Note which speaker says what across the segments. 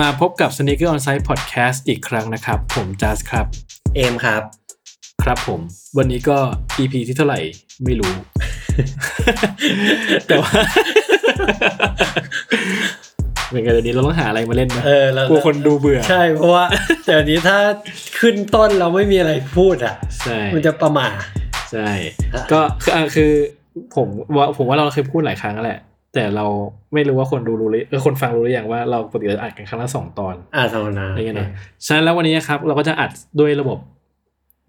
Speaker 1: มาพบกับ Sneaker On Site Podcast อีกครั้งนะครับ ผมจัสครับ
Speaker 2: เอมครับ
Speaker 1: ครับผม วันนี้ก็ EP ที่เท่าไหร่ไม่รู้ แต่ว่า เป็นไงเดี๋ยวนี้เราต้องหาอะไรมาเล่นไหม
Speaker 2: เออแล้ว
Speaker 1: กลัวคนดูเบื่อ
Speaker 2: ใช่เพราะว่า เดี๋ยวนี้ถ้าขึ้นต้นเราไม่มีอะไรพูดอ่ะ
Speaker 1: ใช่
Speaker 2: มันจะประหมา
Speaker 1: ใช่ก็คืออ่ะคือผมว่าผมว่าเราเคยพูดหลายครั้งแล้วแหละ แต่เราไม่รู้ว่าคนดูรู้หรือเออคนฟังรู้หรือยังว่าเราปกติเราอัดกันครั้งละสองตอน
Speaker 2: อ่าสาวนา
Speaker 1: อะไรเงี้ยนะฉะนั้นแล้ววันนี้ครับ เราก็จะอัดด้วยระบบ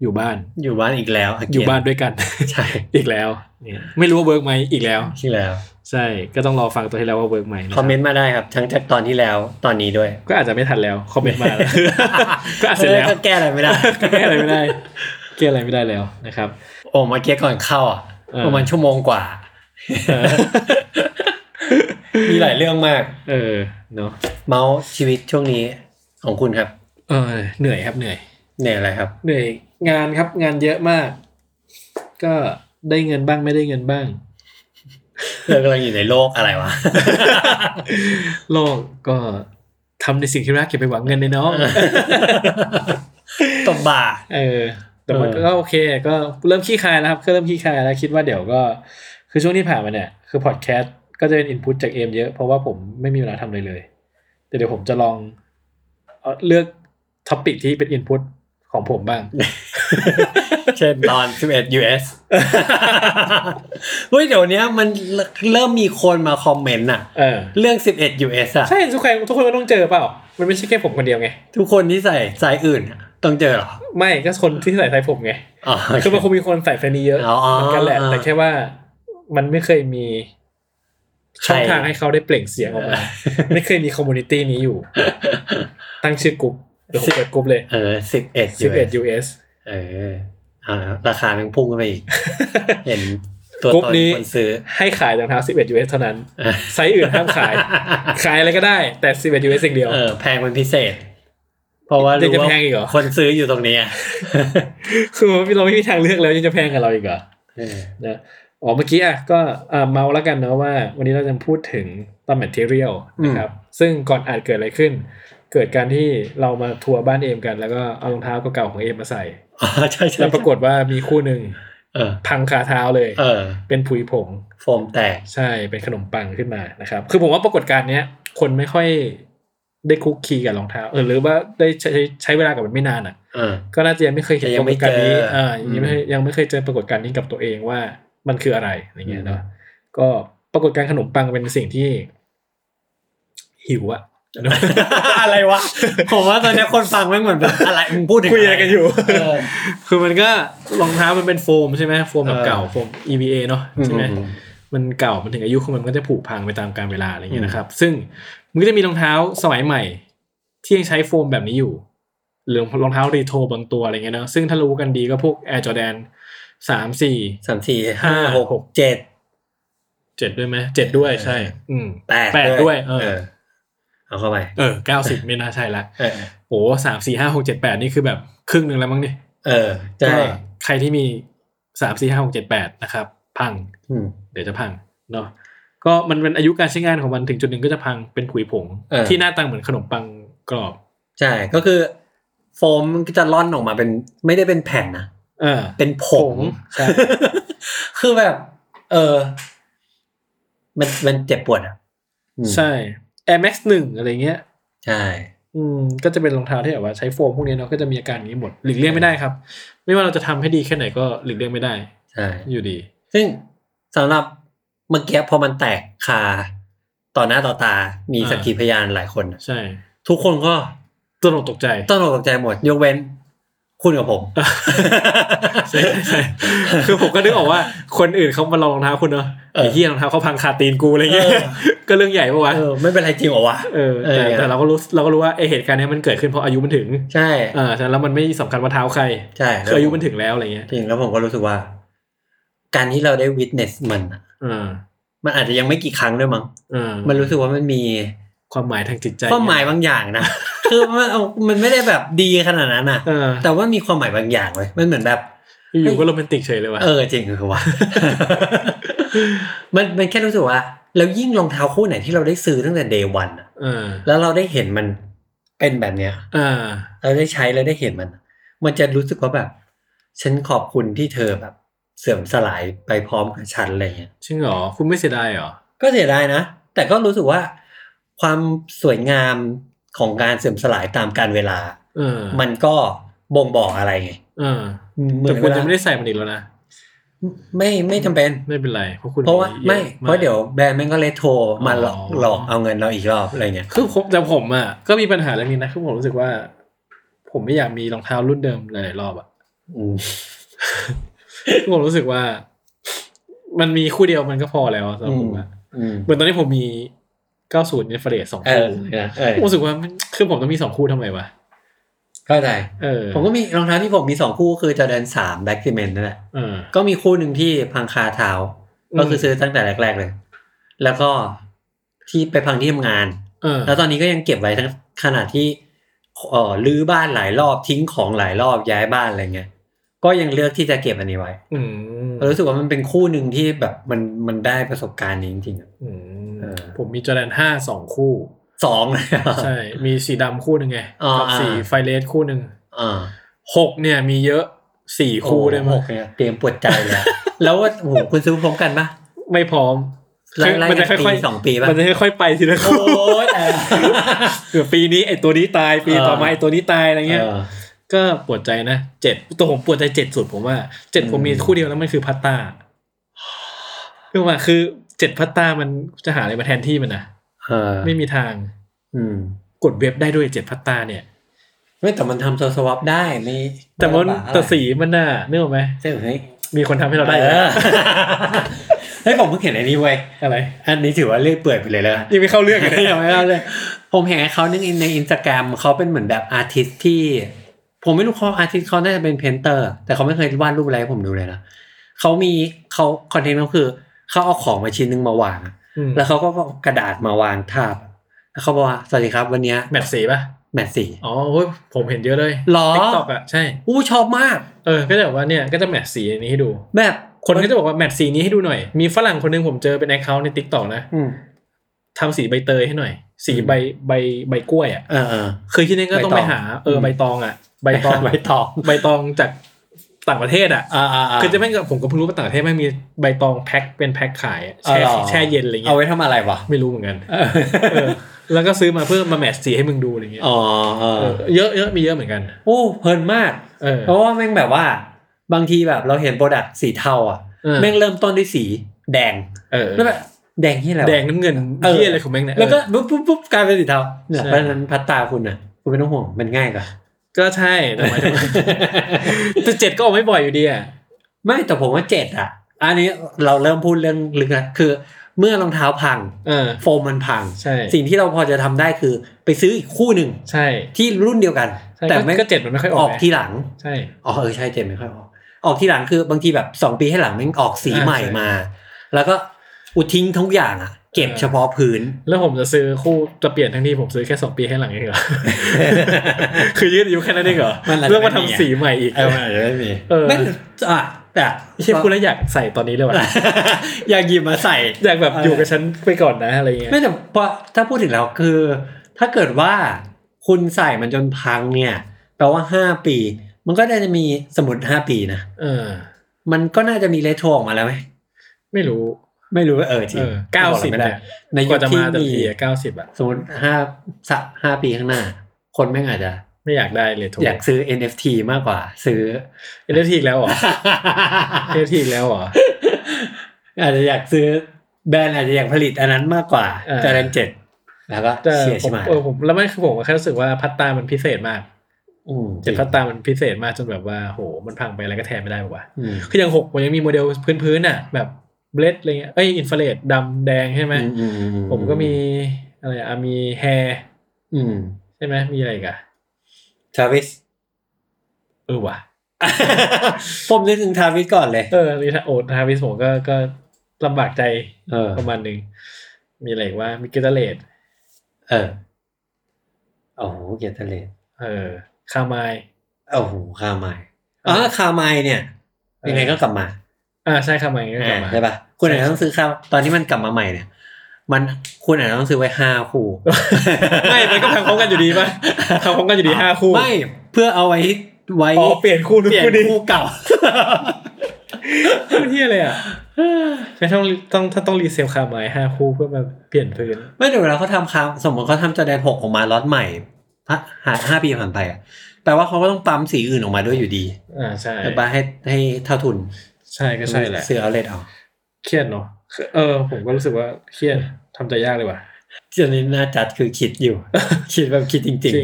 Speaker 1: อยู่บ้าน
Speaker 2: อยู่บ้านอีกแล้ว again
Speaker 1: อยู่บ้านด้วยกัน
Speaker 2: ใช่
Speaker 1: อีกแล้วเนี่ยไม่รู้ว่าเวิร์กไหมอีกแล้ว
Speaker 2: ที่แล้ว
Speaker 1: ใช่ก็ต้องรอฟังตัวที่แล้วว่าเวิร์กไหมนะ
Speaker 2: คอมเมนต์มาได้ครับ ทั้งจากตอนที่แล้วตอนนี้ด้วย
Speaker 1: ก็อาจจะไม่ทันแล้วคอมเมนต์มาแล้ว ก็อัดเสร็จแล้ว
Speaker 2: ก็แก้อะไร ไม่ ได้
Speaker 1: แก้อะไรไม่ได้แก้อะไรไม่ได้แล้วนะครับ
Speaker 2: โอ้เมาเกี้ก่อนเข้าอ่ะ
Speaker 1: เออ
Speaker 2: ประมาณชั่วโมงกว่า
Speaker 1: เออ
Speaker 2: มีหลายเรื่องมาก
Speaker 1: เออเนาะ
Speaker 2: เมาส์ชีวิตช่วงนี้ของคุณครับ
Speaker 1: เออเหนื่อยครับเหนื่อย
Speaker 2: เนี่ยอะไรครับ
Speaker 1: เหนื่อยงานครับงานเยอะมาก ก็ได้เงินบ้างไม่ได้เงินบ้าง
Speaker 2: เรากำลังอยู่ในโลกอะไรวะ
Speaker 1: โลกก็ทำในสิ่งที่รักเก็บไปหวังเงินในน้อง
Speaker 2: ตบบ่า
Speaker 1: เออ แต่มัน
Speaker 2: เออ
Speaker 1: ก็โอเค ก็เริ่มขี้คายแล้วครับก็เริ่มขี้คายแล้วคิดว่าเดี๋ยวก็ คือช่วงที่ผ่านมาเนี่ยคือพอดแคสต์ก็จะเป็นอินพุตจากเอมเยอะเพราะว่าผมไม่มีเวลาทำเลยเลยแต่เดี๋ยวผมจะลองเอาเลือกท็อปิกที่เป็นอินพุตของผมบ้าง
Speaker 2: เช่นตอน 11 US เฮ้ยเดี๋ยวเนี้ยมันเริ่มมีคนมาคอมเมนต์อะ
Speaker 1: เออ
Speaker 2: เรื่อง 11 US อะ
Speaker 1: ใช่ทุกคนทุกคนก็ต้องเจอเปล่า มันไม่ใช่แค่ผมคนเดียวไง
Speaker 2: ทุกคนที่ใส่สายอื่นอะต้องเจอเหรอ
Speaker 1: ไม่ก็คนที่ใส่ไทยผมไง
Speaker 2: อ๋อโอเค
Speaker 1: คือมันคงมีคนใส่แฟนนี้เยอะ
Speaker 2: อ๋อ
Speaker 1: เหมือนกันแหละ
Speaker 2: อ่า
Speaker 1: แต่แค่ว่ามันไม่เคยมีช่องทางให้เขาได้เปล่งเสียงออกมา ไม่เคยมีคอมมูนิตี้นี้อยู่ ตั้งชื่อกลุ่มเดี๋ยวผมเปิดกลุ่มเลย
Speaker 2: เออ 11 US
Speaker 1: 11 US
Speaker 2: เออเอาละราคามันพุ่งขึ้นไปอี ก เห็นตัว
Speaker 1: กรุ๊ป
Speaker 2: ตน
Speaker 1: นี้
Speaker 2: คนซื้อ
Speaker 1: ให้ขายรองเท้า11 US เท่านั้น
Speaker 2: เออ
Speaker 1: ไซส์อื่นห้ามขาย ขายอะไรก็ได้ แต่ 11 US สิ่างเดียว
Speaker 2: เออแพงเป็นพิเศษ เพราะว่า
Speaker 1: ยังจะ
Speaker 2: รู้ว่า
Speaker 1: แพงอีกเหรอ
Speaker 2: คนซื้ออยู่ตรงเนี้ย
Speaker 1: คือเราไม่มีทางเลือกแล้วยังจะแพงกับเราอีกเหรอ
Speaker 2: เออ
Speaker 1: นะอ๋อเมื่อกี้อ่ะก็อ่าเมาแล้วกันเนอะว่า วันนี้เราจะพูดถึงตอน material นะครับซึ่งก่อนอาจเกิดอะไรขึ้น เกิดการที่เรามาทัวร์บ้านเอมกัน แล้วก็เอารองเท้าเก่าๆของเอมมาใส่
Speaker 2: อ๋อ ใช่ใช่
Speaker 1: แล้วปรากฏว่ามีคู่หนึ่ง
Speaker 2: เออ
Speaker 1: พังคาเท้าเลย
Speaker 2: เออ
Speaker 1: เป็นผุยผง
Speaker 2: โฟมแตก
Speaker 1: ใช่เป็นขนมปังขึ้นมานะครับ คือผมว่าปรากฏการณ์เนี้ยคนไม่ค่อยได้คุกคีกับรองเท้าเออหรือว่าได้ใช้ใช้ใช้เวลากับมันไม่นานอ่ะ
Speaker 2: เออ
Speaker 1: ก็น่าจะยังไม่เคยเห็น
Speaker 2: แต่ยั
Speaker 1: ป
Speaker 2: ง
Speaker 1: รา
Speaker 2: ไม่
Speaker 1: กฏการณ์นี้
Speaker 2: เจออ่
Speaker 1: อ่ายังไม่เคยยังไม่เคยเจอปรากฏการณ์นี้กับตัวเองว่ามันคืออะไรอย่างเงี้ยเนาะ ก็ปรากฏการณ์ขนมปังเป็นสิ่งที่ หิวอะ
Speaker 2: อะไรวะ ผมว่าตอนเนี้ยคนฟังแม่งเหมือนแบบอะไรมึงพูดถึง
Speaker 1: คุยอะไรกันอยู่
Speaker 2: เออ
Speaker 1: คือมันก็รองเท้ามันเป็นโฟมใช่ไหมโฟมแบบเก่าโฟม EVA เนาะใช่ไหม
Speaker 2: อืม
Speaker 1: มันเก่ามันถึงอายุของมันมันก็จะผุพังไปตามกาลเวลาอะไรอย่างเงี้ยนะครับ ซึ่งมันก็จะมีรองเท้าสมัยใหม่ ที่ยังใช้โฟมแบบนี้อยู่ หรือรองเท้ารีโทรบางตัวอะไรเงี้ยเนาะซึ่งถ้ารู้กันดีก็พวก Air Jordan สามสี่
Speaker 2: สามสี่ห้าหก
Speaker 1: หก
Speaker 2: เจ็ด
Speaker 1: เจ็ดด้วยไหมเจ็ดด้วยใช่ อืม
Speaker 2: แปด
Speaker 1: แปดด้วย
Speaker 2: เอ
Speaker 1: เอ
Speaker 2: อ
Speaker 1: อ
Speaker 2: เอาเข้าไป
Speaker 1: เออเก้าสิบไม่น่าใช่ละ
Speaker 2: เออ
Speaker 1: โอ้สามสี่ห้าหกเจ็ดแปดนี่คือแบบครึ่งหนึ่งแล้วมั้งเนี่ย
Speaker 2: เออ
Speaker 1: ก็
Speaker 2: ใช่
Speaker 1: ใครที่มีสามสี่ห้าหกเจ็ดแปดนะครับ พัง
Speaker 2: อืม
Speaker 1: เดี๋ยวจะพัง เนาะก็มันเป็นอายุการใช้งานของมันถึงจุดหนึ่งก็จะพังเป็นผุยผง
Speaker 2: เออ
Speaker 1: ที่หน้าตาเหมือนขนมปังกรอบ
Speaker 2: ใช่ก็คือ โฟมมันก็จะร่อนออกมาเป็นไม่ได้เป็นแผ่นนะ
Speaker 1: เออ
Speaker 2: เป็นผง
Speaker 1: ผงใช่
Speaker 2: คือแบบ เออ มันมันเจ็บปวดอ่ะอืม
Speaker 1: ใช่ Air Max หนึ่งอะไรเงี้ย
Speaker 2: ใช่
Speaker 1: อืมก็จะเป็นรองเท้าที่แบบว่าใช้โฟมพวกนี้เนาะก็จะมีอาการอย่างนี้หมดหลีกเลี่ยงไม่ได้ครับ ไม่ว่าเราจะทำให้ดีแค่ไหนก็หลีกเลี่ยงไม่ได้
Speaker 2: ใช่
Speaker 1: อยู่ดี
Speaker 2: ซึ่งสำหรับเมื่อกี้พอมันแตกคาต่อหน้าต่อตา มี
Speaker 1: อ่า
Speaker 2: สักขีพยานหลายคนอะ
Speaker 1: ใช่
Speaker 2: ทุกคนก็
Speaker 1: ตลกตกใจ
Speaker 2: ต้องตกใจหมด ยกเว้นคุณกับผม
Speaker 1: ใช่ใช่คือผมก็นึกออกว่าคนอื่นเขามาลองรองเท้าคุณเนาะ
Speaker 2: เออ
Speaker 1: ไอ้ที่รองเท้าเขาพังขาดตีนกูอะไรเงี้ย
Speaker 2: เออ
Speaker 1: ก็เรื่องใหญ่ปะวะ
Speaker 2: เออไม่เป็นไรจริงเหรอวะ
Speaker 1: เออแต่
Speaker 2: เออ
Speaker 1: แต่เราก็รู้เราก็รู้ว่าไอเหตุการณ์เนี้ยมันเกิดขึ้นเพราะอายุมันถึง
Speaker 2: ใช่
Speaker 1: อ่าฉะนั้นแล้วมันไม่สำคัญว่าเท้าใคร
Speaker 2: ใช่
Speaker 1: คืออายุมันถึงแล้วอะไรเงี้ย
Speaker 2: จริงแล้วผมก็รู้สึกว่า การที่เราได้ witness มันอะ
Speaker 1: อ่า
Speaker 2: มันอาจจะยังไม่กี่ครั้งด้วยมั้ง
Speaker 1: อ่า
Speaker 2: มั
Speaker 1: มัน
Speaker 2: รู้สึกว่ามันมี
Speaker 1: ความหมายทางจิตใจ
Speaker 2: ความหมายบางอย่างนะ คือมันเอามันไม่ได้แบบดีขนาดนั้นนะ
Speaker 1: เออ
Speaker 2: แต่ว่ามีความหมายบางอย่างเลยมันเหมือนแบบ
Speaker 1: อยู่ๆก็โรแมนติกเฉยเลยว่ะ
Speaker 2: เออจริงคือว่า มันมันแค่รู้สึกว่า แล้วยิ่งรองเท้าคู่ไหนที่เราได้ซื้อตั้งแต่ day one อะ
Speaker 1: เออ
Speaker 2: แล้วเราได้เห็นมันเป็นแบบเนี้ย
Speaker 1: อ่า
Speaker 2: เราได้ใช้แล้วได้เห็นมัน มันจะรู้สึกว่าแบบ ฉันขอบคุณที่เธอแบบ เสื่อมสลายไปพร้อมกับฉันอะไรเงี้ย
Speaker 1: จริงเหรอ คุณไม่เสียดายเหรอ
Speaker 2: ก็เสียดายนะ แต่ก็รู้สึกว่า ความสวยงามของการเสื่อมสลายตามการเวลา
Speaker 1: เออ
Speaker 2: มันก็บ่งบอกอะไรไง
Speaker 1: เออ
Speaker 2: เหมือ
Speaker 1: แต่
Speaker 2: น
Speaker 1: คุ
Speaker 2: เว
Speaker 1: ณ
Speaker 2: ลา
Speaker 1: จะไม่ได้ใส่มันอีกแล้วนะ
Speaker 2: ไม่ไม่จำเป็น
Speaker 1: ไม่เป็นไร เพราะคุณ
Speaker 2: เพราะว่า
Speaker 1: เย
Speaker 2: ไม่
Speaker 1: อ
Speaker 2: เพราะเดี๋ยวแบรนด์แม่งก็เลทโทรมาหลอก
Speaker 1: อ๋อ
Speaker 2: หลอกเอาเงินเราอีกรอบอะไรเงี้ย
Speaker 1: คือผมแต่ผมอ่ะก็มีปัญหาเรื่องนี้นะ คือผมรู้สึกว่า ผมไม่อยากมีรองเท้ารุ่นเดิมหลายๆรอบอ่ะ
Speaker 2: อืม
Speaker 1: คือผมรู้สึกว่า มันมีคู่เดียวมันก็พอแล้วสำหรับผมอะ
Speaker 2: อืม
Speaker 1: เหมือนตอนนี้ผมมี 90เนฟเรสสอง
Speaker 2: เอ
Speaker 1: คู่
Speaker 2: อเออเออ
Speaker 1: ผมรู้สึกว่ามันคือผมต้องมีสองคู่ทำไมวะ
Speaker 2: เข้าใจ
Speaker 1: เออ
Speaker 2: ผมก็มีรองเท้าที่ผมมีสองคู่คือจอแดนสามแบ็กซิเมนนั่นแหละ
Speaker 1: เออ
Speaker 2: ก็มีคู่หนึ่งที่พังคาเท้า
Speaker 1: อืม
Speaker 2: ก็คือซื้อตั้งแต่แรก ๆ เลย แล้วก็ที่ไปพังที่ทำงาน
Speaker 1: เออ
Speaker 2: แล้วตอนนี้ก็ยังเก็บไว้ทั้งขนาดที่เอ่อรื้อบ้านหลายรอบทิ้งของหลายรอบย้ายบ้านอะไรเงี้ยก็ยังเลือกที่จะเก็บอันนี้ไว้
Speaker 1: อืม
Speaker 2: รู้สึกว่ามันเป็นคู่หนึ่งที่แบบมันมันได้ประสบการณ์นี้จริงๆอะ
Speaker 1: อืม
Speaker 2: เออ
Speaker 1: ผมมีจอแดนห้าสองคู่
Speaker 2: สองเลยอะ
Speaker 1: ใช่ มีสีดำคู่หนึ่งไง
Speaker 2: อ่า
Speaker 1: กับสี
Speaker 2: อ่า
Speaker 1: ไฟเลสคู่หนึ่ง
Speaker 2: อ่า
Speaker 1: หกเนี่ยมีเยอะสี่คู่ได้ไหม
Speaker 2: โอ้โหเนี่ยเตรียมปวดใจเลย อะแล้วว่าโอ้โหคุณซื้อพร้อมกันปะ
Speaker 1: ไม่พร้อม
Speaker 2: ไล่ไล่
Speaker 1: มั
Speaker 2: กั
Speaker 1: จะ
Speaker 2: น
Speaker 1: ค่
Speaker 2: ปี
Speaker 1: อย
Speaker 2: สองปีปะ
Speaker 1: มันจะค่อยๆไปทีละ
Speaker 2: โอ้
Speaker 1: คู่
Speaker 2: ยแต่
Speaker 1: เผื่อปีนี้ไอตัวนี้ตายปี
Speaker 2: เออ
Speaker 1: ต่อมาไอตัวนี้ตายอะไรเงี้ย
Speaker 2: ออ
Speaker 1: ก็ปวดใจนะเจ็ดตัวผมปวดใจเจ็ดสุดผมว่าเจ็ด
Speaker 2: อืม
Speaker 1: ผมมีคู่เดียวแล้วมันคือพัตตาคือว่าคือเจ็ดพัตตามันจะหาอะไรมาแทนที่มันนะ
Speaker 2: เออ
Speaker 1: ไม่มีทาง
Speaker 2: อืม
Speaker 1: กดเว็บได้ด้วยเจ็ดพัตตาเนี่ย
Speaker 2: ไม่แต่มันทำโซสวอปได้ไม่
Speaker 1: แต่มัน
Speaker 2: ไลำบากอะไร
Speaker 1: แต่สีมันน่ะนึกออกไหม
Speaker 2: เจ้าเฮ้ย
Speaker 1: มีคนทำให้เราได้
Speaker 2: เออเฮ้ยผมเพิ่งเห็นอันนี้เว้ย
Speaker 1: อะไร
Speaker 2: อันนี้ถือว่าเลื่อยเปื่อยไปเลยแล้วกัน
Speaker 1: ยังไม่เข้าเรื่องเลยนะ
Speaker 2: ยังไม่เล่าเลยผมเห็นเขานึงในอินสตาแกรมเขาเป็นเหมือนแบบอาร์ติสที่ ผมไม่รู้เขาอาร์ติสเขาน่าจะเป็นเพนเตอร์ แต่เขาไม่เคยวาดรูปอะไรให้ผมดูเลยนะเขามีเขาคอนเทนต์เขาคือเขาเอาของมาชิ้นหนึงมาวาง
Speaker 1: อืม
Speaker 2: แล้วเขาก็เอากระดาษมาวางทาบแล้วเขาบอกว่าสวัสดีครับวันเนี้ย
Speaker 1: แมทสีป่ะ
Speaker 2: แมทสี
Speaker 1: อ๋อโอ้ยผมเห็นเยอะเลย
Speaker 2: หรอ
Speaker 1: ติ๊กต็อกอ่ะ ใช่
Speaker 2: อู้ชอบมาก
Speaker 1: เออ ก็จะแบบว่าเนี่ย ก็จะแมทสีอันนี้ให้ดู
Speaker 2: แบบ
Speaker 1: คนก็จะบอกว่าแมทสีนี้ให้ดูหน่อย มีฝรั่งคนหนึงผมเจอเป็นแอคเคาท์ในติ๊กต็อกนะ
Speaker 2: อืม
Speaker 1: ทำสีใบเตยให้หน่อย สีใบใบใบกล้วยอ่ะ
Speaker 2: เออเออ
Speaker 1: คือที่นี่ก็ต้อง
Speaker 2: ใบตอง
Speaker 1: ไปหา เออ
Speaker 2: อืม
Speaker 1: ใบตองอ่ะ ใบตอง
Speaker 2: ใบตอง
Speaker 1: ใบตองจากต่างประเทศอ่ะ
Speaker 2: อ่าอ่า
Speaker 1: คือจะแม่งกับผมก็เพิ่งรู้ว่าต่างประเทศแม่งมีใบตองแพ็คเป็นแพ็คขายอะแช่แช่เย็นอะไร
Speaker 2: เอา
Speaker 1: เงี้ย
Speaker 2: ไว้ทำอะไรวะ
Speaker 1: ไม่รู้เหมือนกัน เออ แล้วก็ซื้อมาเพื่อมาแมทสีให้มึงดูอะไรเงี้ย
Speaker 2: อ๋อเอ
Speaker 1: เอ
Speaker 2: อ
Speaker 1: อเยอะเยอะมีเยอะเหมือนกัน
Speaker 2: โอ้เพลินมาก
Speaker 1: เออ
Speaker 2: เพราะว่าแม่งแบบว่า บางทีแบบเราเห็นโปรดักต์สีเทาอ่ะ
Speaker 1: เออ
Speaker 2: แม่งเริ่มต้นด้วยสี แดง
Speaker 1: เออ
Speaker 2: แล้วแบบแดงที่อะไรวะ
Speaker 1: แดงน้ำเงิน
Speaker 2: เออ
Speaker 1: เยี่ยอะไรของแม่งเนี่ย
Speaker 2: แล้วก็
Speaker 1: เออ
Speaker 2: ปุ๊บปุ๊บปุ๊บกลายเป็นสีเทาเนี่ย
Speaker 1: ใช่
Speaker 2: เพราะฉะนั้นพัตตาคุณอ่ะคุณไม่ต้องห่วงมันง่ายกว่า
Speaker 1: ก็ใช่แต่หมายถึงว่า แต่เจ็ดก็ออกไม่บ่อยอยู่ดีอ่ะ
Speaker 2: ไม่แต่ผมว่าเจ็ดอ่ะ อันนี้เราเริ่มพูดเรื่องลึกนะคือเมื่อรองเท้าพัง
Speaker 1: เออ
Speaker 2: โฟมมันพัง
Speaker 1: ใช่
Speaker 2: สิ่งที่เราพอจะทำได้คือ ไปซื้ออีกคู่หนึ่ง
Speaker 1: ใช่
Speaker 2: ที่รุ่นเดียวกัน
Speaker 1: ใช่
Speaker 2: แต่
Speaker 1: ก็
Speaker 2: ไม่
Speaker 1: ก็เจ็ดมันไม่ค่อยอ
Speaker 2: อ
Speaker 1: อ
Speaker 2: อก ก
Speaker 1: ไง
Speaker 2: ทีหลัง
Speaker 1: ใช่
Speaker 2: อ๋อเออใช่เจ็ดไม่ค่อยออก ออกทีหลังคือบางทีแบบสองปีให้หลังแมันออกสี
Speaker 1: อ่า
Speaker 2: ใหม่
Speaker 1: ใช่
Speaker 2: มา แล้วก็อุทิ้งทุกอย่างอ่ะ เก็บ
Speaker 1: เออ
Speaker 2: เฉพาะพื้น
Speaker 1: แล้วผมจะซื้อคู่จะเปลี่ยนทั้งที่ผมซื้อแค่สองปีให้หลังเอง เหรอ คือยืดอายุแค่นั้นเองเหรอ
Speaker 2: มันอาจจะ
Speaker 1: เรื่องมา
Speaker 2: ไม่มีอ่ะ
Speaker 1: ทำสีใหม่อีก
Speaker 2: เออไม่มี
Speaker 1: เออ
Speaker 2: ไม่อ่ะ แต่
Speaker 1: ไม่ใช่พูดแล้วอยากใส่ตอนนี้เลยว่ะ
Speaker 2: อยากหยิบมาใส่
Speaker 1: อยากแบบ
Speaker 2: เออ
Speaker 1: อ
Speaker 2: อ
Speaker 1: ยู่กับฉันไปก่อนนะอะไรเงี้ย
Speaker 2: ไม่แต่พอถ้าพูดถึงแล้วคือ ถ้าเกิดว่าคุณใส่มันจนพังเนี่ย แปลว่าห้าปี มันก็ได้จะมีสมมุดห้าปีนะ
Speaker 1: เออ
Speaker 2: มันก็น่าจะมีเลโทรออกมาแล้วไหม
Speaker 1: ไม่รู้
Speaker 2: ไม่รู้ว่าเออจริง
Speaker 1: เออเก้าสิบ
Speaker 2: ไม่ได้
Speaker 1: เนี่ย
Speaker 2: ในยุค
Speaker 1: กว่าจะ
Speaker 2: ที่
Speaker 1: มาแต่
Speaker 2: มี
Speaker 1: ละทีเก้าสิบอะ
Speaker 2: สมมติห้าสักห้าปีข้างหน้า คนแม่งอาจจะ
Speaker 1: ไม่อยากได้เลยโทร
Speaker 2: อยากซื้อ NFT มากกว่า ซื้ อ
Speaker 1: เอเลทีกแล้วเหรอเอเลทีกแล้วเหรอ
Speaker 2: อาจจะอยากซื้อแบรนด์อาจจะอยากผลิตอันนั้นมากกว่า
Speaker 1: เออ
Speaker 2: จารันเจ็ดแล้วก็
Speaker 1: แต่
Speaker 2: เชียร์
Speaker 1: ผ
Speaker 2: ใช่
Speaker 1: ม
Speaker 2: ไหม
Speaker 1: เออผมแล้วไม่คือผมแค่รู้สึกว่าพัตตามันพิเศษมาก
Speaker 2: อืม
Speaker 1: เจ็ดพัตตามันพิเศษมากจนแบบว่าโหมันพังไปอะไรก็แทนไม่ได้แบบว่า
Speaker 2: อืม
Speaker 1: คืออย่างหกผมยังมีโมเดลพื้นๆน่ะ แบบเบลดอะไรเงี้ยเอ้ยอินฟลเรดดำแดงใช่ไหม
Speaker 2: อือือื
Speaker 1: ผมก็มีอะไรอะมีแฮร์
Speaker 2: อืม
Speaker 1: ใช่ไหมมีอะไรอีกัน
Speaker 2: ทา วิส
Speaker 1: เออว่ะ
Speaker 2: ผมนึกถึงทาวิสก่อนเลย
Speaker 1: เออมีทาโอทาวิสผมก็ก็ลำบากใจ
Speaker 2: เออ
Speaker 1: ประมาณหนึ่ง มีอะไรอีกว่ามีเกตาเลต
Speaker 2: เออโอ้โหเกียรติเลน
Speaker 1: เออคามาย
Speaker 2: โอ้โหคาไมายอ๋อคาไมายเนี่ย
Speaker 1: เออ
Speaker 2: ยังไงก็กลับมา
Speaker 1: อ่าใช่คามายก็กลับมา
Speaker 2: ใช่ปะคุณอาจจะต้องซื้อข้าวตอนที่มันกลับมาใหม่เนี่ย มันคุณอาจจะต้องซื้อไว้ห้าคู่
Speaker 1: ไม่มันก็พังพร้อมกันอยู่ดี ปะพังพร้อมกันอยู่ดีห้าคู่
Speaker 2: ไม่เพื่อเอาไว้ไว้
Speaker 1: อ๋อเปลี่ยนคู่นึง
Speaker 2: เปลี่ยน
Speaker 1: คู่นี้
Speaker 2: คู่เก่า
Speaker 1: คู่ที่อะไรอ่ะไม่ ต้องต้องถ้าต้องรีเซลคามายห้าคู่เพื่อมาเปลี่ยนพื้น
Speaker 2: ไม่เดี๋ยวเวลาเขาทำคาสมมติเขาทำจอแดนหกออกมาล็อตใหม่ห้าห้าห้าปีผ่านไปอ่ะแปลว่าเขาก็ต้องปั๊มสีอื่นออกมาด้วยอยู่ดี
Speaker 1: อ่าใช่
Speaker 2: แต่ปาให้ให้เท่าทุน
Speaker 1: ใช่ก็ใช่แหละ
Speaker 2: ซื้อเอาเลทเอา
Speaker 1: เครียดเนาะเออ ผมก็รู้สึกว่าเครียดทำใจยากเลยว่ะ
Speaker 2: เจนนี้น่าจัดคือคิดอยู่ คิดแบบคิดจริง
Speaker 1: จริง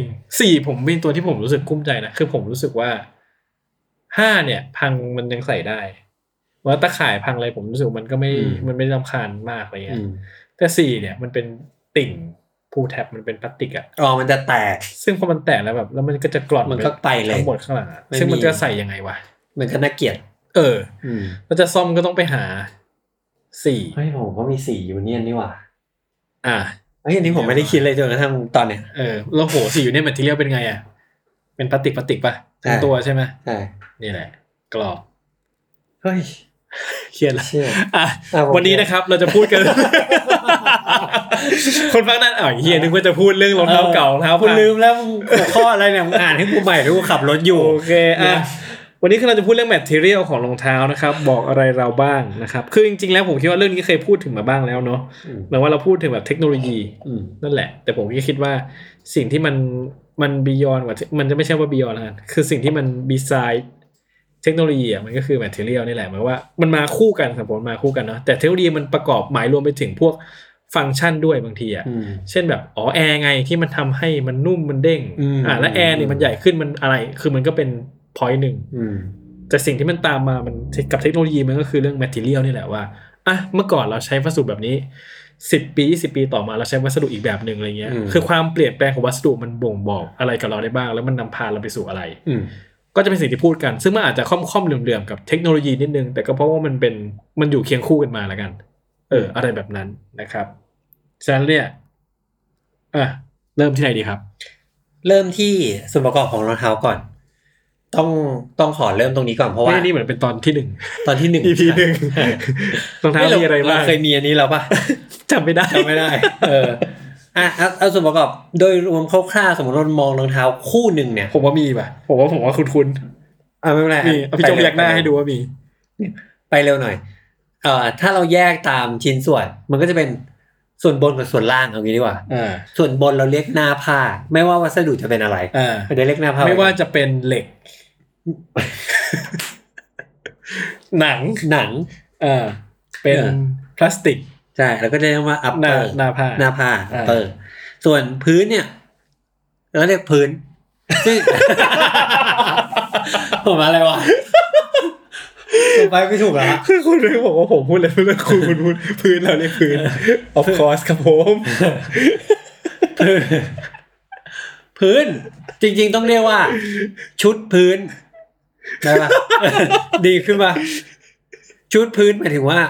Speaker 1: สี่ผมเป็นตัวที่ผมรู้สึกกุ้มใจนะ คือผมรู้สึกว่าห้าเนี่ย พังมันยังใส่ได้ว่าตะข่ายพังอะไรผมรู้สึกมันก็ไม่
Speaker 2: อืม
Speaker 1: มันไม่ได้รำคาญมากอะไร
Speaker 2: ๆ
Speaker 1: เงี้
Speaker 2: อื
Speaker 1: ย
Speaker 2: ม
Speaker 1: แต่สี่เนี่ยมันเป็นติ่งผู้แท็บมันเป็นพลาสติกอะ
Speaker 2: อ๋อ มันจะแตก
Speaker 1: ซึ่งพอมันแตกแล้วแบบ แล้วมันก็จะกร่อน
Speaker 2: มันก็ไปเลย
Speaker 1: ทั้งหมดข้างหลังอะ
Speaker 2: ไม่มี
Speaker 1: ซึ่งมันจะใส่ยังไงวะ
Speaker 2: มันก็น่าเกลียด
Speaker 1: เออแล้วจะซ่อมก็ต้องไปหาสี่
Speaker 2: เฮ้ยผมก็มีสี่ยูเนียนนี่หว่า
Speaker 1: อ่ะ
Speaker 2: เฮ้ยอันนี้ผมไม่ได้คิดเลยจนกระทั่งตอนเนี้ย
Speaker 1: เออแล้วโหสี่อยู่เนี่ยแมทเทียลเป็นไงอะเป็นพลาสติกพลาสติกปะทั้ง
Speaker 2: ใช่
Speaker 1: ตัวใช่ไหม
Speaker 2: ใช่
Speaker 1: นี่แหละ กรอบ
Speaker 2: เฮ้ย
Speaker 1: เครียดละ
Speaker 2: เชื่อ
Speaker 1: อ่ะ
Speaker 2: อ่ะผม
Speaker 1: วันนี้นะครับเราจะพูดกัน คนฟังนั่นอ่ะเฮียนึกว่าจะพูดเรื่องรองเท้า
Speaker 2: เออ
Speaker 1: เก่ารองเท้า
Speaker 2: คุณ
Speaker 1: พัง
Speaker 2: ลืมแล้วมึงหัวข้ออะไรเนี่ยมึงอ่านให้กูใหม่ด้วยกูขับรถอยู่
Speaker 1: โอเคอ่ะวันนี้คือเราจะพูดเรื่องแมทเทียลของรองเท้านะครับ บอกอะไรเราบ้างนะครับ คือจริงๆแล้วผมคิดว่าเรื่องนี้เคยพูดถึงมาบ้างแล้วเนาะ
Speaker 2: อืม
Speaker 1: หมายว่าเราพูดถึงแบบเทคโนโลยี
Speaker 2: อืม
Speaker 1: นั่นแหละ แต่ผมก็คิดว่าสิ่งที่มันมันบียอนกว่ามันจะไม่ใช่ว่าบียอนแล้วกันคือสิ่งที่มันบีไซด์เทคโนโลยีอ่ะมันก็คือแมทเทียลนี่แหละหมายว่ามันมาคู่กันสมมติมาคู่กันเนาะแต่เทคโนโลยีมันประกอบหมายรวมไปถึงพวกฟังก์ชันด้วยบางทีอ่ะ
Speaker 2: อืม
Speaker 1: เช่นแบบอ๋อแอร์ไงที่มันทำให้มันนุ่มมันเด้ง
Speaker 2: อืม
Speaker 1: แล้วแอร์เนี่ยมันใหญ่ขึ้นมันอะไร คือมันก็เป็น point หนึ่ง
Speaker 2: อืม
Speaker 1: แต่สิ่งที่มันตามมามันกับเทคโนโลยีมันก็คือเรื่อง material นี่แหละว่าอ่ะเมื่อก่อนเราใช้วัสดุแบบนี้สิบปียี่สิบปีต่อมาเราใช้วัสดุอีกแบบหนึ่งอะไรเงี้ย
Speaker 2: อืม
Speaker 1: คือความเปลี่ยนแปลงของวัสดุมันบ่งบอกอะไรกับเราได้บ้าง แล้วมันนำพาเราไปสู่อะไร
Speaker 2: อืม
Speaker 1: ก็จะเป็นสิ่งที่พูดกัน ซึ่งมันอาจจะค่อมๆเหลื่อมๆกับเทคโนโลยีนิดนึง แต่ก็เพราะว่ามันเป็นมันอยู่เคียงคู่กันมาแล้วกัน เออ อะไรแบบนั้นนะครับฉะนั้นเนี่ยอ่ะเริ่มที่ไหนดีครับ
Speaker 2: เริ่มที่ส่วนประกอบของรองเท้าก่อน ต้องต้องขอเริ่มตรงนี้ก่อนเพราะว่า
Speaker 1: ไม่นี่เหมือนเป็นตอนที่ หนึ่ง
Speaker 2: ตอนที่หนึ่ง
Speaker 1: EP หนึ่ง รองเท้า
Speaker 2: เย
Speaker 1: มีอะไรบ้าง
Speaker 2: เเคยมีอันนี้แล้วปะ
Speaker 1: จำไม่ได้
Speaker 2: จำไม่ได้ เออ อ่ะเอาเอาส่วนประกอบโดยรวมคร่าวๆสมมติเรามองรองเท้าคู่หนึ่งเนี่ย
Speaker 1: ผมว่ามีป่ะ ผมว่าผมว่าคุณคุณ
Speaker 2: อ่ะไม่เป็นไร
Speaker 1: มีเอาพี่โจ
Speaker 2: ไป
Speaker 1: พ
Speaker 2: เร็ว
Speaker 1: ยักหน้าให้ดูว่ามี
Speaker 2: ไปเร็วหน่อยเอ่อถ้าเราแยกตามชิ้นส่วน มันก็จะเป็นส่วนบนกับส่วนล่างเอางี้ดีกว่า
Speaker 1: อ่า
Speaker 2: ส่วนบนเราเรียกหน้าผ้า ไม่ว่าวัสดุจะเป็นอะไร
Speaker 1: อ่า
Speaker 2: เราจะเรียกหน้าผ้า
Speaker 1: ไม่ว่าจะเป็นเหล็ก หนัง
Speaker 2: หนัง
Speaker 1: อ่าเป็น
Speaker 2: เออ
Speaker 1: พลาสติก
Speaker 2: ใช่แล้วก็จะเรียกว่าอัป
Speaker 1: ห
Speaker 2: เป
Speaker 1: น้า
Speaker 2: อร์
Speaker 1: หน้าผ้า
Speaker 2: หน้าผ้า
Speaker 1: อ่า
Speaker 2: เปอร์ส่วนพื้นเนี่ยเราเรียกพื้นซึ่ ง ผมอะไรวะผมไปไม่ถูกแล้ว
Speaker 1: คือคุณเลยบอกว่าผมพูดเลยเรื่องคุณคุณพูดพื้นเราเรียกพื้นออฟคอร์สครับผม
Speaker 2: พื้นจริง ๆ ต้องเรียกว่า ชุดพื้นได้ ปะ ดีขึ้นปะชุดพื้นหมายถึงว่า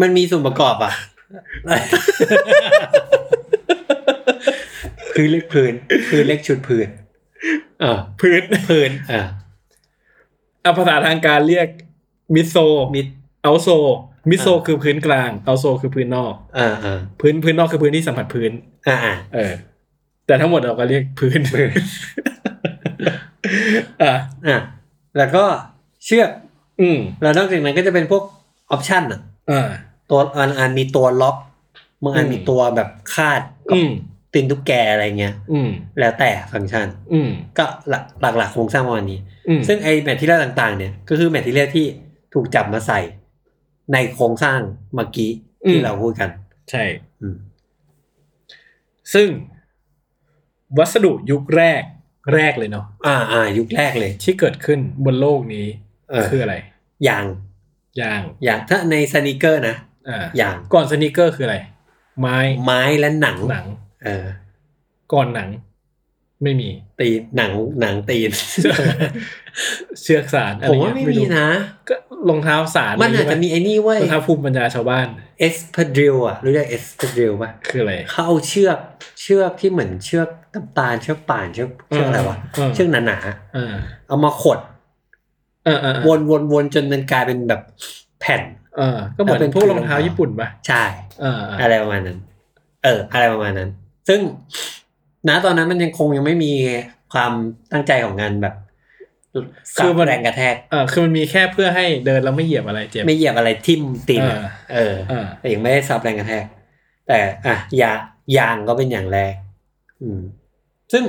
Speaker 2: มันมีส่วนประกอบ อ่ะ คือเรียกพื้น คือเรียกชุดพื้น เออ
Speaker 1: พื้น
Speaker 2: พื้นเออ
Speaker 1: เอาภาษาทางการเรียกมิโซ
Speaker 2: มิด
Speaker 1: เอาโซมิโซ
Speaker 2: อ่า
Speaker 1: คือพื้นกลางเอาโซคือพื้นนอก
Speaker 2: เออเออ
Speaker 1: พื้นพื้นนอกคือพื้นที่สัมผัสพื้น
Speaker 2: อ่าอ่า
Speaker 1: เออ แต่ทั้งหมดเราก็เรีย ก พื้น
Speaker 2: พื้น
Speaker 1: อ่ะ
Speaker 2: อ่ะแล้วก็เชือก
Speaker 1: อืม
Speaker 2: แล้วนอกจากนั้นก็จะเป็นพวกออปชั่นอ่ะ
Speaker 1: อ่า
Speaker 2: ตัวอันอันมีตัวล็อกบางอัน
Speaker 1: อืม
Speaker 2: มีตัวแบบคาดกับ
Speaker 1: อืม
Speaker 2: ตีนตุ๊กแกอะไรเงี้ย
Speaker 1: อืม
Speaker 2: แล้วแต่ฟังก์ชัน
Speaker 1: อืม
Speaker 2: ก็หลักหลักหลักโครงสร้างประมาณนี้
Speaker 1: อืม
Speaker 2: ซึ่งไอแมทที่เรียต่างๆ เนี่ยก็คือแมทที่เรียที่ถูกจับมาใส่ในโครงสร้างเมื่อกี้ที่เราพูดกัน
Speaker 1: ใช่
Speaker 2: อืม
Speaker 1: ซึ่ง วัสดุยุคแรกแรกเลยเนาะ
Speaker 2: อ่าอ่ายุคแรกเลย
Speaker 1: ที่เกิดขึ้นบนโลกนี้
Speaker 2: เออ
Speaker 1: คืออะไร
Speaker 2: ยาง
Speaker 1: ยาง
Speaker 2: ยางถ้าในสนิเกอร์นะ
Speaker 1: อ่าย
Speaker 2: าง
Speaker 1: ก่อนสนิเกอร์คืออะไร ไม้
Speaker 2: ไม้และหนัง
Speaker 1: หนัง
Speaker 2: เออ
Speaker 1: ก่อนหนัง ไม่มี
Speaker 2: ตีนหนังหนังตีน
Speaker 1: เชือกสารอะไร
Speaker 2: ผม
Speaker 1: เงี้
Speaker 2: ว่าย ไม่
Speaker 1: รู้
Speaker 2: มีนะ
Speaker 1: ก็รองเท้าสาร
Speaker 2: มันอาจจะมีไอ้นี่เว้ย
Speaker 1: รองเท้าภูมิปัญญาชาวบ้าน
Speaker 2: เอสพดริลอะรู้จักเอสพดริลป่ะ
Speaker 1: คืออะไร
Speaker 2: เขาเอาเชือกเชือกที่เหมือนเชือกน้ำตาลเชือกป่านเชือกเชือกอะไรวะ
Speaker 1: อืม
Speaker 2: เชือกหนา
Speaker 1: อ่า
Speaker 2: ๆเอามาขด
Speaker 1: เออเออเออ
Speaker 2: วนวนวนจนมันกลายเป็นแบบแผ่น
Speaker 1: เออก็เหมือน
Speaker 2: เป็น
Speaker 1: พวกรอง
Speaker 2: รอง
Speaker 1: เท้า
Speaker 2: เท้า
Speaker 1: ญี่ปุ่นป่ะ
Speaker 2: ใช่
Speaker 1: เออเอ
Speaker 2: อะ
Speaker 1: อ
Speaker 2: ไรประมาณนั้น เออ อะไรประมาณนั้น ซึ่งณตอนนั้นมันยังคงยังไม่มีความตั้งใจของงานแบบสับแรงกระแทก
Speaker 1: เออคือมันมีแค่เพื่อให้เดินแล้วไม่เหยียบอะไรเจ็บ
Speaker 2: ไม่เหยียบอะไรทิ่มตีนอะ
Speaker 1: อ่า
Speaker 2: เออ
Speaker 1: เออ
Speaker 2: แต่ยังไม่ได้ซับแรงกระแทก แต่อ่ะยายางก็เป็นอย่างแรก อืม ซึ่ง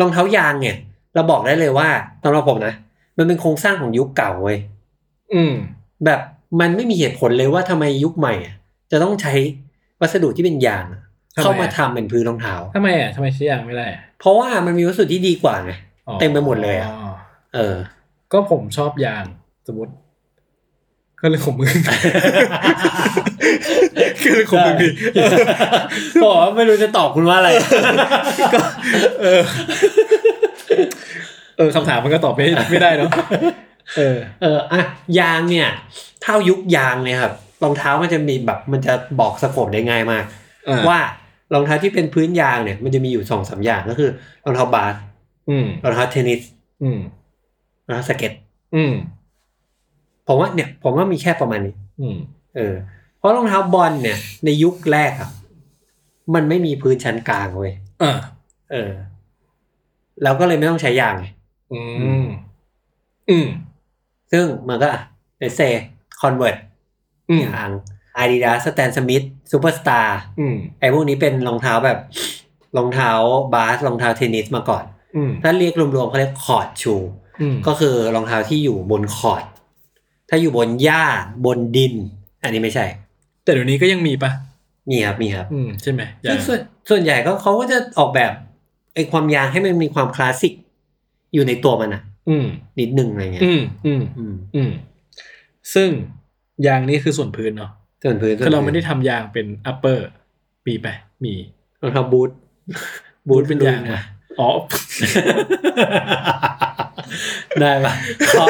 Speaker 2: รองเท้ายางเนี่ย เราบอกได้เลยว่าสำหรับผมนะมันเป็นโครงสร้างของยุคเก่าเว้ย
Speaker 1: อืม
Speaker 2: แบบมันไม่มีเหตุผลเลยว่าทำไมยุคใหม่อะจะต้องใช้วัสดุที่เป็นยางอะ
Speaker 1: ทำไมอะ
Speaker 2: เข้ามาทำเป็นพื้นรองเท้า
Speaker 1: ทำไมอ่ะทำไมใช้ยางไม่ได้อะ
Speaker 2: เพราะว่ามันมีวัสดุที่ดีกว่าไง
Speaker 1: อ๋อ
Speaker 2: เต็มไปหมดเลยอะ เอ อ
Speaker 1: ก็ผมชอบยางสมมติก็เลยของมึง ก็เลยของมึงดิ
Speaker 2: บอกว่าไม่รู้จะตอบคุณว่าอะไร
Speaker 1: เออ เออคำถามมันก็ตอบไม่ไม่ได้เนาะ เออ
Speaker 2: เอออะยางเนี่ยเท่ายุคยางเนี่ยครับรองเท้ามันจะมีแบบมันจะบอกสโคปได้ง่ายมาก
Speaker 1: อ่า
Speaker 2: ว่ารองเท้าที่เป็นพื้นยางเนี่ย มันจะมีอยู่สองสามอย่างก็คือรองเท้าบาส
Speaker 1: อืม
Speaker 2: รองเท้าเทนนิส
Speaker 1: อืม
Speaker 2: รองเท้าสเก็ต
Speaker 1: อืม
Speaker 2: ผมว่าเนี่ยผมว่ามีแค่ประมาณนี้
Speaker 1: อืม
Speaker 2: เออเพราะรองเท้าบอลเนี่ย ในยุคแรกอะมันไม่มีพื้นชั้นกลางเว้ย
Speaker 1: อ่า
Speaker 2: เออเราก็เลยไม่ต้องใช้ยางไง
Speaker 1: อืม อืม
Speaker 2: ซึ่งมันก็เอเซคอนเวิร์ต
Speaker 1: อืม
Speaker 2: ยางอาดิดาสแตนสมิธซูเปอร์สตาร์
Speaker 1: อืม
Speaker 2: ไอ้พวกนี้เป็นรองเท้าแบบรองเท้าบาสรองเท้าเทนนิสมาก่อน
Speaker 1: อืม
Speaker 2: ถ้าเรียกรวมๆเขาเรียกคอร์ดชู
Speaker 1: อืม
Speaker 2: ก็คือรองเท้าที่อยู่บนคอร์ดถ้าอยู่บนหญ้าบนดิน อันนี้ไม่ใช่
Speaker 1: แต่เดี๋ยวนี้ก็ยังมีปะ
Speaker 2: มีครับมีครับ
Speaker 1: อืม ใช่ไหมยา
Speaker 2: ซึ่ง
Speaker 1: ง
Speaker 2: ส่วนส่วนใหญ่ก็เขาก็จะออกแบบไอ้ความยางให้มันมีความคลาสสิกอยู่ในตัวมันอะ
Speaker 1: อืม
Speaker 2: นิดนึงอะไรเงี้ย
Speaker 1: อืม อืม
Speaker 2: อืม
Speaker 1: อืม ซึ่งยางนี่คือส่วนพื้นเนาะ
Speaker 2: ส่วนพื้นส่วน
Speaker 1: คือเราไม่ได้
Speaker 2: พื้น
Speaker 1: ทำยางเป็น upper มีไหมมี
Speaker 2: รองเท้าบูท
Speaker 1: บูทเป็นยาง
Speaker 2: รุ่
Speaker 1: อะอ๋อ
Speaker 2: ได้ปะครับ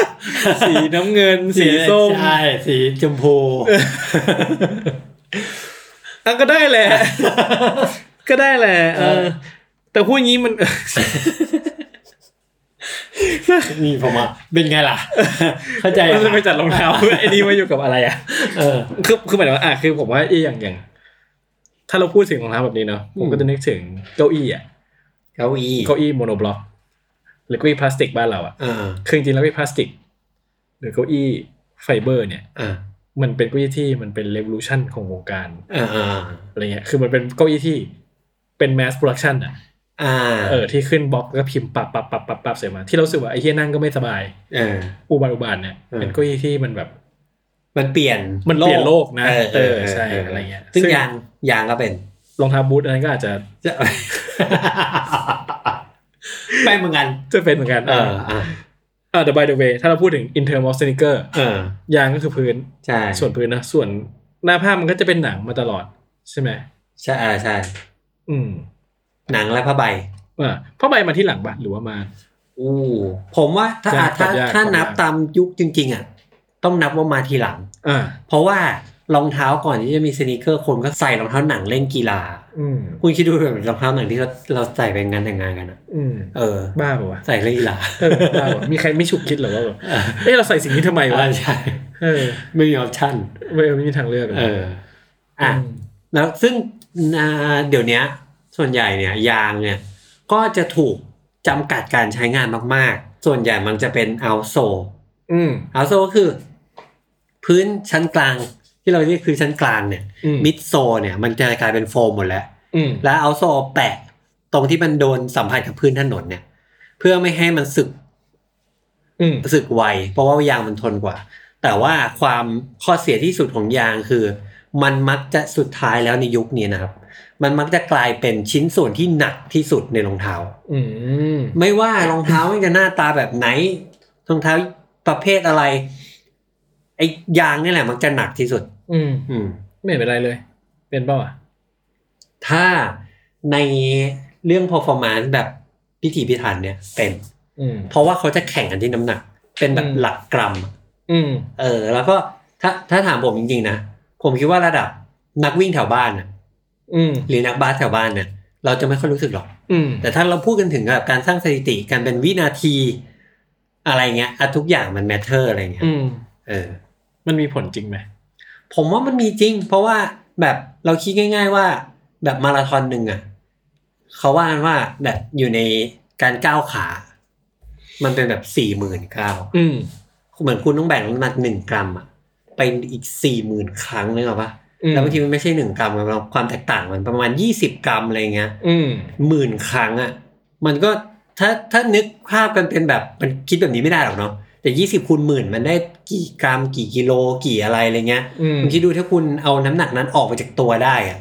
Speaker 1: สีน้ำเงิน สีส้ม
Speaker 2: ใช่สีชมพู
Speaker 1: อันก็ได้ แหละ ก็ได้แหละ เออ แต่พูดอย่างนี้ มัน
Speaker 2: นี่ผมอ่ะเป็นไง ล่ะ เข้าใจ
Speaker 1: มันจะไป
Speaker 2: อะ
Speaker 1: จัดรองเท้า ไอ้นี่ มาอยู่กับอะไรอ่ะ
Speaker 2: เออ
Speaker 1: คือคือหมายถึงว่าอ่ะคือผมว่าไอ้อย่างอย่าง ถ้าเราพูดถึงรองเท้าแบบนี้เนาะผมก็
Speaker 2: อืม
Speaker 1: จะนึกถึงเก้าอี้อ่ะ
Speaker 2: เก้าอี้
Speaker 1: เก้าอี้โมโนบล็อกหรือเก้าอี้พลาสติกบ้านเราอ่ะ
Speaker 2: อ่า
Speaker 1: คือจริงๆแล้วเก้าอี้พลาสติก หรือเก้าอี้ไฟเบอร์ เนี่ย
Speaker 2: อ่า
Speaker 1: มันเป็นเก้าอี้ที่มันเป็นเรวิลูชันของวงการ
Speaker 2: อ่าอ่า
Speaker 1: อะไรเงี้ยคือมันเป็นเก้าอี้ที่เป็นแมสโปรดักชันอ่ะ
Speaker 2: อ่า
Speaker 1: เออที่ขึ้นบล็อกแล้วก็พิมพ์ปับปับปับปับปับใส่มา ที่เราสึกว่าไอ้เฮียนั่งก็ไม่สบาย
Speaker 2: เออ
Speaker 1: อุบาทอุบาทเนี่ย
Speaker 2: เออ
Speaker 1: เป็นเก้าอี้ที่มันแบบ
Speaker 2: มันเปลี่ยน
Speaker 1: มันเปลี่ยนโลกนะ
Speaker 2: เออเออ
Speaker 1: เออใช่
Speaker 2: เ
Speaker 1: ะไรเงี้ย
Speaker 2: ซึ่ง
Speaker 1: ซึ่ง
Speaker 2: ยางยางก็เป็น
Speaker 1: รองเท้าบูทอันนั้นก็อาจจะ
Speaker 2: จะ ไปเหมือนกัน
Speaker 1: จะเป็นเหมือนกัน
Speaker 2: เอออ่ะ
Speaker 1: อ่า the by the way ถ้าเราพูดถึง in term of sneaker
Speaker 2: เออ
Speaker 1: ยางก็คือพื้น
Speaker 2: ใช่
Speaker 1: ส่วนพื้นนะ ส่วนหน้าผ้ามันก็จะเป็นหนังมาตลอดใช่ไหม
Speaker 2: ใช่อ่าใช่
Speaker 1: อืม
Speaker 2: หนังและผ้าใบ
Speaker 1: อ่าผ้าใบมาที่หลังปะหรือว่ามา
Speaker 2: อู้ ผมว่าถ้า
Speaker 1: จะ
Speaker 2: อ่ะถ้า
Speaker 1: ตอบยาก
Speaker 2: ถ้า
Speaker 1: ตอบยาก
Speaker 2: นับตามยุคจริง ๆ อ่ะ ต้องนับว่ามาทีหลัง
Speaker 1: อ่า
Speaker 2: เพราะว่า รองเท้าก่อนที่จะมีสนีกเกอร์คนก็ใส่รองเท้าหนังเล่นกีฬา
Speaker 1: อืม
Speaker 2: คุณคิดดูแบบรองเท้าหนังที่เราเราใส่ไปงานแต่งงานกันอะ
Speaker 1: อืม
Speaker 2: เออ
Speaker 1: บ้าปะวะ
Speaker 2: ใส่เล่นกีฬา
Speaker 1: เออบ้าปะมีใครไม่ฉุกคิดเหรอว่าแบบเอ้เราใส่สิ่งนี้ทำไมวะ
Speaker 2: อ่าใช่
Speaker 1: เออ
Speaker 2: ไม่มีออปชั่น
Speaker 1: ไม่ไม่มีทางเลือกเลย
Speaker 2: เอออ่ะ
Speaker 1: อืม
Speaker 2: แล้วซึ่งอ่าเดี๋ยวเนี้ย ส่วนใหญ่เนี่ยยางเนี่ย ก็จะถูกจำกัดการใช้งานมาก ๆ ส่วนใหญ่มันจะเป็นเอาโซ
Speaker 1: อืม
Speaker 2: เอาโซก็คือ พื้นชั้นกลาง ที่เราเรียกคือชั้นกลางเนี่ย
Speaker 1: อืม
Speaker 2: มิดโซเนี่ย มันจะกลายเป็นโฟมหมดแล้ว
Speaker 1: อืม
Speaker 2: แล้วเอาโซแปะตรงที่มันโดนสัมผัสกับพื้นถนนเนี่ย เพื่อไม่ให้มันสึก
Speaker 1: อืม
Speaker 2: สึกไวเพราะว่ายางมันทนกว่า แต่ว่าความข้อเสียที่สุดของยางคือ มันมักจะสุดท้ายแล้วในยุคนี้นะครับ มันมักจะกลายเป็นชิ้นส่วนที่หนักที่สุดในรองเท้า
Speaker 1: อืม
Speaker 2: ไม่ว่ารองเท้ามันจะหน้าตาแบบไหนรองเท้าประเภทอะไรไอ้ยางนี่แหละมักจะหนักที่สุด
Speaker 1: อืม
Speaker 2: อืม
Speaker 1: ไม่เห็นเป็นไรเลย เป็นเปล่าวะ
Speaker 2: ถ้าในเรื่อง performance แบบพิถีพิถันเนี่ยเป็น
Speaker 1: อืม
Speaker 2: เพราะว่าเขาจะแข่งกันที่น้ำหนัก เป็นแบบ
Speaker 1: อืม
Speaker 2: หลักกรัมอะ
Speaker 1: อืม
Speaker 2: เออแล้วก็ถ้าถ้าถามผมจริงๆนะ ผมคิดว่าระดับนักวิ่งแถวบ้านน่ะ
Speaker 1: อืม
Speaker 2: หรือนักบาสแถวบ้านเนี่ยเราจะไม่ค่อยรู้สึกหรอก
Speaker 1: อืม
Speaker 2: แต่ถ้าเราพูดกันถึงแบบการสร้างสถิติการเป็นวินาที อะไรเงี้ยอะทุกอย่างมันแมทเทอร์อะไรเงี้ย
Speaker 1: อืม
Speaker 2: เออ
Speaker 1: มันมีผลจริงไหม
Speaker 2: ผมว่ามันมีจริง เพราะว่าแบบเราคิดง่าย ๆว่าแบบมาราธอนหนึ่งอ่ะเขาว่ากันว่าแบบอยู่ในการก้าวขา มันเป็นแบบสี่หมื่นก้าว
Speaker 1: อืม
Speaker 2: เหมือนคุณต้องแบ่งน้ำหนักหนึ่งกรัมอะไปอีกสี่หมื่นครั้งนึกออกปะ
Speaker 1: อืม
Speaker 2: แล้วบางทีมันไม่ใช่หนึ่งกรัมมันความแตกต่างมันประมาณยี่สิบกรัมอะไรเงี้ย
Speaker 1: อืม
Speaker 2: หมื่นครั้งอะมันก็ถ้าถ้านึกภาพกันเป็นแบบมันคิดแบบนี้ไม่ได้หรอกเนาะแต่ยี่สิบคูณหมื่นมันได้กี่กรัม กี่กิโลกี่อะไรอะไรเงี้ย
Speaker 1: อืม
Speaker 2: คุณคิดดูถ้าคุณเอาน้ำหนักนั้นออกไปจากตัวได้อะ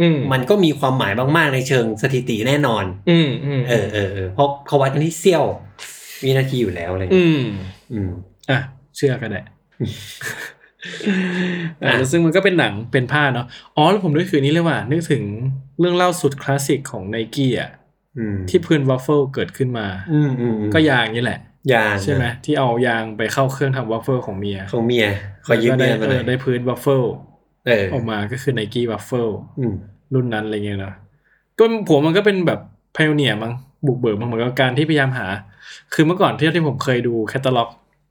Speaker 1: อืม
Speaker 2: มันก็มีความหมายมากๆในเชิงสถิติแน่นอน
Speaker 1: อืมอืม
Speaker 2: เออเออเออเพราะเขาวัดกันที่เสี้ยววินาทีอยู่แล้วอะไร
Speaker 1: อื
Speaker 2: เงี้ย
Speaker 1: ม
Speaker 2: อืม
Speaker 1: อ่ะ เชื่อก็ได้อ่ะ
Speaker 2: อ่ะ
Speaker 1: แล้วซึ่งมันก็เป็นหนังเป็นผ้าเนาะ อ๋อ แล้วผมนึกถึงนี้เลยว่ะนึกถึงเรื่องเล่าสุดคลาสสิกของไนกี้อ่ะ
Speaker 2: อืม
Speaker 1: ที่พื้นวัฟเฟิลเกิดขึ้นมา
Speaker 2: อืมอืมอืม
Speaker 1: ก็ยางนี่แหละ
Speaker 2: ยาง
Speaker 1: ใช่ไหมที่เอายางไปเข้าเครื่องทำวัฟเฟิลของเมีย
Speaker 2: ของเมียขอยืมเมีย
Speaker 1: แล้ว
Speaker 2: มา
Speaker 1: ก็
Speaker 2: ห
Speaker 1: ได้
Speaker 2: น่อย
Speaker 1: เออได้พื้นวัฟเฟิล
Speaker 2: เออ
Speaker 1: ออกมาก็คือไนกี้วัฟเฟิล
Speaker 2: อืม
Speaker 1: รุ่นนั้นอะไรเงี้ยเนอะก็ผมมันก็เป็นแบบพ i o เนียมั้งบุกเบิกมั้งเหมือนกับการที่พยายามหา คือเมื่อก่อนที่ที่ผมเคยดูแคตตาล็อก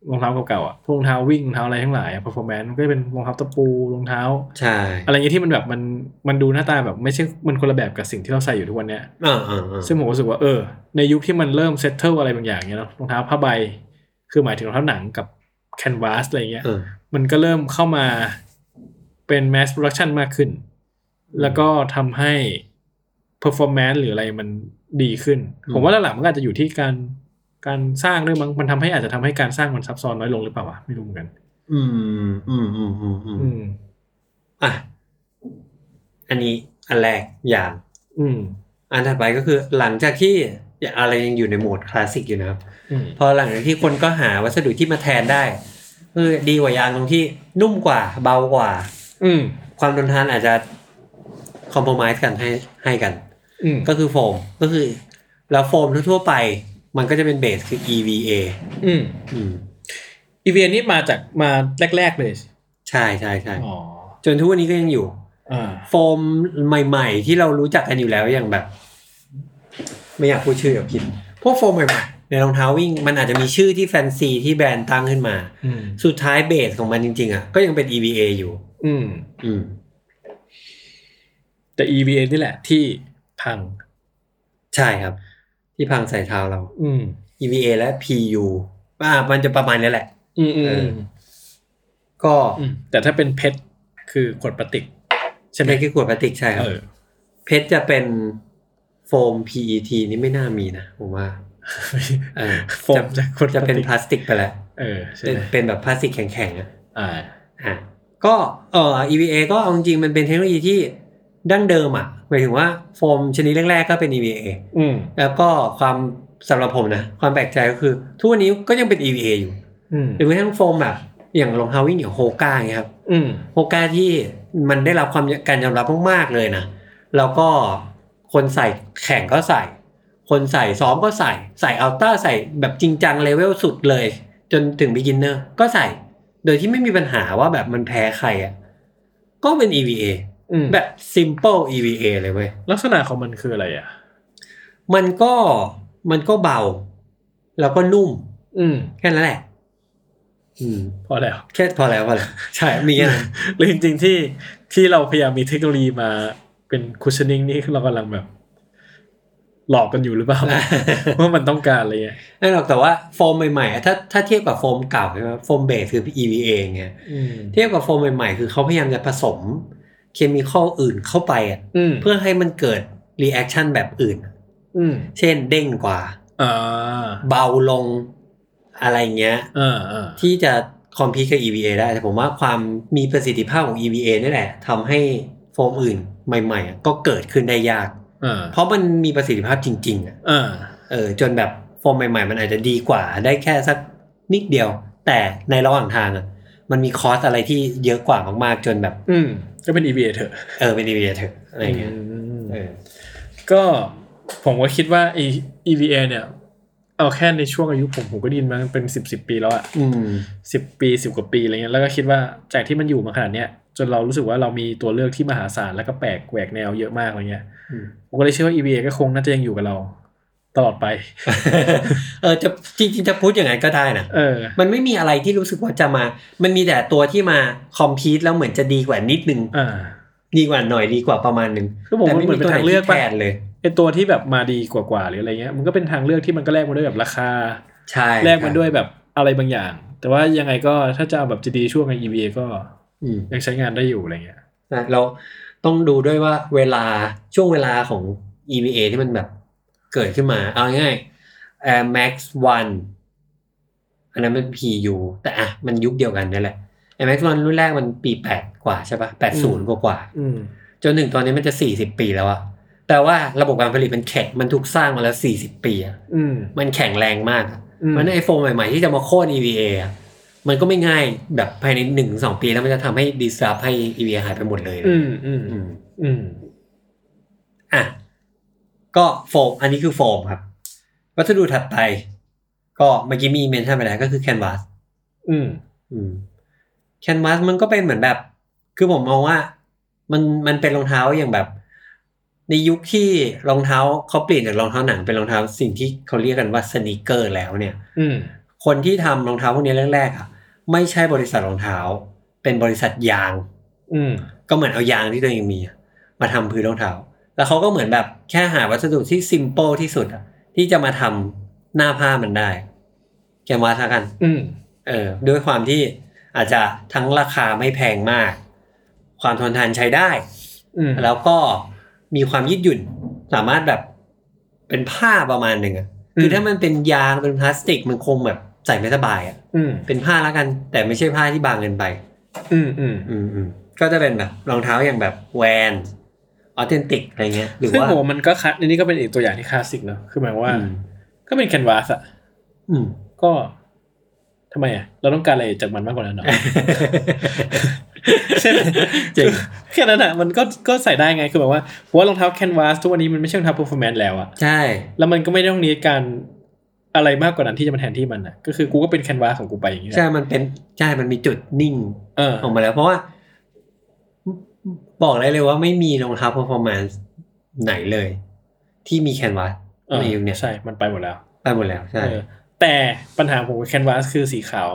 Speaker 1: รองเท้าเก่าๆอ่ะพวกรองเท้าวิ่งรองเท้าอะไรทั้งหลายอะ performance มันก็จะเป็นรองเท้าตะปูรองเท้า
Speaker 2: ใช่
Speaker 1: อะไรเงี้ยที่มันแบบมันมันดูหน้าตาแบบไม่ใช่มันคนละแบบกับสิ่งที่เราใส่อยู่ทุกวันเนี้ย
Speaker 2: อ่าอ่าอ่า
Speaker 1: ซึ่งผมรู้สึกว่าเออ ในยุคที่มันเริ่มเซตเทิลอะไรบางอย่างเนี้ยเนอะรองเท้าผ้าใบ คือหมายถึงรองเท้าหนังกับแคนวาสอะไรเงี้ย
Speaker 2: เออ
Speaker 1: มันก็เริ่มเข้ามาเป็น mass production มากขึ้น แล้วก็ทำให้ performance หรืออะไรมันดีขึ้น
Speaker 2: อืม
Speaker 1: ผมว่าหลักๆมันก็อาจจะอยู่ที่การการสร้างด้วยมั้ง มันทำให้อาจจะทำให้การสร้างมันซับซ้อนน้อยลงหรือเปล่าวะไม่รู้เหมือนกัน
Speaker 2: อืมอืมอืมอืมอืม
Speaker 1: อืม
Speaker 2: อ่ะอันนี้อันแรกอย่าง
Speaker 1: อืม
Speaker 2: อันถัดไปก็คือ หลังจากที่อย่างอะไรยังอยู่ในโหมดคลาสสิกอยู่นะครับ
Speaker 1: อืม
Speaker 2: พอหลังจากที่คนก็หาวัสดุที่มาแทนได้คือดีกว่ายางตรงที่นุ่มกว่า เบากว่า
Speaker 1: อืม
Speaker 2: ความทนทานอาจจะคอมโพมไ s ์กันให้ให้กัน
Speaker 1: อืม
Speaker 2: ก็คือโฟมก็คือ แล้วโฟมทั่วๆไป มันก็จะเป็นเบสคือ EVA
Speaker 1: อืม
Speaker 2: อืม
Speaker 1: อีเวนนี้มาจากมาแรก ๆ เลย
Speaker 2: ใช่ใช่ใช่
Speaker 1: อ๋อ
Speaker 2: จนทุกวันนี้ก็ยังอยู่
Speaker 1: อ่า
Speaker 2: โฟมใหม่ๆ ที่เรารู้จักกันอยู่แล้วอย่างแบบ ไม่อยากพูดชื่อเดี๋ยวคิด พวกโฟมใหม่ๆในรองเท้าวิ่ง มันอาจจะมีชื่อที่แฟนซีที่แบรนด์ตั้งขึ้นมา
Speaker 1: อืม
Speaker 2: สุดท้ายเบสของมันจริงๆอ่ะก็ยังเป็น EVA อยู่
Speaker 1: อืม
Speaker 2: อืม
Speaker 1: แต่ EVN นี่แหละที่พัง
Speaker 2: ใช่ครับ ที่พังใส่เท้าเรา
Speaker 1: อืม
Speaker 2: EVA และ PU อ่ามันจะประมาณนี้แหละ
Speaker 1: อืมอืมอืม
Speaker 2: ก็
Speaker 1: อืมแต่ถ้าเป็นเพชรคือขวดพลาสติก ใช่ไหม
Speaker 2: เป็นแค่ขวดพลาสติกใช่ครั
Speaker 1: เอบ อ
Speaker 2: เพชรจะเป็นโฟม PET นี่ไม่น่ามีนะผมว่าเออ
Speaker 1: โฟมจากคน
Speaker 2: จะเป็น
Speaker 1: ปกติ
Speaker 2: พลาสติกไปแล้ว
Speaker 1: เออใช่
Speaker 2: เป็น
Speaker 1: ไหม
Speaker 2: เป็นแบบพลาสติกแข็งๆอะ
Speaker 1: อ่า
Speaker 2: อ่ะก็เอ่อ EVA ก็เอาจริงๆมันเป็นเทคโนโลยีที่ดั้งเดิมอ่ะหมายถึงว่าโฟมชนิดแรกๆก็เป็น EVA
Speaker 1: อืม
Speaker 2: แล้วก็ความสำหรับผมนะ ความแปลกใจก็คือ ทุกวันนี้ก็ยังเป็น EVA อยู่
Speaker 1: อืม
Speaker 2: หรือแม้กระทั่งโฟมแบบอย่างรองเท้าวิ่งอย่างโฮก้างเงี้ยครับ
Speaker 1: อืม
Speaker 2: โฮก้าที่มันได้รับความการยอมรับมากๆเลยนะ แล้วก็คนใส่แข่งก็ใส่ คนใส่ซ้อมก็ใส่ ใส่อัลต้าใส่แบบจริงจังเลเวลสุดเลย จนถึงบิ๊กินเนอร์ก็ใส่ โดยที่ไม่มีปัญหาว่าแบบมันแพ้ใครอะ่ะ ก็เป็น EVA
Speaker 1: อืม
Speaker 2: แบบ simple EVA เลยเว้ย
Speaker 1: ลักษณะของมันคืออะไรอ่ะ
Speaker 2: มันก็มันก็เบา แล้วก็นุ่ม
Speaker 1: อืม
Speaker 2: แค่นั้นแหละ อืม
Speaker 1: พอแล้ว
Speaker 2: แค่พอแล้วพอแล้ว ใช่มีแค่นั้น
Speaker 1: หรือจริงๆที่ที่เราพยายามมีเทคโนโลยีมาเป็นคุชช i นิ่งนี่คือเรากำลังแบบ หลอกกันอยู่หรือเปล่า ว่ามันต้องการอะไรเงี้ย
Speaker 2: ไม่หรอกแต่ว่าโฟมใหม่ๆอะถ้าถ้าเทียบกับโฟมเก่าใช่ไหมโฟมเบสคือ EVA อย่างเงี้ย
Speaker 1: อืม
Speaker 2: เทียบกับโฟมใหม่ๆ คือเขาพยายามจะผสมเคมีคอลอื่นเข้าไปอ่ะ
Speaker 1: อืม
Speaker 2: เพื่อให้มันเกิดรีแอคชั่นแบบอื่น
Speaker 1: อืม
Speaker 2: เช่นเด้งกว่า
Speaker 1: อ่า
Speaker 2: เบาลงอะไรเงี้ย
Speaker 1: อ่าอ่า
Speaker 2: ที่จะคอมพีกับ EVA ได้ แต่ผมว่าความมีประสิทธิภาพของ EVA นี่แหละทำให้โฟมอื่นใหม่ๆอะก็เกิดขึ้นได้ยาก
Speaker 1: อ่า
Speaker 2: เพราะมันมีประสิทธิภาพจริงๆอะ
Speaker 1: อ่า
Speaker 2: เออจนแบบโฟมใหม่ ๆ มันอาจจะดีกว่า ได้แค่สักนิดเดียว แต่ในระหว่างทางอะมันมีคอสอะไรที่เยอะกว่ามากๆ จนแบบ
Speaker 1: อืมก็เป็น EVA เถอะ
Speaker 2: เออเป็น EVA เถอะอะไรเงี้ย
Speaker 1: ม
Speaker 2: เออ
Speaker 1: ก็ผมก็คิดว่าไอ้ EVA เนี่ย เอาแค่ในช่วงอายุผมผมก็ได้ยินมาเป็นสิบสิบปีแล้วอะ
Speaker 2: อืม
Speaker 1: สิบปีสิบกว่าปีอะไรเงี้ยแล้วก็คิดว่าจากที่มันอยู่มาขนาดเนี้ยจนเรารู้สึกว่าเรามีตัวเลือกที่มหาศาลแล้วก็แปลกแหวกแนวเยอะมากอะไรเงี้ย
Speaker 2: อืม
Speaker 1: ผมก็เลยเชื่อว่า EVA ก็คงน่าจะยังอยู่กับเรา ตลอดไป
Speaker 2: เออจะจริงๆจะพูดอย่างนั้นก็ได้นะ
Speaker 1: เออ
Speaker 2: มันไม่มีอะไรที่รู้สึกว่าจะมา มันมีแต่ตัวที่มาคอมพีตแล้วเหมือนจะดีกว่านิดนึง
Speaker 1: อ่า
Speaker 2: ดีกว่าหน่อยดีกว่าประมาณนึง
Speaker 1: คือผม
Speaker 2: แต่
Speaker 1: ว่ามันเหมือนเป็นทางเลือก
Speaker 2: ไม่มีตัวไหน
Speaker 1: ปะ
Speaker 2: ที่แทนเลย
Speaker 1: ไอตัวที่แบบมาดีกว่าๆหรืออะไรเงี้ยมันก็เป็นทางเลือกที่มันก็แลกมาด้วยแบบราคา
Speaker 2: ใช่
Speaker 1: แลกมาด้วยแบบอะไรบางอย่าง แต่ว่ายังไงก็ถ้าจะเอาแบบจะดีช่วงไอ EVA ก็
Speaker 2: อืม
Speaker 1: ยังใช้งานได้อยู่อะไรเงี้ย
Speaker 2: นะเราต้องดูด้วยว่าเวลาช่วงเวลาของ EVA ที่มันแบบเกิดขึ้นมา เอาง่ายๆ Air Max 1อันนั้นมัน PU แต่อ่ะมันยุคเดียวกันนั่นแหละ Air Max 1รุ่นแรกมันปี 8 กว่าใช่ปะ80 กว่ากว่าๆ
Speaker 1: อืม
Speaker 2: จนถึงตอนนี้มันจะสี่สิบปีแล้วอะแปลว่าระบบการผลิตมันแข็ง มันถูกสร้างมาแล้วสี่สิบปีอะ
Speaker 1: อืม
Speaker 2: มันแข็งแรงมากอะ
Speaker 1: อืม
Speaker 2: มันไอโฟนใหม่ ๆ ที่จะมาโค่น EVA อะมันก็ไม่ง่ายแบบภายในหนึ่งสองปีแล้วมันจะทำให้ดีซับให้ EVA หายไปหมดเลยนะ
Speaker 1: อืมอืม
Speaker 2: อืม
Speaker 1: อืม
Speaker 2: อ่ะ ก็โฟม อันนี้คือโฟมครับ วัสดุถัดไป ก็เมื่อกี้มีเมนชั่นไปแล้วก็คือแคนวาส
Speaker 1: อืม
Speaker 2: แคนวาสมันก็เป็นเหมือนแบบ คือผมมองว่า มันมันเป็นรองเท้าอย่างแบบ ในยุคที่รองเท้าเขาเปลี่ยนจากรองเท้าหนังเป็นรองเท้าสิ่งที่เขาเรียกกันว่าสน e เกอร์แล้วเนี่ย
Speaker 1: อืม
Speaker 2: คนที่ทำรองเท้าพวกนี้แรกๆอ่ะไม่ใช่บริษัทรองเท้า เป็นบริษัทยาง
Speaker 1: อืม
Speaker 2: ก็เหมือนเอายางที่ตัวเองมีอะมาทำพื้นรองเท้า แล้วเขาก็เหมือนแบบแค่หาวัสดุที่ s ิม p l e ที่สุดอะที่จะมาทำหน้าผ้ามันได้ แกนวาสละกัน
Speaker 1: อืม
Speaker 2: เออด้วยความที่อาจจะทั้งราคาไม่แพงมาก ความทนทานใช้ได้
Speaker 1: อืม
Speaker 2: แล้วก็มีความยืดหยุ่นสามารถแบบเป็นผ้าประมาณหนึ่งอะคือถ้ามันเป็นยางเป็นพลาสติกมันคงแบบใส่ไม่สบายอะ
Speaker 1: อืม
Speaker 2: เป็นผ้าแล้วกัน แต่ไม่ใช่ผ้าที่บางเกินไป
Speaker 1: อืมอืม
Speaker 2: อืมอืมก็จะเป็นแบบรองเท้าอย่างแบบแวนออเทนติกอะไรเงี้ย หรือ
Speaker 1: ซึ่ง
Speaker 2: ว่า
Speaker 1: ผมว่ามันก็คัดอันนี้ก็เป็นอีกตัวอย่างที่คลาสสิกเนอะคือหมายว่า
Speaker 2: อืม
Speaker 1: ก็เป็นแคนวาสอะ
Speaker 2: อืม
Speaker 1: ก็ทำไมอะเราต้องการอะไรจากมันมากกว่านั้นเหรอ ใช่ไหม
Speaker 2: จริง
Speaker 1: แค่นั้นอะมันก็ก็ใส่ได้ไงคือหมายว่าผมว่ารองเท้าแคนวาสทุกวันนี้มันไม่ใช่รองเท้า performance แล้วอะ
Speaker 2: ใช่
Speaker 1: แล้วมันก็ไม่ต้องนี้การอะไรมากกว่านั้นที่จะมาแทนที่มันอะก็คือกูก็เป็นแคนวาสของกูไปอย่างเงี้ย
Speaker 2: ใช่ มันเป็นใช่มันมีจุดนิ่ง
Speaker 1: เออ
Speaker 2: ออกมาแล้วเพราะว่า บอกได้เลยว่าไม่มีรองเท้า performance ไหนเลย ที่มีแคนวาส
Speaker 1: เออ
Speaker 2: ในยุคเนี้ย
Speaker 1: ใช่มันไปหมดแล้ว
Speaker 2: ไปหมดแล้วใช่
Speaker 1: เออแต่ปัญหาผมกับแคนวาสคือสีขาว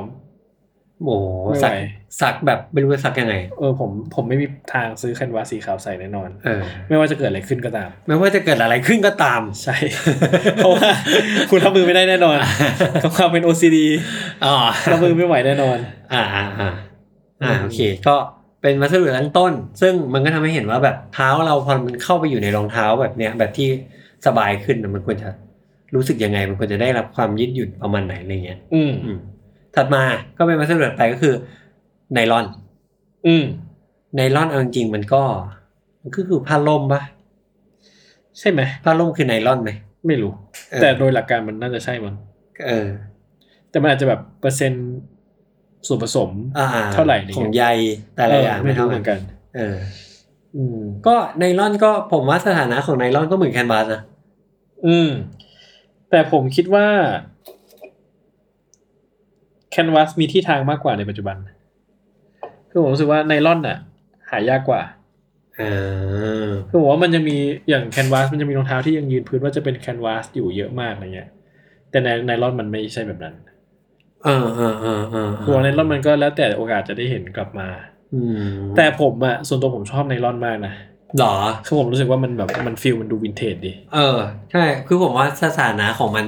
Speaker 2: โอ้โห
Speaker 1: ไม่ไหว
Speaker 2: สักสักแบบไม่รู้จะสักยังไง
Speaker 1: เออผมผมไม่มีทางซื้อแคนวาสสีขาวใส่แน่นอน
Speaker 2: เออ
Speaker 1: ไม่ว่าจะเกิดอะไรขึ้นก็ตาม
Speaker 2: ไม่ว่าจะเกิดอะไรขึ้นก็ตาม
Speaker 1: ใช่ เพราะว่าคุณรับมือไม่ได้แน่น อนกับความเป็น OCD
Speaker 2: อ๋อ
Speaker 1: รับมือไม่ไหวแน่นอน
Speaker 2: อ่าอ่าอ่าอ่าโอเค ก็เป็นวัสดุตั้งต้น ซึ่งมันก็ทำให้เห็นว่าแบบเท้าเราพอมันเข้าไปอยู่ในรองเท้าแบบเนี้ย แบบที่สบายขึ้นมันควรจะรู้สึกยังไง มันควรจะได้รับความยืดหยุ่นประมาณไหนอะไรเงี้ย
Speaker 1: อืม
Speaker 2: อืมถัดมาก็เป็นวัสดุถัดไปก็คือไนลอน
Speaker 1: อืม
Speaker 2: ไนลอนเอาจริงๆมันก็ มันก็คือผ้าล่มปะ
Speaker 1: ใช่ไหม
Speaker 2: ผ้าล่มคือไนลอนไหม
Speaker 1: ไม่รู้
Speaker 2: เออ
Speaker 1: แต่โดยหลักการมันน่าจะใช่มั้ง
Speaker 2: เออ
Speaker 1: แต่มันอาจจะแบบเปอร์เซ็นต์ส่วนผสม
Speaker 2: อ่า
Speaker 1: เท่าไหร่เนี่ย
Speaker 2: ของใยแต่ละอย่าง
Speaker 1: ไม่
Speaker 2: ไม่
Speaker 1: รู้
Speaker 2: เท่า
Speaker 1: เห
Speaker 2: กั
Speaker 1: มื
Speaker 2: น
Speaker 1: อนกัน
Speaker 2: เออ
Speaker 1: อืม
Speaker 2: ก็ไนลอนก็ผมว่าสถานะของไนลอนก็เหมือนแคนวาสนะ
Speaker 1: อืมแต่ผมคิดว่าแคนวาสมีที่ทางมากกว่าในปัจจุบัน คือผมรู้สึกว่าไนลอนน่ะ หายากกว่า
Speaker 2: อ่า
Speaker 1: คือผมว่ามันจะมีอย่างแคนวาสมันจะมีรองเท้าที่ยังยืนพื้นว่าจะเป็นแคนวาสอยู่เยอะมากอะไรเงี้ย แต่ในไนลอนมันไม่ใช่แบบนั้น
Speaker 2: อ่าอ่าอ่าอ่า
Speaker 1: คือไนลอนมันก็แล้วแต่โอกาสจะได้เห็นกลับมา
Speaker 2: อืม
Speaker 1: แต่ผมอะส่วนตัวผมชอบไนลอนมากนะ
Speaker 2: หรอ
Speaker 1: คือผมรู้สึกว่ามันแบบมันฟิลมันดูวินเทจดี
Speaker 2: เออ ใช่ คือผมว่าสถานะของมัน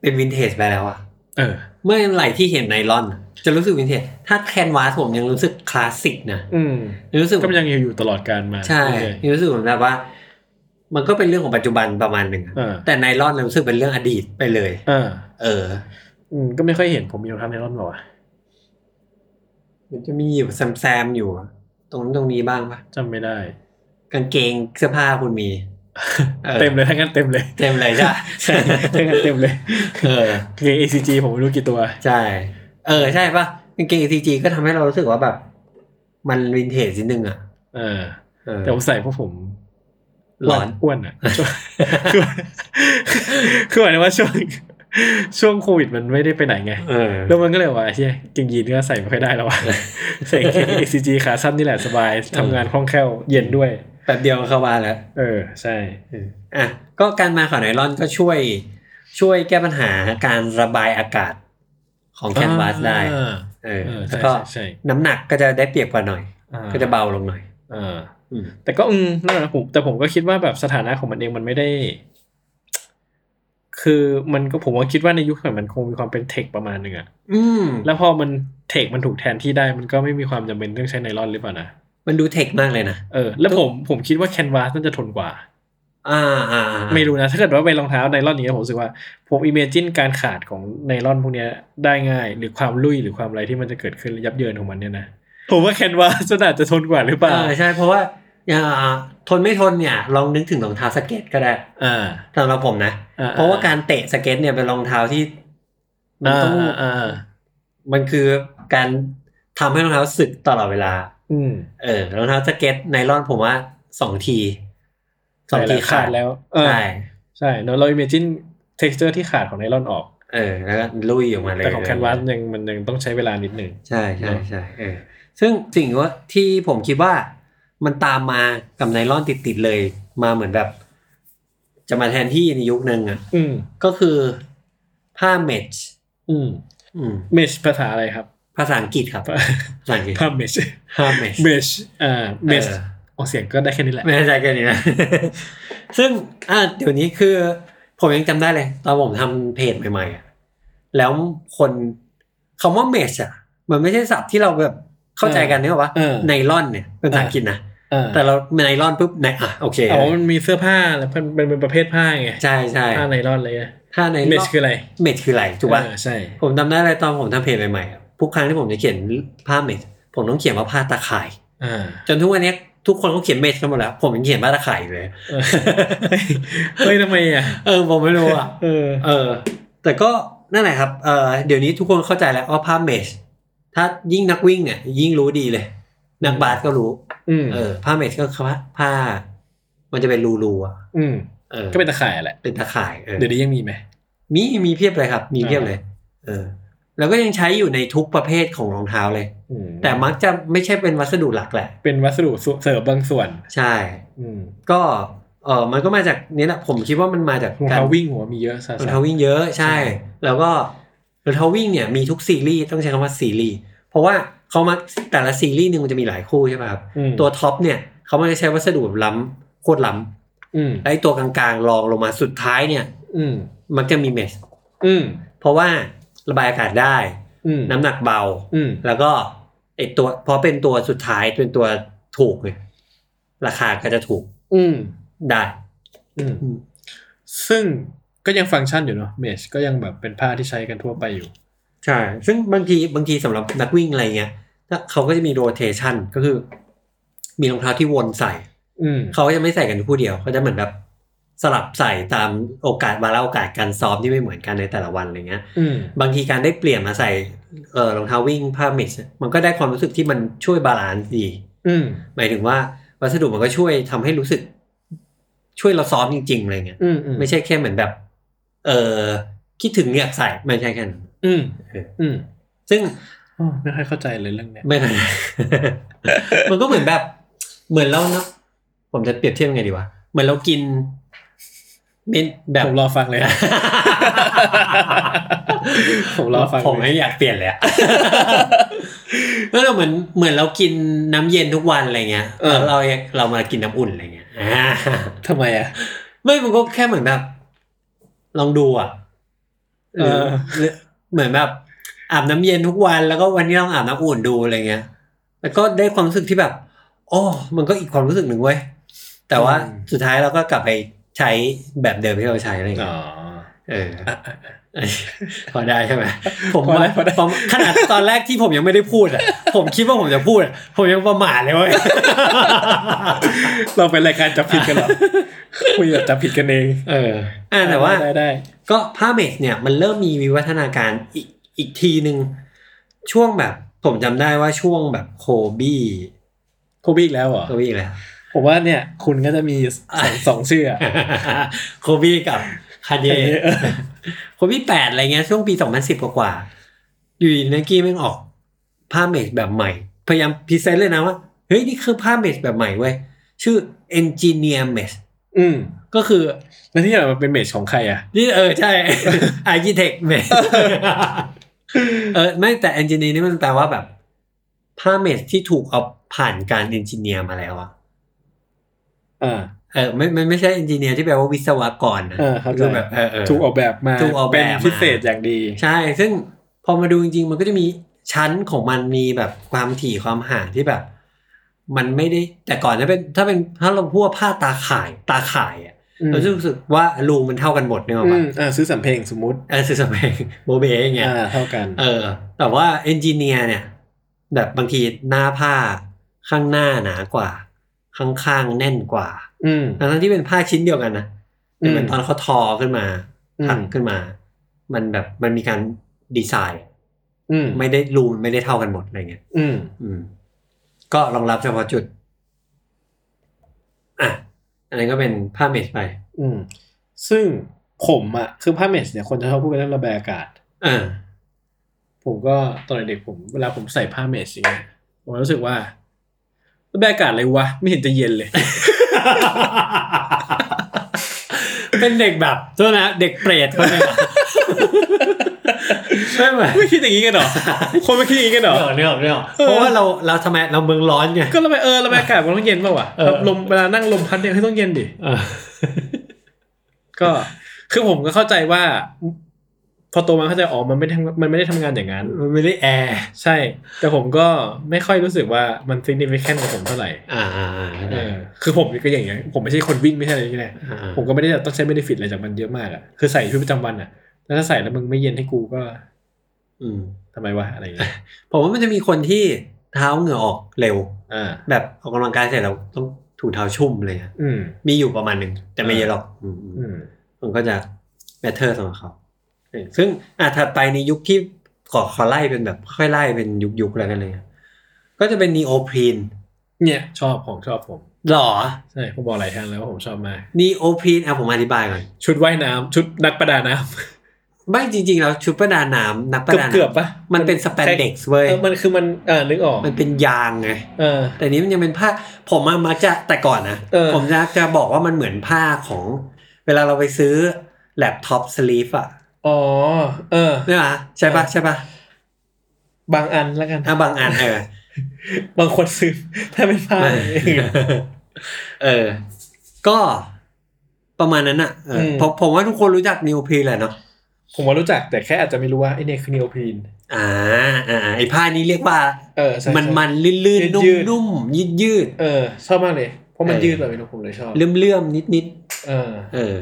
Speaker 2: เป็นวินเทจไปแล้วอะ
Speaker 1: เออ
Speaker 2: เมื่อไหร่ที่เห็นไนลอน จะรู้สึกวินเทจ ถ้าแคนวาสผมยังรู้สึกคลาสสิกนะ
Speaker 1: อืม
Speaker 2: ยังรู้สึก
Speaker 1: ก็มันยังอยู่ตลอดการมา
Speaker 2: ใช่
Speaker 1: เรื่อยๆ
Speaker 2: ยังรู้สึกเหมือนแบบว่า มันก็เป็นเรื่องของปัจจุบันประมาณหนึ่งอะ
Speaker 1: อ่า
Speaker 2: แต่ไนลอนเรารู้สึกเป็นเรื่องอดีตไปเลย
Speaker 1: อ่า
Speaker 2: เออ
Speaker 1: อืมก็ไม่ค่อยเห็นผมมีรองเท้าไนลอนหรอวะ
Speaker 2: มันจะมีอยู่แซมแซมๆอยู่อะตรงนั้นตรงนี้บ้างปะ
Speaker 1: จำไม่ได้
Speaker 2: กางเกงเสื้อผ้าคุณมี เออ
Speaker 1: เต็มเลยทั้งนั้นเต็มเลย
Speaker 2: เต็มเลยจ้ะ
Speaker 1: ใช่ ทั้งนั้นเต็มเลย
Speaker 2: เออ
Speaker 1: เกง ACG ผมไม่รู้กี่ตัว
Speaker 2: ใช่ เออ ใช่ปะกางเกง ACG ก็ทำให้เรารู้สึกว่าแบบ มันวินเทจนิดนึงอ่ะ
Speaker 1: เออ
Speaker 2: เออ
Speaker 1: แต่ผมใส่เพราะผม
Speaker 2: ร้อน
Speaker 1: อ้วนอ่ะ คือคือหมายถึงว่าช่วงช่วงโควิดมันไม่ได้ไปไหนไง
Speaker 2: เออ
Speaker 1: แล้วมันก็เลยว่าไอ้เฮียกางยีนก็ใส่ไม่ค่อยได้แล้วว่ะใส่กางเกง ACG ขาสั้นนี่แหละสบายทำงานคล่องแคล่วเย็นด้วย
Speaker 2: แป๊บเดียวเข้าบ้านแล้ว
Speaker 1: เออ ใช่เออ
Speaker 2: อ่ะก็การมาของไนลอนก็ช่วยช่วยแก้ปัญหาการระบายอากาศของแคนวาสได้
Speaker 1: อ่า
Speaker 2: เออ
Speaker 1: เออ
Speaker 2: แล้
Speaker 1: ใช่
Speaker 2: วก็
Speaker 1: ใช่ใช่
Speaker 2: น้ำหนักก็จะได้เปรียบกว่าหน่อย
Speaker 1: อ่า
Speaker 2: ก็จะเบาลงหน่อย
Speaker 1: อ่า
Speaker 2: อืม
Speaker 1: แต่ก็อืมนั่นแหละผมแต่ผมก็คิดว่าแบบสถานะของมันเองมันไม่ได้ คือมันก็ผมว่าคิดว่าในยุคสมัยมันคงมีความเป็นเทคประมาณหนึ่งอะ
Speaker 2: อืม
Speaker 1: แล้วพอมันเทคมันถูกแทนที่ได้ มันก็ไม่มีความจำเป็นต้องใช้ไนลอนหรือเปล่านะ
Speaker 2: มันดูเทคมากเลยนะ
Speaker 1: เออแล้วผมผมคิดว่าแคนวาสน่าจะทนกว่า
Speaker 2: อ่าอ่าอ่า
Speaker 1: ไม่รู้นะ ถ้าเกิดว่าเป็นรองเท้าไนลอนอย่างเงี้ยผมรู้สึกว่า ผมอิมเมจินการขาดของไนลอนพวกเนี้ยได้ง่าย หรือความลุยหรือความอะไรที่มันจะเกิดขึ้นยับเยินของมันเนี่ยนะผมว่าแคนวาสน่าจะทนกว่าหรือเปล่า
Speaker 2: เออใช่เพราะว่าอย่างอ่าทนไม่ทนเนี่ย ลองนึกถึงรองเท้าสเก็ตก็ได้
Speaker 1: อ่า
Speaker 2: สำหรับผมนะ
Speaker 1: อ่า
Speaker 2: เพราะว่าการเตะสเก็ตเนี่ยเป็นรองเท้าที่มัน
Speaker 1: อ่า
Speaker 2: ต้อง
Speaker 1: อ่า
Speaker 2: มันคือการทำให้รองเท้าสึกตลอดเวลา
Speaker 1: อืม
Speaker 2: เออรองเท้าสเก็ตไนลอนผมว่าสองทีสองที
Speaker 1: หลายๆ
Speaker 2: ขาด
Speaker 1: แล้วเออ
Speaker 2: ใช่
Speaker 1: ใช่แล้วเรา imagine texture ที่ขาดของไนลอนออก
Speaker 2: เออแล้วก็ลุยออกมาเลย
Speaker 1: แต่ของแคนวาสยังมันยังต้องใช้เวลานิดหนึ่ง
Speaker 2: ใช่ใช่
Speaker 1: เนอะ
Speaker 2: ใช่เออซึ่งสิ่งว่าที่ผมคิดว่ามันตามมากับไนลอนติดๆเลยมาเหมือนแบบ จะมาแทนที่ในยุคนึงอ่ะ
Speaker 1: อืม
Speaker 2: ก็คือผ้าเมช
Speaker 1: อืม
Speaker 2: อืม
Speaker 1: mesh ภาษาอะไรครับ
Speaker 2: ภาษาอังกฤษครับภาษาอังกฤษ
Speaker 1: ภาพ mesh
Speaker 2: ผ้าเมช
Speaker 1: mesh อ่า mesh
Speaker 2: เออ
Speaker 1: ออกเสียงก็ได้แค่นี้แหละ
Speaker 2: ไม่แน่ใจเกันนี้นะ ซึ่งอ่ะเดี๋ยวนี้คือ ผมยังจำได้เลย ตอนผมทำเพจใหม่ๆอ่ะแล้วคนคำว่าเมชอ่ะ มันไม่ใช่ศัพท์ที่เราแบบเข้าใจกันเนี่ยหรอวะ
Speaker 1: เออ
Speaker 2: ไนลอนเนี่ยเป็นภาษาอังกฤษนะ
Speaker 1: เออ
Speaker 2: แต่เราไนลอนปุ๊บไนอ่ะโอเค
Speaker 1: อ๋อมันมีเสื้อผ้าแล้วมันเป็นเป็นประเภทผ้าไง
Speaker 2: ใช่ใช่
Speaker 1: ผ้าไนลอนเลยนะ
Speaker 2: ถ้าไนลอน
Speaker 1: เมชคืออะไร
Speaker 2: เมชคืออะไรถูกป่ะ
Speaker 1: เออใช่
Speaker 2: ผมจำได้เลยตอนผมทำเพจใหม่ๆอ่ะทุกครั้งที่ผมจะเขียนผ้าเมชผมต้องเขียนว่าผ้าตาข่าย
Speaker 1: อ่า
Speaker 2: จนทุกวันเนี้ยทุกคนเขาเขียนเมชกันหมดแล้ว ผมยังเขียนผ้าตาข่ายอยู่ เลย
Speaker 1: เอ อเฮ้ยทำไมอ่ะ
Speaker 2: เออผมไม่รู้อ่ะ
Speaker 1: เออ
Speaker 2: เออแต่ก็นั่นแหละครับเออเดี๋ยวนี้ทุกคนเข้าใจแล้วว่าภาพเมชถ้ายิ่งนักวิ่งเนี่ยยิ่งรู้ดีเลย นักบาสก็รู้
Speaker 1: อืม
Speaker 2: เออผ้าเมชก็คือว่าผ้า มันจะเป็นรูรูๆอ่ะ
Speaker 1: อืม
Speaker 2: เออ
Speaker 1: ก็เป็นตะข่ายแหละ
Speaker 2: เป็นตะข่ายเออ
Speaker 1: เดี๋ยวนี้ยังมีไหม
Speaker 2: มีมีเพียบเลยครับ มีเพียบเลย เออ แล้วก็ยังใช้อยู่ในทุกประเภทของรองเท้าเลย
Speaker 1: อืม
Speaker 2: แต่มักจะไม่ใช่เป็นวัสดุหลักแหละ
Speaker 1: เป็นวัสดุส่วนเสริมบางส่วน
Speaker 2: ใช่
Speaker 1: อืม
Speaker 2: ก็เออมันก็มาจากนี่แหละผมคิดว่ามันมาจาก
Speaker 1: รอง
Speaker 2: การ
Speaker 1: เท้าวิ่งหัวมีเยอะ
Speaker 2: ร
Speaker 1: สะ
Speaker 2: อง
Speaker 1: สม
Speaker 2: เท้าวิ่งเยอะใช่
Speaker 1: ใช่
Speaker 2: แล้วก็รองเท้าวิ่งเนี่ยมีทุกซีรีส์ต้องใช้คำว่าซีรีส์เพราะว่าเขามาแต่ละซีรีส์หนึ่งมันจะมีหลายคู่ใช่ป่ะครับ
Speaker 1: อืม
Speaker 2: ตัวท็อปเนี่ยเขามันจะใช้วัสดุแบบล้ำโคตรล้
Speaker 1: อืม
Speaker 2: ำแล้วไอ้ตัวกลางๆรองลงมาสุดท้ายเนี่ย
Speaker 1: อืม
Speaker 2: มักจะมีเมช
Speaker 1: อืม
Speaker 2: เพราะว่าระบายอากาศได้
Speaker 1: อืม
Speaker 2: น้ำหนักเบา
Speaker 1: อืม
Speaker 2: แล้วก็ไอ้ตัวเพราะเป็นตัวสุดท้ายเป็นตัวถูกเนี่ยราคาก็จะถูก
Speaker 1: อืม
Speaker 2: ได้
Speaker 1: อืม
Speaker 2: อืม
Speaker 1: ซึ่งก็ยังฟังก์ชันอยู่เนาะเมชก็ยังแบบเป็นผ้าที่ใช้กันทั่วไปอยู่
Speaker 2: ใช่ซึ่งบางทีบางทีสำหรับนักวิ่งอะไรเงี้ยถ้าเขาก็จะมีโรเทชันก็คือ มีรองเท้าที่วนใส่
Speaker 1: อืม
Speaker 2: เขาก็จะไม่ใส่กันคู่เดียวเขาจะเหมือนแบบสลับใส่ตามโอกาสวาระโอกาสการซ้อมที่ไม่เหมือนกันในแต่ละวันอะไรเงี้ย
Speaker 1: อืม
Speaker 2: บางทีการได้เปลี่ยนมาใส่เออรองเท้าวิ่งผ้าเมชมันก็ได้ความรู้สึกที่มันช่วยบาลานซ์ดี
Speaker 1: อืม
Speaker 2: หมายถึงว่าวัสดุมันก็ช่วยทำให้รู้สึก ช่วยเราซ้อมจริงๆอะไรเงี้ย
Speaker 1: อืมอืม
Speaker 2: ไม่ใช่แค่เหมือนแบบ เออคิดถึงอยากใส่ไม่ใช่แค่นั้น
Speaker 1: อืมอืม
Speaker 2: ซึ่ง
Speaker 1: อ้อไม่ค่อยเข้าใจเลยเรื่องเนี้ย
Speaker 2: ไม่เคย มันก็เหมือนแบบ เหมือนเราเนาะผมจะเปรียบเทียบยังไงดีวะ เหมือนเรากินเมนแบบ
Speaker 1: ผมรอฟังเลยอะ ผมรอ ฟังเลย
Speaker 2: ผมไม่อยากเปลี่ยนเลยอะ แล้วเราเหมือนเหมือนเรากินน้ำเย็นทุกวันอะไรเงี้ย
Speaker 1: เออ
Speaker 2: แล้วเราเรามากินน้ำอุ่นอะไรเงี้ย อ่า
Speaker 1: ทำไมอ่ะ
Speaker 2: ไม่มันก็แค่เหมือนแบบ ลองดูอ่ะหรือ
Speaker 1: เออ
Speaker 2: หรือเหมือนแบบ อาบน้ำเย็นทุกวันแล้วก็วันนี้ลองอาบน้ำอุ่นดูอะไรเงี้ยแล้วก็ได้ความรู้สึกที่แบบโอ้มันก็อีกความรู้สึกหนึ่งเว้ยแต่ว่าสุดท้ายเราก็กลับไปใช้แบบเดิมที่เราใช้อะไร
Speaker 1: อ๋
Speaker 2: เงี้
Speaker 1: อ
Speaker 2: ยเออพอได้ใช่ไหมผม
Speaker 1: พอได้
Speaker 2: ว่า
Speaker 1: พอได้
Speaker 2: ผมขนาดตอนแรกที่ผมยังไม่ได้พูดอ่ะ ผมคิดว่าผมจะพูดอะผมยังประมาทเลยเว้ ย
Speaker 1: เราเป็นรายการจับผิดกันเหรอ คุยแบบจับผิดกันเอง
Speaker 2: เอออ่ะแต่ว่า
Speaker 1: ได้ได้
Speaker 2: ก็ผ้าเมสเนี่ยมันเริ่มมีวิวัฒนาการอีกอีกทีหนึ่งช่วงแบบ ผมจำได้ว่าช่วงแบบโคบี้
Speaker 1: โคบี้อีกแล้วเหรอ
Speaker 2: โคบี้อีกแล้ว
Speaker 1: ผมว่าเนี่ย คุณก็จะมีสอง
Speaker 2: อ่ะ
Speaker 1: สองชื่ออะ
Speaker 2: โคบี้กับคาเย
Speaker 1: Kanye เออ
Speaker 2: โคบี้แปดอะไรเงี้ยช่วงปีสองพันสิบกว่าๆอยู่ดีไนกี้แม่งออกผ้าเมสแบบใหม่ พยายามพรีเซนต์เลยนะว่า เฮ้ย นี่คือผ้าเมสแบบใหม่เว้ย ชื่อ engineer mesh
Speaker 1: อืม
Speaker 2: ก็คือ
Speaker 1: แล้วที่แบบมันเป็นเมจของใครอ่ะ
Speaker 2: นี่เออ ใช่ อาร์กิเทคเม สเออไม่แต่เอนจิเนียร์นี่มันแปลว่าแบบผ้าเมสที่ถูกเอาผ่านการเอนจิเนียร์มาแล้วอะ
Speaker 1: อ่า
Speaker 2: เออไม่มันไม่ใช่เอนจิเนียร์ที่แปลว่าวิศวกรนะ
Speaker 1: เออเข้าใจ
Speaker 2: คือแบบเออเออ
Speaker 1: ถูกออกแบบมา
Speaker 2: ถูกออกแบบ
Speaker 1: เป็น
Speaker 2: มา
Speaker 1: พิเศษอย่างดี
Speaker 2: ใช่ ซึ่งพอมาดูจริง ๆ มันก็จะมีชั้นของมันมีแบบความถี่ความห่างที่แบบ มันไม่ได้แต่ก่อนถ้าเป็นถ้าเป็นถ้าเราพูดว่าผ้าตาข่ายตาข่ายอะ
Speaker 1: อืม
Speaker 2: เราจะรู้สึกว่ารูมันเท่ากันหมดเนี่ยหรอ
Speaker 1: อื
Speaker 2: ปะ
Speaker 1: มอ่าซื้อสำเพลงสมมุติ
Speaker 2: เอ อซื้อสมัยโมเบะอย่างเงี้ย
Speaker 1: อ่า เท่ากัน
Speaker 2: เออ แต่ว่าเอนจิเนียร์เนี่ย แบบบางทีหน้าผ้าข้างหน้าหนากว่า ข้างข้างๆแน่นกว่า
Speaker 1: อืม
Speaker 2: ทั้งๆที่เป็นผ้าชิ้นเดียวกันนะแต่เหมือน
Speaker 1: อืม
Speaker 2: ตอนเขาทอขึ้นมา
Speaker 1: อืม
Speaker 2: ถักขึ้นมา มันแบบมันมีการดีไซน์
Speaker 1: อืม
Speaker 2: ไม่ได้รูมนไม่ได้เท่ากันหมดอะไรเงี้ย
Speaker 1: อืม
Speaker 2: อืม ก็รองรับเฉพาะจุด อ่ะอันนั้นก็เป็นผ้าเมสไป
Speaker 1: อืม ซึ่งผมอ่ะ คือผ้าเมจเนี่ยคนจะชอบพูดกันเรื่องระบายอากาศ
Speaker 2: เอ่า
Speaker 1: ผมก็ตอนเด็กๆผมเวลาผมใส่ผ้าเมจอย่างเงี้ยผมรู้สึกว่าระบายอากาศอะไรวะ ไม่เห็นจะเย็น เลย
Speaker 2: เป็นเด็กแบบโทษนะเด็กเปรตคนหนึ งอะ ไม่เหมือน
Speaker 1: ไม่คิดอย่างนี้กันเหรอ คนไม่คิดอย่างนี้กันเหรอ
Speaker 2: เรื่องเรื่องเพราะว่าเราเราทำไมเราเมืองร้อนไง
Speaker 1: ก็ระบายเออระบายอากาศมันต้องเย็นป่าววะ
Speaker 2: เออ
Speaker 1: ลมเวลานั่งลมพัดเนี่ยให้ต้องเย็นดิ
Speaker 2: เออ
Speaker 1: ก็คือผมก็เข้าใจว่า พอโตมาเข้าใจอ๋อมันไม่ได้ทำมันไม่ได้ทำงานอย่างนั้น
Speaker 2: มันไม่ได้แอร์
Speaker 1: ใช่ แต่ผมก็ไม่ค่อยรู้สึกว่ามัน significant กับผมเท่าไหร่
Speaker 2: อ่า
Speaker 1: เออคือผมก็อย่างเงี้ยผมไม่ใช่คนวิ่งไม่ใช่อะไรอย่างเงี้ยผมก็ไม่ได้ต้องใช้ benefit อะไรจากมันเยอะมากอะคือใส่ชีวิตประจำวันอะแล้วถ้าใส่แล้วมึงไม่เย็นให้กูก็
Speaker 2: อืม
Speaker 1: ทำไมวะอะไรอย่างเงี้ย
Speaker 2: ผมว่ามันจะมีคนที่เท้าเหงื่อออกเร็ว
Speaker 1: อ่า
Speaker 2: แบบออกกำลังกายเสร็จเราต้องถูเท้าชุ่มเลยอะ
Speaker 1: อืม
Speaker 2: มีอยู่ประมาณหนึ่งแต่ไม่เยอะหรอกอืม
Speaker 1: อืม
Speaker 2: มันก็จะแมทเทอร์สำหรับเขาเออซึ่งอ่ะถัดไปในยุคที่ขอขอไล่เป็นแบบค่อยไล่เป็นยุคๆอะไรกันเลยอะก็จะเป็นนีโอพรีน
Speaker 1: เนี่ยชอบของชอบผม
Speaker 2: หรอ
Speaker 1: ใช่ผมบอกหลายครั้งแล้วว่าผมชอบมาก
Speaker 2: นีโอพรีนอ่ะผมอธิบายก่อน
Speaker 1: ชุดว่ายน้ำชุดนักประดาน้
Speaker 2: ไม่จริงๆแล้วชุดประดาน้ำนัก
Speaker 1: ำ
Speaker 2: ประ
Speaker 1: เกือบ
Speaker 2: ดาน้ำ
Speaker 1: เกือบๆปะ
Speaker 2: มันเป็นสแปนเด็กซ์เว้ย
Speaker 1: เออมันคือมันอ่านึกออก
Speaker 2: มันเป็นยางไง
Speaker 1: เออ
Speaker 2: แต่นี้มันยังเป็นผ้า ผมอะมักจะแต่ก่อนนะ
Speaker 1: เออ
Speaker 2: ผมจะจะบอกว่ามันเหมือนผ้าของ เวลาเราไปซื้อแล็ปท็อปสลีฟอะ
Speaker 1: อ๋อ เออ
Speaker 2: ใช่ปะใช่ปะใช่ปะ
Speaker 1: บางอันแล้วกัน
Speaker 2: ถ้าบางอันเออบ
Speaker 1: างคนซื้อ ถ้าเป็นผ้าอย่างอื่น
Speaker 2: เออ ก็ประมาณนั้นอะเอออ
Speaker 1: ม
Speaker 2: ผมผมว่าทุกคนรู้จักนิวพีแหละเนาะ
Speaker 1: ผมว่ารู้จักแต่แค่อาจจะไม่รู้ว่าไอเนี่ยคือนีโอพรีน
Speaker 2: อ่าอ่าไอผ้านี้เรียกว่า
Speaker 1: เออใช่ใช่
Speaker 2: มันมันๆลื่นๆนุ่ม
Speaker 1: ยืดๆ
Speaker 2: นุ่มยืดยืด
Speaker 1: เออ ชอบมากเลย เพราะมันยืดแบบนี้ผมเลยชอบ
Speaker 2: เลื่อมเลื่อมนิดนิด
Speaker 1: เออ
Speaker 2: ๆเออ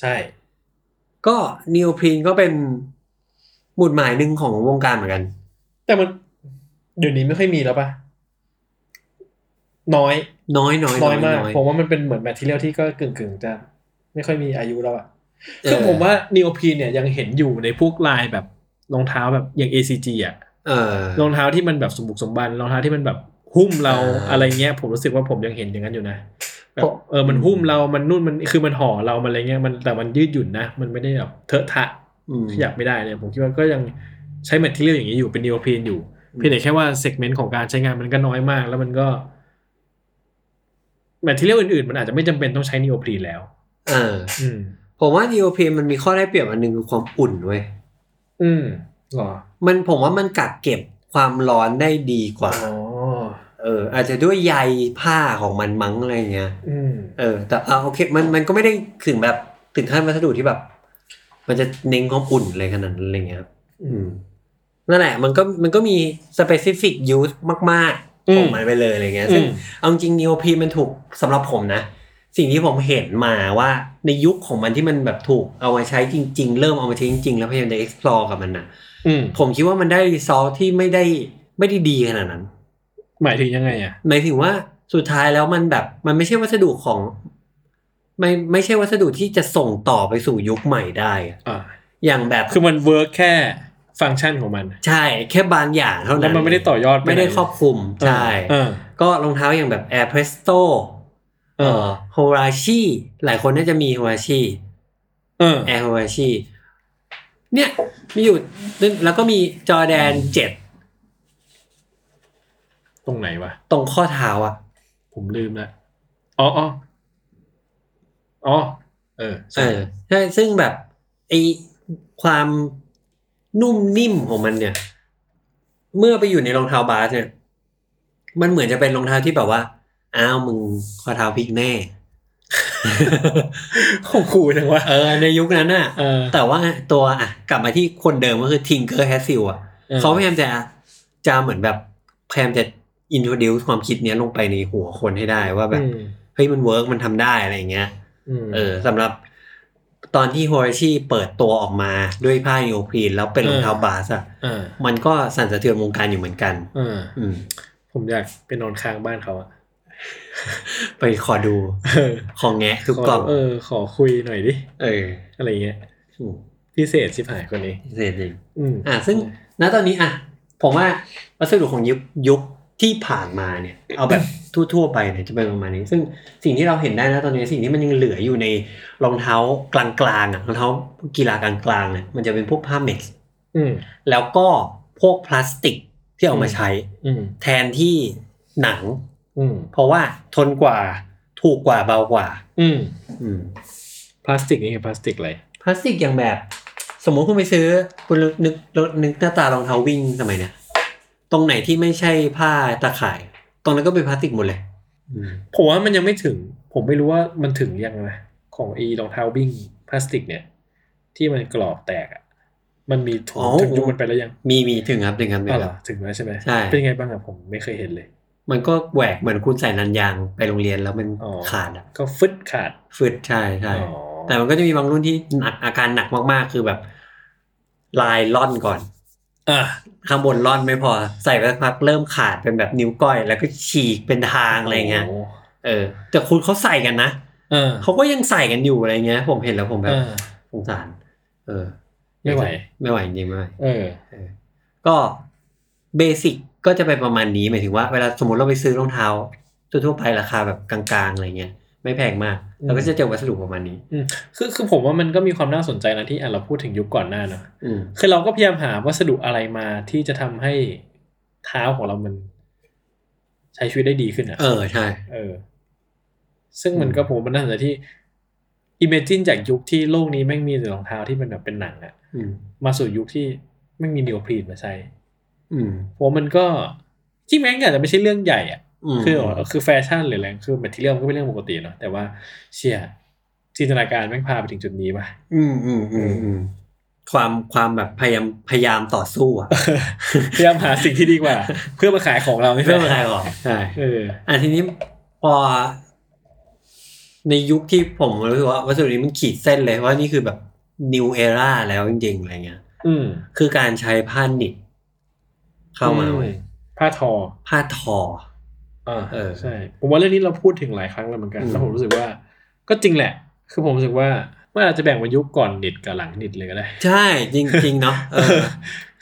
Speaker 1: ใช่
Speaker 2: ก็นีโอพรีนก็เป็นหมุดหมายหนึ่งของวงการเหมือนกัน
Speaker 1: แต่มันเดี๋ยวนี้ไม่ค่อยมีแล้วปะน้อย
Speaker 2: น้อยน้อย
Speaker 1: น้อยมาก
Speaker 2: น้อย
Speaker 1: ผมว่ามันเป็นเหมือนแมทเทียลที่ก็กึ่งกึ่งๆจะไม่ค่อยมีอายุแล้วอะ
Speaker 2: เออ
Speaker 1: คือผมว่านีโอพรีนเนี่ยยังเห็นอยู่ในพวกลายแบบรองเท้าแบบอย่าง ACG อะ
Speaker 2: เออ
Speaker 1: รองเท้าที่มันแบบสมบุกสมบันรองเท้าที่มันแบบหุ้มเรา
Speaker 2: อ่า
Speaker 1: อะไรเงี้ย ผมรู้สึกว่าผมยังเห็นอย่างนั้นอยู่นะแบ
Speaker 2: ผ
Speaker 1: บ
Speaker 2: ม
Speaker 1: เออมันหุ้มเรามันนู่นมันคือมันห่อเรามันอะไรเงี้ยมันแต่มันยืดหยุ่นนะมันไม่ได้แบบเทอะทะ
Speaker 2: อืม
Speaker 1: ขยับไม่ได้เนี่ยผมคิดว่าก็ยัง ใช้แมทเทียลอย่างนี้อยู่เป็นยูโรเปียนอยู่ เพียงแต่แค่ว่าเซกเมนต์ของการใช้งานมันก็น้อยมาก แล้วมันก็แมทเทียลอื่นๆ มันอาจจะไม่จำเป็นต้องใช้นีโอพรีนแล้ว
Speaker 2: อ่า
Speaker 1: อืม
Speaker 2: ผมว่า EOP มันมีข้อได้เปรียบอันหนึงคือความอุ่นเว้ย
Speaker 1: อืมหรอ
Speaker 2: มันผมว่ามันกักเก็บความร้อนได้ดีกว่า
Speaker 1: อ๋อ
Speaker 2: เออ อาจจะด้วยใยผ้าของมันมั้งอะไรเงี้ย
Speaker 1: อืม
Speaker 2: เออ แต่อ่าโอเค มันมันก็ไม่ได้ถึงแบบถึงขั้นวัสดุที่แบบ มันจะเน้นความอุ่นเลยขนาดนั้นอะไรเงี้ยครับอืม นั่นแหละ มันก็มันก็มี specific use มาก
Speaker 1: อื
Speaker 2: ๆ
Speaker 1: ม
Speaker 2: ของมันไปเลยอะไรเงี้ยซึ่ง เอาจริงนิโอพีมันถูกสำหรับผมนะ สิ่งที่ผมเห็นมาว่าในยุคของมันที่มันแบบถูกเอามาใช้จริง ๆ เริ่มเอามาใช้จริง ๆ แล้วพยายามจะ explore กับมันนะ
Speaker 1: อืม
Speaker 2: ผมคิดว่ามันได้ result ที่ไม่ได้ไม่ได้ดีขนาดนั้น
Speaker 1: หมายถึงยังไงอ่ะ
Speaker 2: หมายถึงว่าสุดท้ายแล้วมันแบบมันไม่ใช่วัสดุของไม่ไม่ใช่วัสดุที่จะส่งต่อไปสู่ยุคใหม่ได้อะ
Speaker 1: อ่า
Speaker 2: อย่างแบบ
Speaker 1: คือมันเวิร์กแค่ฟังก์ชันของมัน
Speaker 2: ใช่แค่บางอย่างเท่านั้น
Speaker 1: แล้วมันไม่ได้ต่อยอดปหน
Speaker 2: ไม่ได้ครอบคลุมใช่
Speaker 1: เออ
Speaker 2: ก็รองเท้าอย่างแบบ Air Presto
Speaker 1: เอ
Speaker 2: เอ
Speaker 1: อ
Speaker 2: อโฮราชิ หลายคนน่าจะมีโฮราชิ
Speaker 1: เออ
Speaker 2: แอร์โฮราชิเนี่ยมีอยู่นึงแล้วก็มีจอแดนเจ็ด
Speaker 1: ตรงไหนวะ
Speaker 2: ตรงข้อเท้าอ่ะ
Speaker 1: ผมลืมละอ๋ออ๋ออ๋อ เออ
Speaker 2: เอ
Speaker 1: ใช่
Speaker 2: อใช่ซึ่งแบบไอความนุ่มนิ่มของมันเนี่ย เมื่อไปอยู่ในรองเท้าบาสเนี่ย มันเหมือนจะเป็นรองเท้าที่แบบว่า อ้าวมึงข้อเท้าพลิกแน่
Speaker 1: ของครูจังวะ
Speaker 2: เออในยุคนั้นอ่ะ
Speaker 1: เออ
Speaker 2: แต่ว่าตัวอ่ะกลับมาที่คนเดิมก็คือทิงเกอร์แฮสซิลอ่ะ
Speaker 1: เออ
Speaker 2: เขาพยายามจะจะเหมือนแบบพยายามจะอินโทรดิวความคิดเนี้ยลงไปในหัวคนให้ได้ว่าแบบ
Speaker 1: อืม
Speaker 2: เฮ้ยมันเวิร์กมันทำได้อะไรอย่างเงี้ย
Speaker 1: อืม
Speaker 2: เออสำหรับตอนที่โฮราชีเปิดตัวออกมาด้วยผ้าโยพรีนแล้วเป็นรองเท้า
Speaker 1: เออ
Speaker 2: บาสอ่ะ
Speaker 1: เออ
Speaker 2: มันก็สั่นสะเทือนวงการอยู่เหมือนกัน
Speaker 1: เออ
Speaker 2: อืม
Speaker 1: ผมอยากไปนอนค้างบ้านเขาอะ
Speaker 2: ไปขอดู
Speaker 1: เออ
Speaker 2: ของแงะทุกกล่อง
Speaker 1: ขเออ ขอคุยหน่อยดิ
Speaker 2: เออ
Speaker 1: อะไรเงี้ย
Speaker 2: อืม
Speaker 1: พิเศษชิบหายคนนี้
Speaker 2: เสร็จจริง
Speaker 1: อืม
Speaker 2: อ่ะซึ่งณตอนนี้อ่ะผมว่าวัสดุของยุคยุคที่ผ่านมาเนี่ย เอาแบบ ทั่วๆไปเนี่ยจะเป็นประมาณนี้ ซึ่งสิ่งที่เราเห็นได้นะตอนนี้สิ่งที่มันยังเหลืออยู่ในรองเท้ากลางๆอ่ะรองเท้ากีฬากลางๆเนี่ยมันจะเป็นพวกผ้าเม็กซ์
Speaker 1: อืม
Speaker 2: แล้วก็พวกพลาสติกที่เอามาใช้
Speaker 1: อืม
Speaker 2: แทนที่หนัง
Speaker 1: อืม
Speaker 2: เพราะว่าทนกว่าถูกกว่าเบากว่า
Speaker 1: อืม
Speaker 2: อืม
Speaker 1: พลาสติกนี่คือพลาสติกอะไร
Speaker 2: พลาสติกอย่างแบบ สมมติคุณไปซื้อคุณนึกนึกหน้าตารองเท้าวิ่งสมัยเนี้ยตรงไหนที่ไม่ใช่ผ้าตาข่าย ตรงนั้นก็เป็นพลาสติกหมดเลย
Speaker 1: ผมว่ามันยังไม่ถึง ผมไม่รู้ว่ามันถึงยังนะของไอีรองเท้าวิ่งพลาสติกเนี่ย ที่มันกรอบแตกอะมันมีถึงถึงยุคมันไปแล้วยัง
Speaker 2: มีมีถึงครับถึงครับถึ
Speaker 1: อ๋อง เห
Speaker 2: ค
Speaker 1: ร
Speaker 2: รั
Speaker 1: อบ ถึงแล้วใช่ไหม
Speaker 2: ใช่
Speaker 1: เป็นยังไงบ้างอะผมไม่เคยเห็นเลย
Speaker 2: มันก็แหวกเหมือนคุณใส่นันยางไปโรงเรียนแล้วมัน
Speaker 1: อ๋อ
Speaker 2: ขาดอ่ะ
Speaker 1: ก็ฟึดขาด
Speaker 2: ฟืดใช่ใช่
Speaker 1: อ๋อ
Speaker 2: แต่มันก็จะมีบางรุ่นที่หนักอาการหนักมากๆ คือแบบ ลายล่อนก่อน
Speaker 1: อ่ะ
Speaker 2: ข้างบนล่อนไม่พอใส่ไปสักพักเริ่มขาดเป็นแบบนิ้วก้อย แล้วก็ฉีกเป็นทางอะไรเงี้ย
Speaker 1: โ
Speaker 2: เออ แต่คุณเขาใส่กันนะ
Speaker 1: เออ
Speaker 2: เขาก็ยังใส่กันอยู่อะไรเงี้ย ผมเห็นแล้วผมแบ
Speaker 1: เอบ อ
Speaker 2: สงสาร เออ
Speaker 1: ไม่ไหว
Speaker 2: ไม่ไหวจริงๆไม่ไหว
Speaker 1: เออ
Speaker 2: เออก็เบสิกก็จะเป็นประมาณนี้หมายถึงว่าเวลาสมมติเราไปซื้อรองเท้าทั่วๆไปราคาแบบกลางๆอะไรเงี้ยไม่แพงมาก
Speaker 1: อืม
Speaker 2: เราก็จะเจอวัสดุประมาณนี้
Speaker 1: คือคือผมว่ามันก็มีความน่าสนใจนะที่อ่ะเราพูดถึงยุคก่อนหน้าเนอะ
Speaker 2: อืม
Speaker 1: คือเราก็พยายามหาวัสดุอะไรมาที่จะทำให้เท้าของเรามัน ใช้ชีวิตได้ดีขึ้นอะ
Speaker 2: เออใช่
Speaker 1: เออ ซึ่งมัน
Speaker 2: อืม
Speaker 1: ก็ผมว่ามันน่าสนใจที่ imagine จากยุคที่โลกนี้แม่งมีแต่รองเท้าที่มันแบบเป็นหนังอะ
Speaker 2: อืม
Speaker 1: มาสู่ยุคที่ไม่งมีนิโอพรีนมาใช้
Speaker 2: อืม
Speaker 1: ผมว่ามันก็ที่แม่งอาจจะไม่ใช่เรื่องใหญ่อะ
Speaker 2: อืม
Speaker 1: คือคือแฟชั่นหรืออะไรคือแมทเทียลมันก็เป็นเรื่องปกติเนาะแต่ว่าเชี่ยจินตนาการแม่งพาไปถึงจุดนี้ป่ะ
Speaker 2: อืมอืมอืมอืมความความแบบพยายามพยายามต่อสู้อะ
Speaker 1: พยายามหาสิ่งที่ดีกว่า เพื่อมาขายของเรานี่แห
Speaker 2: เพื่อ
Speaker 1: ละ
Speaker 2: อะไรหรอใช่
Speaker 1: เออ
Speaker 2: อ่ะทีนี้พอในยุคที่ผมรู้สึกว่าวัสดุนี้มันขีดเส้นเลยว่านี่คือแบบ new era แล้วจริงๆอะไรเงี้ย
Speaker 1: อืม
Speaker 2: คือการใช้ผ้าหนิบเข้ามาเว้ย
Speaker 1: อืผ้าทอ
Speaker 2: ผ้าทอ
Speaker 1: อ่า
Speaker 2: เออ
Speaker 1: ใช่ ผมว่าเรื่องนี้เราพูดถึงหลายครั้งแล้วเหมือนกัน
Speaker 2: อืม
Speaker 1: แล้วผมรู้สึกว่า ก็จริงแหละ คือผมรู้สึกว่ามันอาจจะแบ่งเป็นยุคก่อนนิดกับหลังนิดเลยก็ได้
Speaker 2: ใช่ จริง ๆ เนาะเออ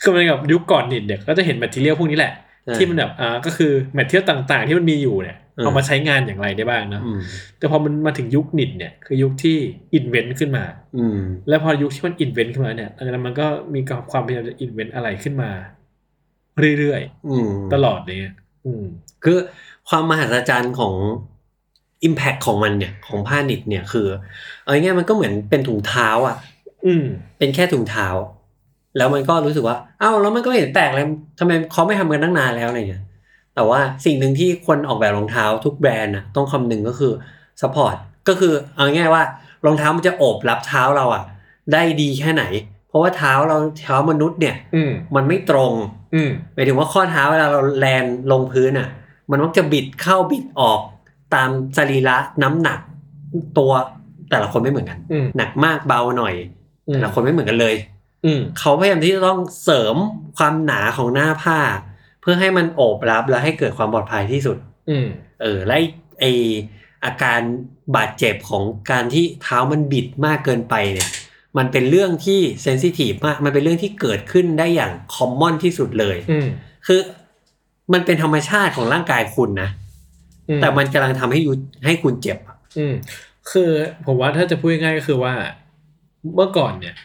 Speaker 1: คือมันกับยุคก่อนนิดเนี่ยก็จะเห็นแมทเทียลพวกนี้แหละ
Speaker 2: ใช่
Speaker 1: ที่มันแบบอ่าก็คือแมทเทียลต่างๆ ที่มันมีอยู่เนี่ย เอามาใช้งานอย่างไรได้บ้างเนอะ
Speaker 2: อืม
Speaker 1: แต่พอมันมาถึงยุคนิดเนี่ยคือยุคที่อินเวนต์ขึ้นมา
Speaker 2: อืม
Speaker 1: แล้วพอยุคที่มันอินเวนต์ขึ้นมาเนี่ยหลังจากนั้นมันก็มีความพยายามจะอินเวนต์อะไรขึ้นมา เรื่อย
Speaker 2: อืม
Speaker 1: ๆ ตลอดเลยอะอืม
Speaker 2: คือความมหัศจรรย์ของ Impact ของมันเนี่ยของผ้านิดเนี่ยคือ เอาง่ายๆมันก็เหมือนเป็นถุงเท้าอ่ะ
Speaker 1: อืม
Speaker 2: เป็นแค่ถุงเท้า แล้วมันก็รู้สึกว่าอ้าวแล้วมันก็ไม่เห็นแปลกเลยทำไมเขาไม่ทำกันตั้งนานแล้วอะไรเงี้ยแต่ว่าสิ่งหนึ่งที่คนออกแบบรองเท้าทุกแบรนด์นะต้องคำนึงก็คือสปอร์ตก็คือเอาง่ายๆว่ารองเท้ามันจะโอบรับเท้าเราอะได้ดีแค่ไหน เพราะว่าเท้าเราเท้ามนุษย์เนี่ย
Speaker 1: อืม
Speaker 2: มันไม่ตรง
Speaker 1: อืม
Speaker 2: หมายถึงว่าข้อเท้าเวลาเราแลนลงพื้นอะมันมักจะบิดเข้าบิดออกตามสรีระน้ำหนักตัวแต่ละคนไม่เหมือนกัน
Speaker 1: อืม
Speaker 2: หนักมากเบาหน่อย
Speaker 1: อืม
Speaker 2: แต่ละคนไม่เหมือนกันเลย
Speaker 1: อืม
Speaker 2: เขาพยายามที่จะต้องเสริมความหนาของหน้าผ้า เพื่อให้มันโอบรับและให้เกิดความปลอดภัยที่สุด
Speaker 1: อืม
Speaker 2: เออไล่ไออาการบาดเจ็บของการที่เท้ามันบิดมากเกินไปเนี่ย มันเป็นเรื่องที่เซนซิทีฟมาก มันเป็นเรื่องที่เกิดขึ้นได้อย่างคอมมอนที่สุดเลย
Speaker 1: อืม
Speaker 2: คือมันเป็นธรรมชาติของร่างกายคุณนะ
Speaker 1: อืม
Speaker 2: แต่มันกำลังทำให้ยูให้คุณเจ็บอะ
Speaker 1: อืมคือผมว่าถ้าจะพูดง่ายก็คือว่าเมื่อก่อนเนี่ย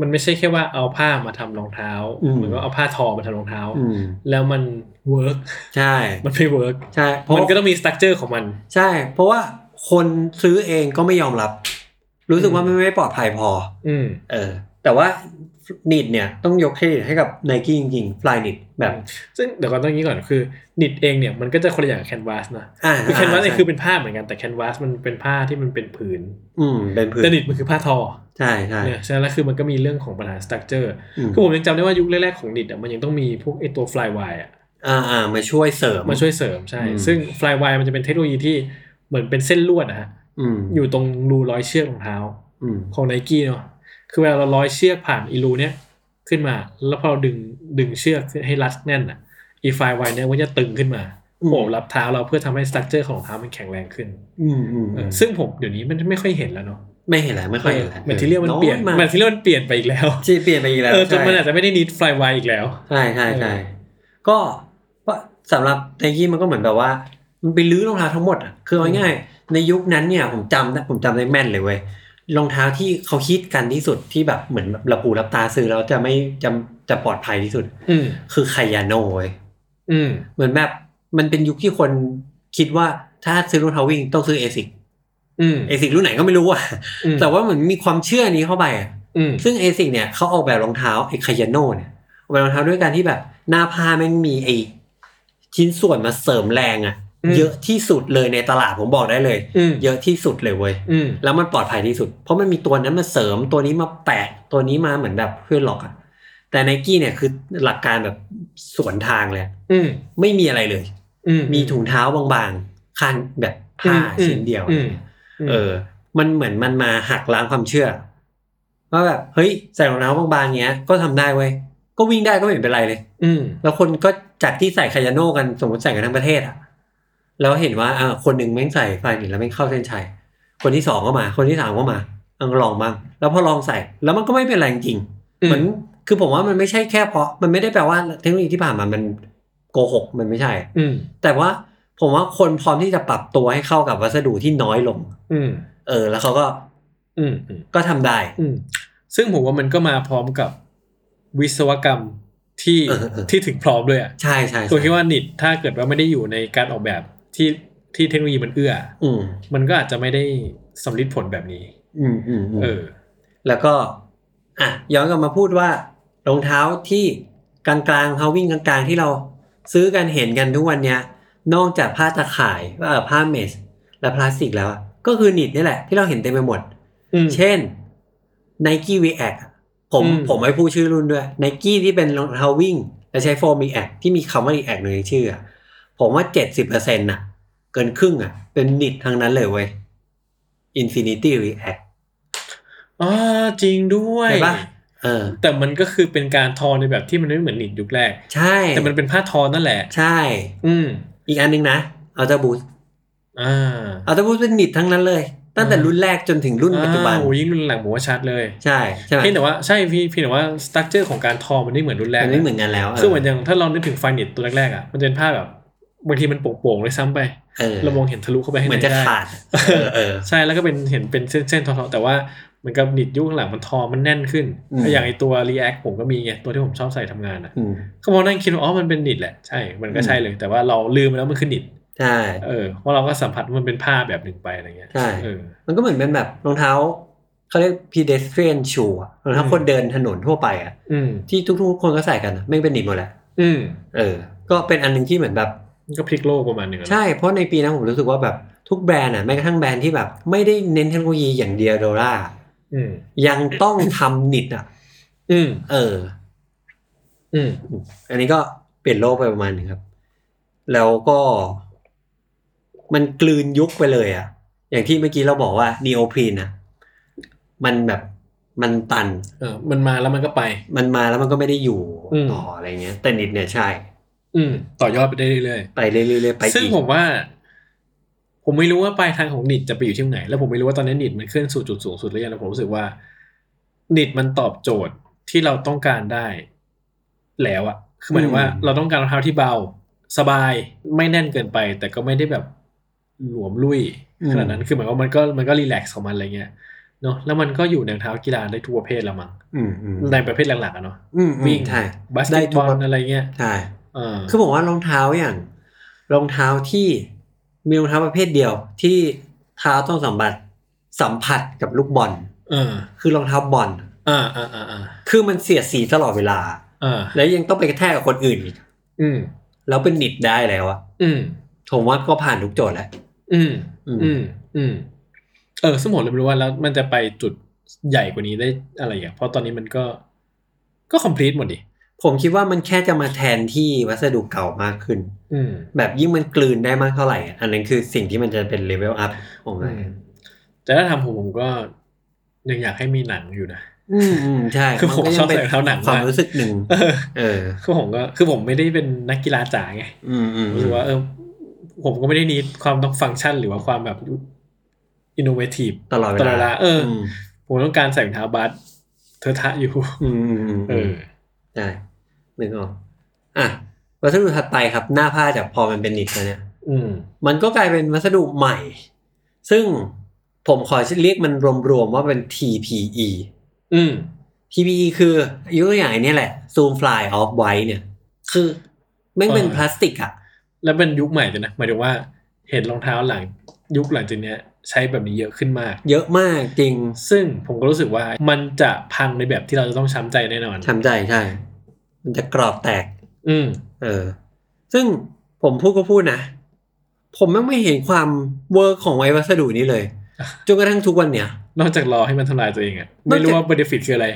Speaker 1: มันไม่ใช่แค่ว่าเอาผ้ามาทำรองเท้าเหมือนว่าเอาผ้าทอมาทำรองเท้า
Speaker 2: อืม
Speaker 1: แล้วมันเวิร์ก
Speaker 2: ใช่
Speaker 1: มันไม่เวิร์ก
Speaker 2: ใช่เพราะ
Speaker 1: มันก็ต้องมีสตั๊กเจอร์ของมัน
Speaker 2: ใช่ เพราะว่าคนซื้อเองก็ไม่ยอมรับ รู้สึกว่า
Speaker 1: อื
Speaker 2: ไม่
Speaker 1: ม
Speaker 2: ไม่ปลอดภัยพอ
Speaker 1: อืม
Speaker 2: เออ แต่ว่านิดเนี่ยต้องยกเครดิตให้กับ n i กี้จริงๆ ฟลายนิดแบบ
Speaker 1: ซึ่งเดี๋ยวก่อนต้องนี้ก่อนคือนิดเองเนี่ยมันก็จะคนละอย่างแคนวาสนะ
Speaker 2: อ่า
Speaker 1: คือแคนวาสเนี่ย
Speaker 2: ใช่
Speaker 1: คือเป็นผ้าเหมือนกันแต่แคนวาสมันเป็นผ้าที่มันเป็นผืน
Speaker 2: อืม เป็นพื้น
Speaker 1: แต่นิดมันคือผ้าทอ
Speaker 2: ใช่ใช่
Speaker 1: เนี่ยฉะนั้นแล้วคือมันก็มีเรื่องของปัญหาสตั๊กเจอร์
Speaker 2: อืม
Speaker 1: คือผมยังจำได้ว่ายุคแรกๆของนิดอ่ะมันยังต้องมีพวกไอตัวฟลายวายอ่ะ
Speaker 2: อ่าอ่ามาช่วยเสริม
Speaker 1: มาช่วยเสริมใช่
Speaker 2: อืม
Speaker 1: ซึ่ง Flywire มันจะเป็นเทคโนโลยีที่เหมือนเป็นเส้นลวดนะฮะ
Speaker 2: อืม
Speaker 1: อยู่ตรงรูร้อยเชือกรองเท้า
Speaker 2: อืม
Speaker 1: ของไนกี้เนาะ คือเวลาเราร้อยเชือกผ่านอีรูเนี้ยขึ้นมา แล้วพอเราดึงดึงเชือกให้รัดแน่นอ่ะ อีไฟไวเนี้ยมันจะตึงขึ้นมา
Speaker 2: อืม
Speaker 1: โอบรับเท้าเราเพื่อทำให้สตั๊กเจอร์ของรองเท้ามันแข็งแรงขึ้น
Speaker 2: อืมอืม
Speaker 1: เอ
Speaker 2: อื
Speaker 1: อ
Speaker 2: ม
Speaker 1: ซึ่งผมเดี๋ยวนี้มันไม่ค่อยเห็นแล้วเนาะ
Speaker 2: ไม่เห็นแล้วไม่ค่อยเห็นแล้ว
Speaker 1: แมทเทียลมันเปลี่ยน
Speaker 2: มา
Speaker 1: แมทเทียลมันเปลี่ยนไปอีกแล้ว
Speaker 2: ที่เปลี่ยนไปอีกแล้ว
Speaker 1: เออจน
Speaker 2: ใช่
Speaker 1: มันอาจจะไม่ได้นิดไฟไวอีกแล้ว
Speaker 2: ใช่ใช่ใช่
Speaker 1: เออ
Speaker 2: ก็ก็สำหรับไนกี้มันก็เหมือนแบบว่า มันไปลื้อรองเท้าทั้งหมดอ่ะคือเอาง่ายๆในยุคนั้นเนี่ยผมจำได้ผมจำได้แม่นเลยเว้ยรองเท้าที่เขาคิดกันที่สุดที่แบบเหมือนแบบระปูรับตาซื้อแล้วจะไม่จะจะปลอดภัยที่สุด
Speaker 1: อืม
Speaker 2: คือไคยาโนเว้ย
Speaker 1: อืม
Speaker 2: เหมือนแบบมันเป็นยุคที่คนคิดว่าถ้าซื้อรองเท้าวิ่งต้องซื้อเอซิก
Speaker 1: อืม
Speaker 2: เอซิกรุ่นไหนก็ไม่รู้อ่ะ
Speaker 1: อืม
Speaker 2: แต่ว่าเหมือนมีความเชื่อนี้เข้าไปอ่ะ
Speaker 1: อืม
Speaker 2: ซึ่งเอซิกเนี่ยเขาออกแบบรองเท้าไอ้คายาโนเนี่ยออกแบบรองเท้าด้วยการที่แบบหน้าผ้าแม่งมีไอ้ชิ้นส่วนมาเสริมแรงอะเยอะที่สุดเลยในตลาดผมบอกได้เลย
Speaker 1: อืม
Speaker 2: เยอะที่สุดเลยเว้ย
Speaker 1: อืม
Speaker 2: แล้วมันปลอดภัยที่สุด เพราะมันมีตัวนั้นมาเสริมตัวนี้มาแปะตัวนี้มาเหมือนแบบเพื่อหลอกอะแต่ไนกี้เนี่ยคือหลักการแบบสวนทางเลยอะ
Speaker 1: อืม
Speaker 2: ไม่มีอะไรเลย
Speaker 1: อื
Speaker 2: มีถุงเท้าบางๆข้างแบบผ้า
Speaker 1: อืม
Speaker 2: ชิ้นเดียว
Speaker 1: อืม
Speaker 2: เออ มันเหมือนมันมาหักล้างความเชื่อว่าแบบเฮ้ยใส่รองเท้าบางๆเงี้ยก็ทำได้เว้ยก็วิ่งได้ก็ไม่เห็นเป็นไรเลย
Speaker 1: อืม
Speaker 2: แล้วคนก็จัดที่ใส่คายาโน่กันสมมติใส่กันทั้งประเทศอ่ะแล้วเห็นว่าอ่าคนหนึ่งแม่งใส่ไฟหนึ่งแล้วแม่งเข้าเส้นชัยคนที่สองก็มา คนที่สามก็มาลองลองบ้างแล้วพอลองใส่แล้วมันก็ไม่เป็นไรจริงๆ
Speaker 1: อืม
Speaker 2: เหมือนคือผมว่ามันไม่ใช่แค่เพราะมันไม่ได้แปลว่าเทคโนโลยีที่ผ่านมามันโกหกมันไม่ใช่
Speaker 1: อืม
Speaker 2: แต่ว่าผมว่าคนพร้อมที่จะปรับตัวให้เข้ากับวัสดุที่น้อยลง
Speaker 1: อืม
Speaker 2: เออ แล้วเขาก็
Speaker 1: อืม อืม
Speaker 2: ก็ทำได้
Speaker 1: อืม ซึ่งผมว่ามันก็มาพร้อมกับวิศวกรรมที่
Speaker 2: เออเออ
Speaker 1: ที่ถึงพร้อมด้วยอ่ะ
Speaker 2: ใช่ใช่
Speaker 1: ตัวคิดว่านิดถ้าเกิดว่าไม่ได้อยู่ในการออกแบบที่ที่เทคโนโลยีมันเอื้อ
Speaker 2: อืม
Speaker 1: มันก็อาจจะไม่ได้สำลิดผลแบบนี้
Speaker 2: อืมอืมอืม
Speaker 1: เออ
Speaker 2: แล้วก็อ่ะย้อนกลับมาพูดว่ารองเท้าที่กลางกลางๆเท้าวิ่งกลางๆที่เราซื้อกันเห็นกันทุกวันเนี้ยนอกจากผ้าตะข่ายเอ่อผ้าเมส และพลาสติกแล้วอะก็คือหนีดนี่แหละที่เราเห็นเต็มไปหมด
Speaker 1: อืม
Speaker 2: เช่น Nike React อะผม
Speaker 1: อืม
Speaker 2: ผมไม่พูดชื่อรุ่นด้วย Nike ที่เป็นรองเท้าวิ่ง และใช้โฟม React ที่มีคำว่า React อยู่ในชื่ออะผมว่า 70%น่ะ เกินครึ่งอ่ะ เป็นนิดทางนั้นเลยเว้ย Infinity React
Speaker 1: อ๋อจริงด้วย
Speaker 2: ใช่ปะเออ
Speaker 1: แต่มันก็คือเป็นการทอในแบบที่มันไม่เหมือนนิดยุคแรก
Speaker 2: ใช่
Speaker 1: แต่มันเป็นผ้าทอนั่นแหละ
Speaker 2: ใช่
Speaker 1: อืม
Speaker 2: อีกอันหนึงนะ a ัลต b บูส
Speaker 1: อ่า
Speaker 2: อัลต b บูสเป็นนิดทั้งนั้นเลย ตั้งแต่รุ่นแรกจนถึงรุ่นปัจจุบัน
Speaker 1: อ่าโอ้ยยิ่งรุ่นหลังผมว่าชัดเลย
Speaker 2: ใช่ใช่ไหม
Speaker 1: เพียงแต่ว่าใช่พี่เพียงแต่ว่าสตั๊กเจอร์ของการทอมันไม่เหมือนรุ่นแรก
Speaker 2: มัน
Speaker 1: นะ
Speaker 2: ไม่เหมือนกันแล้วะ
Speaker 1: ซึ่งเหมือนอย่างถ้าเรานึกถึงไฟนิตตัวแรกๆอ่ะมันจะเป็นผ้าแบบบางทีมันโป่งๆเลยซ้ำไป
Speaker 2: เออ
Speaker 1: เรามองเห็นทะลุเข้าไปให้
Speaker 2: เหมือนจะ
Speaker 1: ไได้
Speaker 2: ขาด เออเออ
Speaker 1: ใช่แล้วก็เป็นเห็นเป็นเส้นๆทอๆแต่ว่าเหมือนกับหนีบยุคข้างหลังมันทอมันแน่นขึ้น
Speaker 2: อืม
Speaker 1: อย่างไอตัว React ผมก็มีไงตัวที่ผมชอบใส่ทำงานอ่ะ
Speaker 2: อืม
Speaker 1: ก็มองนั่งคิดว่าอ๋อมันเป็นหนีบแหละใช่มันก็
Speaker 2: อืม
Speaker 1: ใช่เลย แต่ว่าเราลืมไปแล้วมันคือหนีบ
Speaker 2: ใช่
Speaker 1: เออเพราะเราก็สัมผัสว่ามันเป็นผ้าแบบหนึ่งไปอะไรเงี้ย
Speaker 2: ใช่
Speaker 1: เออ
Speaker 2: มันก็เหมือนเป็นแบบรองเท้าเขาเรียก pedestrian shoe อะรองเท้า
Speaker 1: อืม
Speaker 2: คนเดินถนนทั่วไปอะ
Speaker 1: อืม
Speaker 2: ที่ทุกๆคนก็ใส่กันอะไม่งเป็นหนีบหมดแหละ
Speaker 1: อืม
Speaker 2: เออ ก็เป็นอันหนึงที่เหมือนแบบ
Speaker 1: มันก็พลิกโลกประมาณหนึ่งอะนะ
Speaker 2: ใช่เพราะในปีนั้นผมรู้สึกว่าแบบทุกแบรนด์อะแม้กระทั่งแบรนด์ที่แบบ ไม่ได้เน้นเทคโนโลยีอย่างเดียวโดล่า
Speaker 1: อืม
Speaker 2: ยังต้องทำนิดอะ
Speaker 1: อืม
Speaker 2: เออ
Speaker 1: อืม
Speaker 2: อันนี้ก็เปลี่ยนโลกไปประมาณหนึงครับ แล้วก็ มันกลืนยุคไปเลยอะอย่างที่เมื่อกี้เราบอกว่านีโอพรีนอะมันแบบมันตัน
Speaker 1: เออมันมาแล้วมันก็ไป
Speaker 2: มันมาแล้วมันก็ไม่ได้อยู่
Speaker 1: อืม
Speaker 2: ต่ออะไรเงี้ย แต่นิดเนี่ยใช่
Speaker 1: อืมต่อยอดไปได้เรื่อย
Speaker 2: ไปเรื่อยๆไป
Speaker 1: ๆซึ่ง
Speaker 2: อีก
Speaker 1: ผมว่า ผมไม่รู้ว่าปลายทางของหนิดจะไปอยู่ที่ไหน แล้วผมไม่รู้ว่าตอนนี้หนิดมันขึ้นสู่จุดสูงสุดหรือยังแต่ผมรู้สึกว่าหนิดมันตอบโจทย์ที่เราต้องการได้ แล้วอะคือหมายถึงว่าเราต้องการรองเท้าที่เบา สบายไม่แน่นเกินไป แต่ก็ไม่ได้แบบหลวมลุยขนาดนั้นคือหมายว่ามันก็มันก็รีแลกซ์ของมันอะไรเงี้ยเนาะแล้วมันก็อยู่ในรองเท้ากีฬาได้ทุกประเภทละมั้ง
Speaker 2: อืมอืม
Speaker 1: ในประเภทหลักๆอะเนาะ
Speaker 2: อืมอืม
Speaker 1: วิ่ง
Speaker 2: ใช่
Speaker 1: บาสเก
Speaker 2: ได้
Speaker 1: ต
Speaker 2: ทุ
Speaker 1: บ
Speaker 2: ก
Speaker 1: อลอะไรเงี้ย
Speaker 2: ใช่
Speaker 1: เออ
Speaker 2: คือผมว่ารองเท้าอย่างรองเท้าที่มีรองเท้าประเภทเดียว ที่เท้าต้องสัมผัสสัมผัสกับลูกบอล
Speaker 1: เออ
Speaker 2: คือรองเท้าบอล
Speaker 1: อ่าอ่าอ่าอ่า
Speaker 2: คือมันเสียดสีตลอดเวลา
Speaker 1: อ่า
Speaker 2: แล้วยังต้องไปกระแทกกับคนอื่นอีก
Speaker 1: อืม
Speaker 2: แล้วเป็นหนิดได้แล้วอะ
Speaker 1: อืม
Speaker 2: ผมว่าก็ผ่านทุกโจทย์แล้ว
Speaker 1: อืม
Speaker 2: อืม
Speaker 1: อืม อืม เออ สมมติเลยไม่รู้ว่าแล้วมันจะไปจุดใหญ่กว่านี้ได้อะไรอย่างเพราะตอนนี้มันก็ ก็คอมพลีทหมดดิ
Speaker 2: ผมคิดว่ามันแค่จะมาแทนที่วัสดุเก่ามากขึ้น
Speaker 1: อืม
Speaker 2: แบบยิ่งมันกลืนได้มากเท่าไหร่อะอันนั้นคือสิ่งที่มันจะเป็นเลเวลอัพของมัน
Speaker 1: แต่ถ้าทำผมผมก็ยังอยากให้มีหนังอยู่นะ
Speaker 2: อืมอืมใช่
Speaker 1: คือผม
Speaker 2: นก็ยั
Speaker 1: ชอบ
Speaker 2: ป็
Speaker 1: ใส่รองเท้าหนัง
Speaker 2: ความ
Speaker 1: มาก
Speaker 2: รู้สึกหนึ่ง
Speaker 1: เออ
Speaker 2: เออ
Speaker 1: คือผมก็ คือผมไม่ได้เป็นนักกีฬาจ๋าไง
Speaker 2: อืมอืมอื
Speaker 1: ผมรู้สึ
Speaker 2: ม
Speaker 1: กว่าเออผมก็ไม่ได้นีความต้องฟังก์ชัน หรือว่าความแบบอินโนเวทีฟ
Speaker 2: ตลอดเว
Speaker 1: ตลอดเวลา
Speaker 2: ลา
Speaker 1: เอออื
Speaker 2: ม
Speaker 1: ผมต้องการใส่รองเท้าบาสเทอะทะอยู่
Speaker 2: อืมอืมอืม
Speaker 1: เออ
Speaker 2: ได้นึกออกอ่ะ วัสดุถัดไปครับ หน้าผ้าจากพอมันเป็นนิดแล้วเนี่ย
Speaker 1: อืม
Speaker 2: มันก็กลายเป็นวัสดุใหม่ ซึ่งผมขอเรียกมันรวมๆว่าเป็น TPE
Speaker 1: อืม
Speaker 2: TPE คือยกตัวอย่างไอ้เนี่ยแหละ Zoom Fly Off White เนี่ย คือแม่งเป็น
Speaker 1: เออ
Speaker 2: พลาสติกอะ
Speaker 1: แล้วเป็นยุคใหม่ด้วยนะหมายถึงว่าเห็นรองเท้าหลังยุคหลังจากเนี้ยใช้แบบนี้เยอะขึ้นมาก
Speaker 2: เยอะมากจริง
Speaker 1: ซึ่งผมก็รู้สึกว่ามันจะพังในแบบที่เราจะต้องช้ำใจแน่นอน
Speaker 2: ทำใจใช่ มันจะกรอบแตก
Speaker 1: อืม
Speaker 2: เออ ซึ่งผมพูดก็พูดนะ ผมแม่งไม่เห็นความเวอร์ของไอ้วัสดุนี้เลย จนกระทั่งทุกวันเนี่ย
Speaker 1: นอกจากรอให้มันทำลายตัวเองอะไม่รู้ว่าเบนฟิต คืออะไร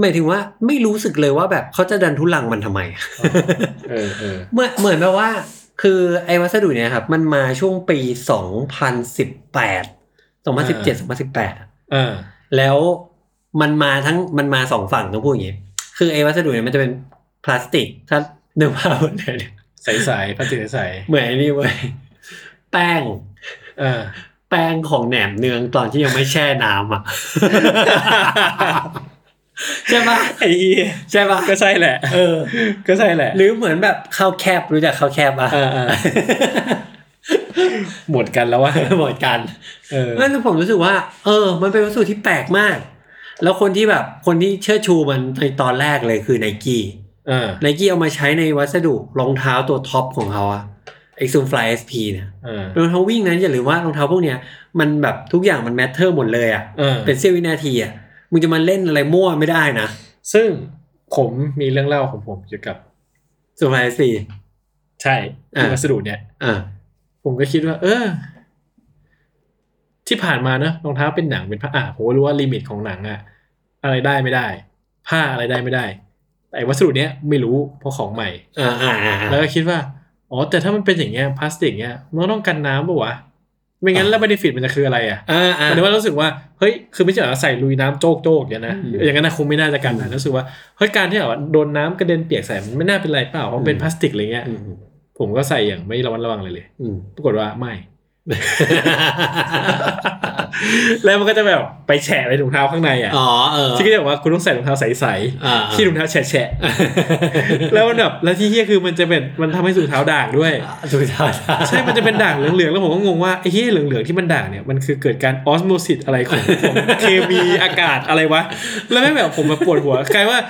Speaker 2: หมายถึงว่าไม่รู้สึกเลยว่าแบบเขาจะดันทุลังมันทำไม
Speaker 1: อ๋ เออเออ
Speaker 2: เหมือนเหมือนแบบว่า คือไอ้วัสดุเนี่ยครับ มันมาช่วงปี 2018 2017 2018อะ
Speaker 1: เออ
Speaker 2: แล้วมันมาทั้งมันมาสองฝั่งต้องพูดอย่างนี้ คือไอ้วัสดุเนี่ยมันจะเป็นพลาสติก ถ้าเนื้อผ้าหมดเลยเนี่ย
Speaker 1: ใสๆพลาสติกใส
Speaker 2: เหมือนไอ้นี่เว้ยแป้ง
Speaker 1: ๆเออ
Speaker 2: แป้งของแหนมเนืองตอนที่ยังไม่แช่น้ำอ่ะ ใช่ปะ
Speaker 1: ไอ้เหี้ย
Speaker 2: ใช่ปะ
Speaker 1: ก็ใช่แหละ
Speaker 2: เออ
Speaker 1: ก็ใช่แหละ
Speaker 2: หรือเหมือนแบบข้าวแคบรู้จักข้าวแคบอ่ะ
Speaker 1: เออเออ หมดกันแล้วว่า
Speaker 2: หมดกัน
Speaker 1: เออ
Speaker 2: นั่นผมรู้สึกว่า เออ มันเป็นวัสดุที่แปลกมาก แล้วคนที่แบบคนที่เชิดชูมันในตอนแรกเลยคือไนกี้
Speaker 1: เออ
Speaker 2: ไนกี้เอามาใช้ในวัสดุรองเท้าตัวท็อปของเขาอะเอ็กซ์ซูมฟลายเอสพีเนี่ย
Speaker 1: เออ
Speaker 2: รองเท้าวิ่งนั้นอย่าลืมว่ารองเท้าพวกเนี้ยมันแบบทุกอย่างมันแมทเทอร์หมดเลยอะ
Speaker 1: เออ
Speaker 2: เป็นเสี้ยววินาทีอ่ะ มึงจะมาเล่นอะไรมั่วไม่ได้นะ
Speaker 1: ซึ่งผมมีเรื่องเล่าของผมเกี่ยวกับ
Speaker 2: สุภาสี
Speaker 1: ใช่
Speaker 2: อ่า
Speaker 1: วัสดุเนี่ย
Speaker 2: อ่า
Speaker 1: ผมก็คิดว่า เออ ที่ผ่านมานะรองเท้าเป็นหนังเป็นผ้าอ่ะผมก็รู้ว่าลิมิตของหนังอะอะไรได้ไม่ได้ ผ้าอะไรได้ไม่ได้ แต่ไอ้วัสดุเนี้ยไม่รู้เพราะของใหม่
Speaker 2: อ่าอ่าอ่า
Speaker 1: แล้วก็คิดว่าอ๋อแต่ถ้ามันเป็นอย่างเงี้ยพลาสติกเงี้ยมันก็ต้องกันน้ำปะวะไม่งั้นแล้วเบนฟิตมันจะคืออะไรอ่ะ
Speaker 2: อ่าอ่า
Speaker 1: หมายถึงว่ารู้สึกว่าเฮ้ยคือไม่ใช่แบบใส่ลุยน้ำโจกโจกอย่างนั้นนะ
Speaker 2: อืม
Speaker 1: อย่างนั้นนะคงไม่น่าจะกันนะรู้สึกว่าเฮ้ยการที่แบบว่าโดนน้ำกระเด็นเปียกใส่มันไม่น่าเป็นไรเปล่าเพราะมันเป็น
Speaker 2: อืม
Speaker 1: พลาสติกอะไรเงี้ย
Speaker 2: อืม
Speaker 1: ผมก็ใส่อย่างไม่ระวัดระวังเลยเลย
Speaker 2: อืม
Speaker 1: ปรากฏว่าไม่ แล้วมันก็จะแบบไปแฉะในถุงเท้าข้างในอ่ะ
Speaker 2: อ๋อเออ
Speaker 1: ที่ก็จะบอกว่าคุณต้องใส่รองเท้าใส
Speaker 2: อ่า
Speaker 1: ๆที่รองเท้าแฉะ ๆแล้วมันแบบแล้วที่เฮี้ยคือมันจะเป็นมันทำให้ถุงเท้าด่างด้วย
Speaker 2: ถูกต้อง
Speaker 1: ใช่ มันจะเป็นด่างเหลืองๆ แล้วผมก็งงว่าไอ้เหี้ยเหลืองๆ ที่มันด่างเนี่ย มันคือเกิดการออสโมซิสอะไรของของ เคมีอากาศอะไรวะ แล้วไม่งแบบผมมาปวดหัว กลายว่า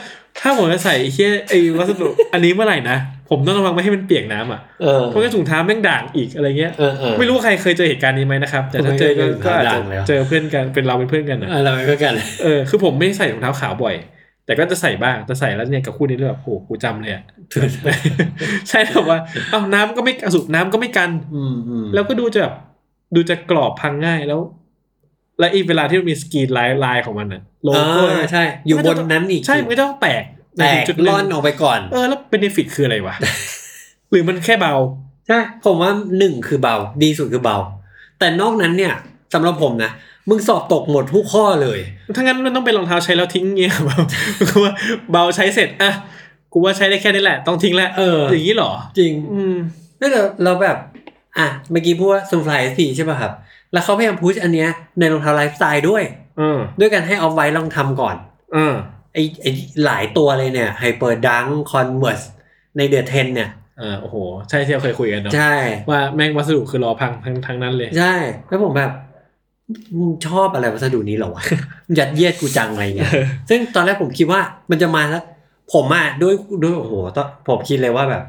Speaker 1: ถ้าผมจะใส่ไอ้เหี้ยไอ้วัสดุอันนี้เมื่อไหร่นะ ผมต้องระวังไม่ให้มันเปียกน้ำอ่ะ
Speaker 2: เออ
Speaker 1: เพราะงั้นถุงเท้าแม่งด่างอีกอะไรเงี้ย
Speaker 2: เออเออ
Speaker 1: ไม่รู้ว่าใครเคยเจอเหตุการณ์นี้ไหมนะครับ แต่ถ้าเจอก็ก็อาจจะ
Speaker 2: ด่างแล้ว
Speaker 1: เจอเพื่อนกัน เป็นเราเป็นเพื่อนกันนะ
Speaker 2: อะไรก็กัน
Speaker 1: เออ คือผมไม่ใส่รองเท้าขาวบ่อย แต่ก็จะใส่บ้าง แต่ใส่แล้วเนี่ยกับคู่นี้เลยแบบโหกูจำเลยอะ ใช่แต่ว่าเอ้าน้ำก็ไม่อสุน้ำก็ไม่กัน
Speaker 2: อืมอืม
Speaker 1: แล้วก็ดูจะแบบดูจะกรอบพังง่ายแล้ว และอีกเวลาที่มันมีสกรีนลายลายของมันอะโล
Speaker 2: เอ
Speaker 1: โก้
Speaker 2: อใช่ อยู่บนนั้นอีก
Speaker 1: ใช่มันก็ต้องแตก
Speaker 2: แต
Speaker 1: ใน
Speaker 2: ก
Speaker 1: จุดห
Speaker 2: ล่
Speaker 1: ง
Speaker 2: อนออกไปก่อน
Speaker 1: เออแล้วเป็นเนฟิตคืออะไร วะ หรือมันแค่เบา
Speaker 2: ใช่ผมว่าหนึ่งคือเบา ดีสุดคือเบา แต่นอกนั้นเนี่ยสำหรับผมนะ มึงสอบตกหมดทุกข้อเลย
Speaker 1: ถ้างั้นมันต้องเป็นรองเท้าใช้แล้วทิ้งเงี้ยแบบ กูว่าเบาใช้เสร็จอ่ะกูว่าใช้ได้แค่นี้แหละ ต้องทิ้งแล้ว
Speaker 2: เออ
Speaker 1: อย่างนี้เหรอ
Speaker 2: จริง
Speaker 1: อืม
Speaker 2: นั่นเราเราแบบ อ่ะ เมื่อกี้พูดว่าสงสัยสีใช่ป่ะครับ แล้วเขาพยายามพุชอันเนี้ยในรองเท้าไลฟ์สไตล์ด้วย
Speaker 1: เออ
Speaker 2: ด้วยการให้เอาไว้ลองทำก่อน
Speaker 1: เออ
Speaker 2: ไอ้ไอ้หลายตัวเลยเนี่ยไฮเปอร์ดังคอนเวอร์สในเดอะเทนเนี่ย
Speaker 1: เออโอ้โห ใช่ที่เราเคยคุยกันเนาะ
Speaker 2: ใช่
Speaker 1: ว่าแม่งวัสดุคือรอพังทั้งทั้งนั้นเลย
Speaker 2: ใช่ แล้วผมแบบมึงชอบอะไรวัสดุนี้เหรอวะ ยัดเยียดกูจังอะไรเงี้ย
Speaker 1: เออ
Speaker 2: ซึ่งตอนแรกผมคิดว่ามันจะมาแล้วผมอ่ะด้วยด้วยโอ้โหตอนผมคิดเลยว่าแบบ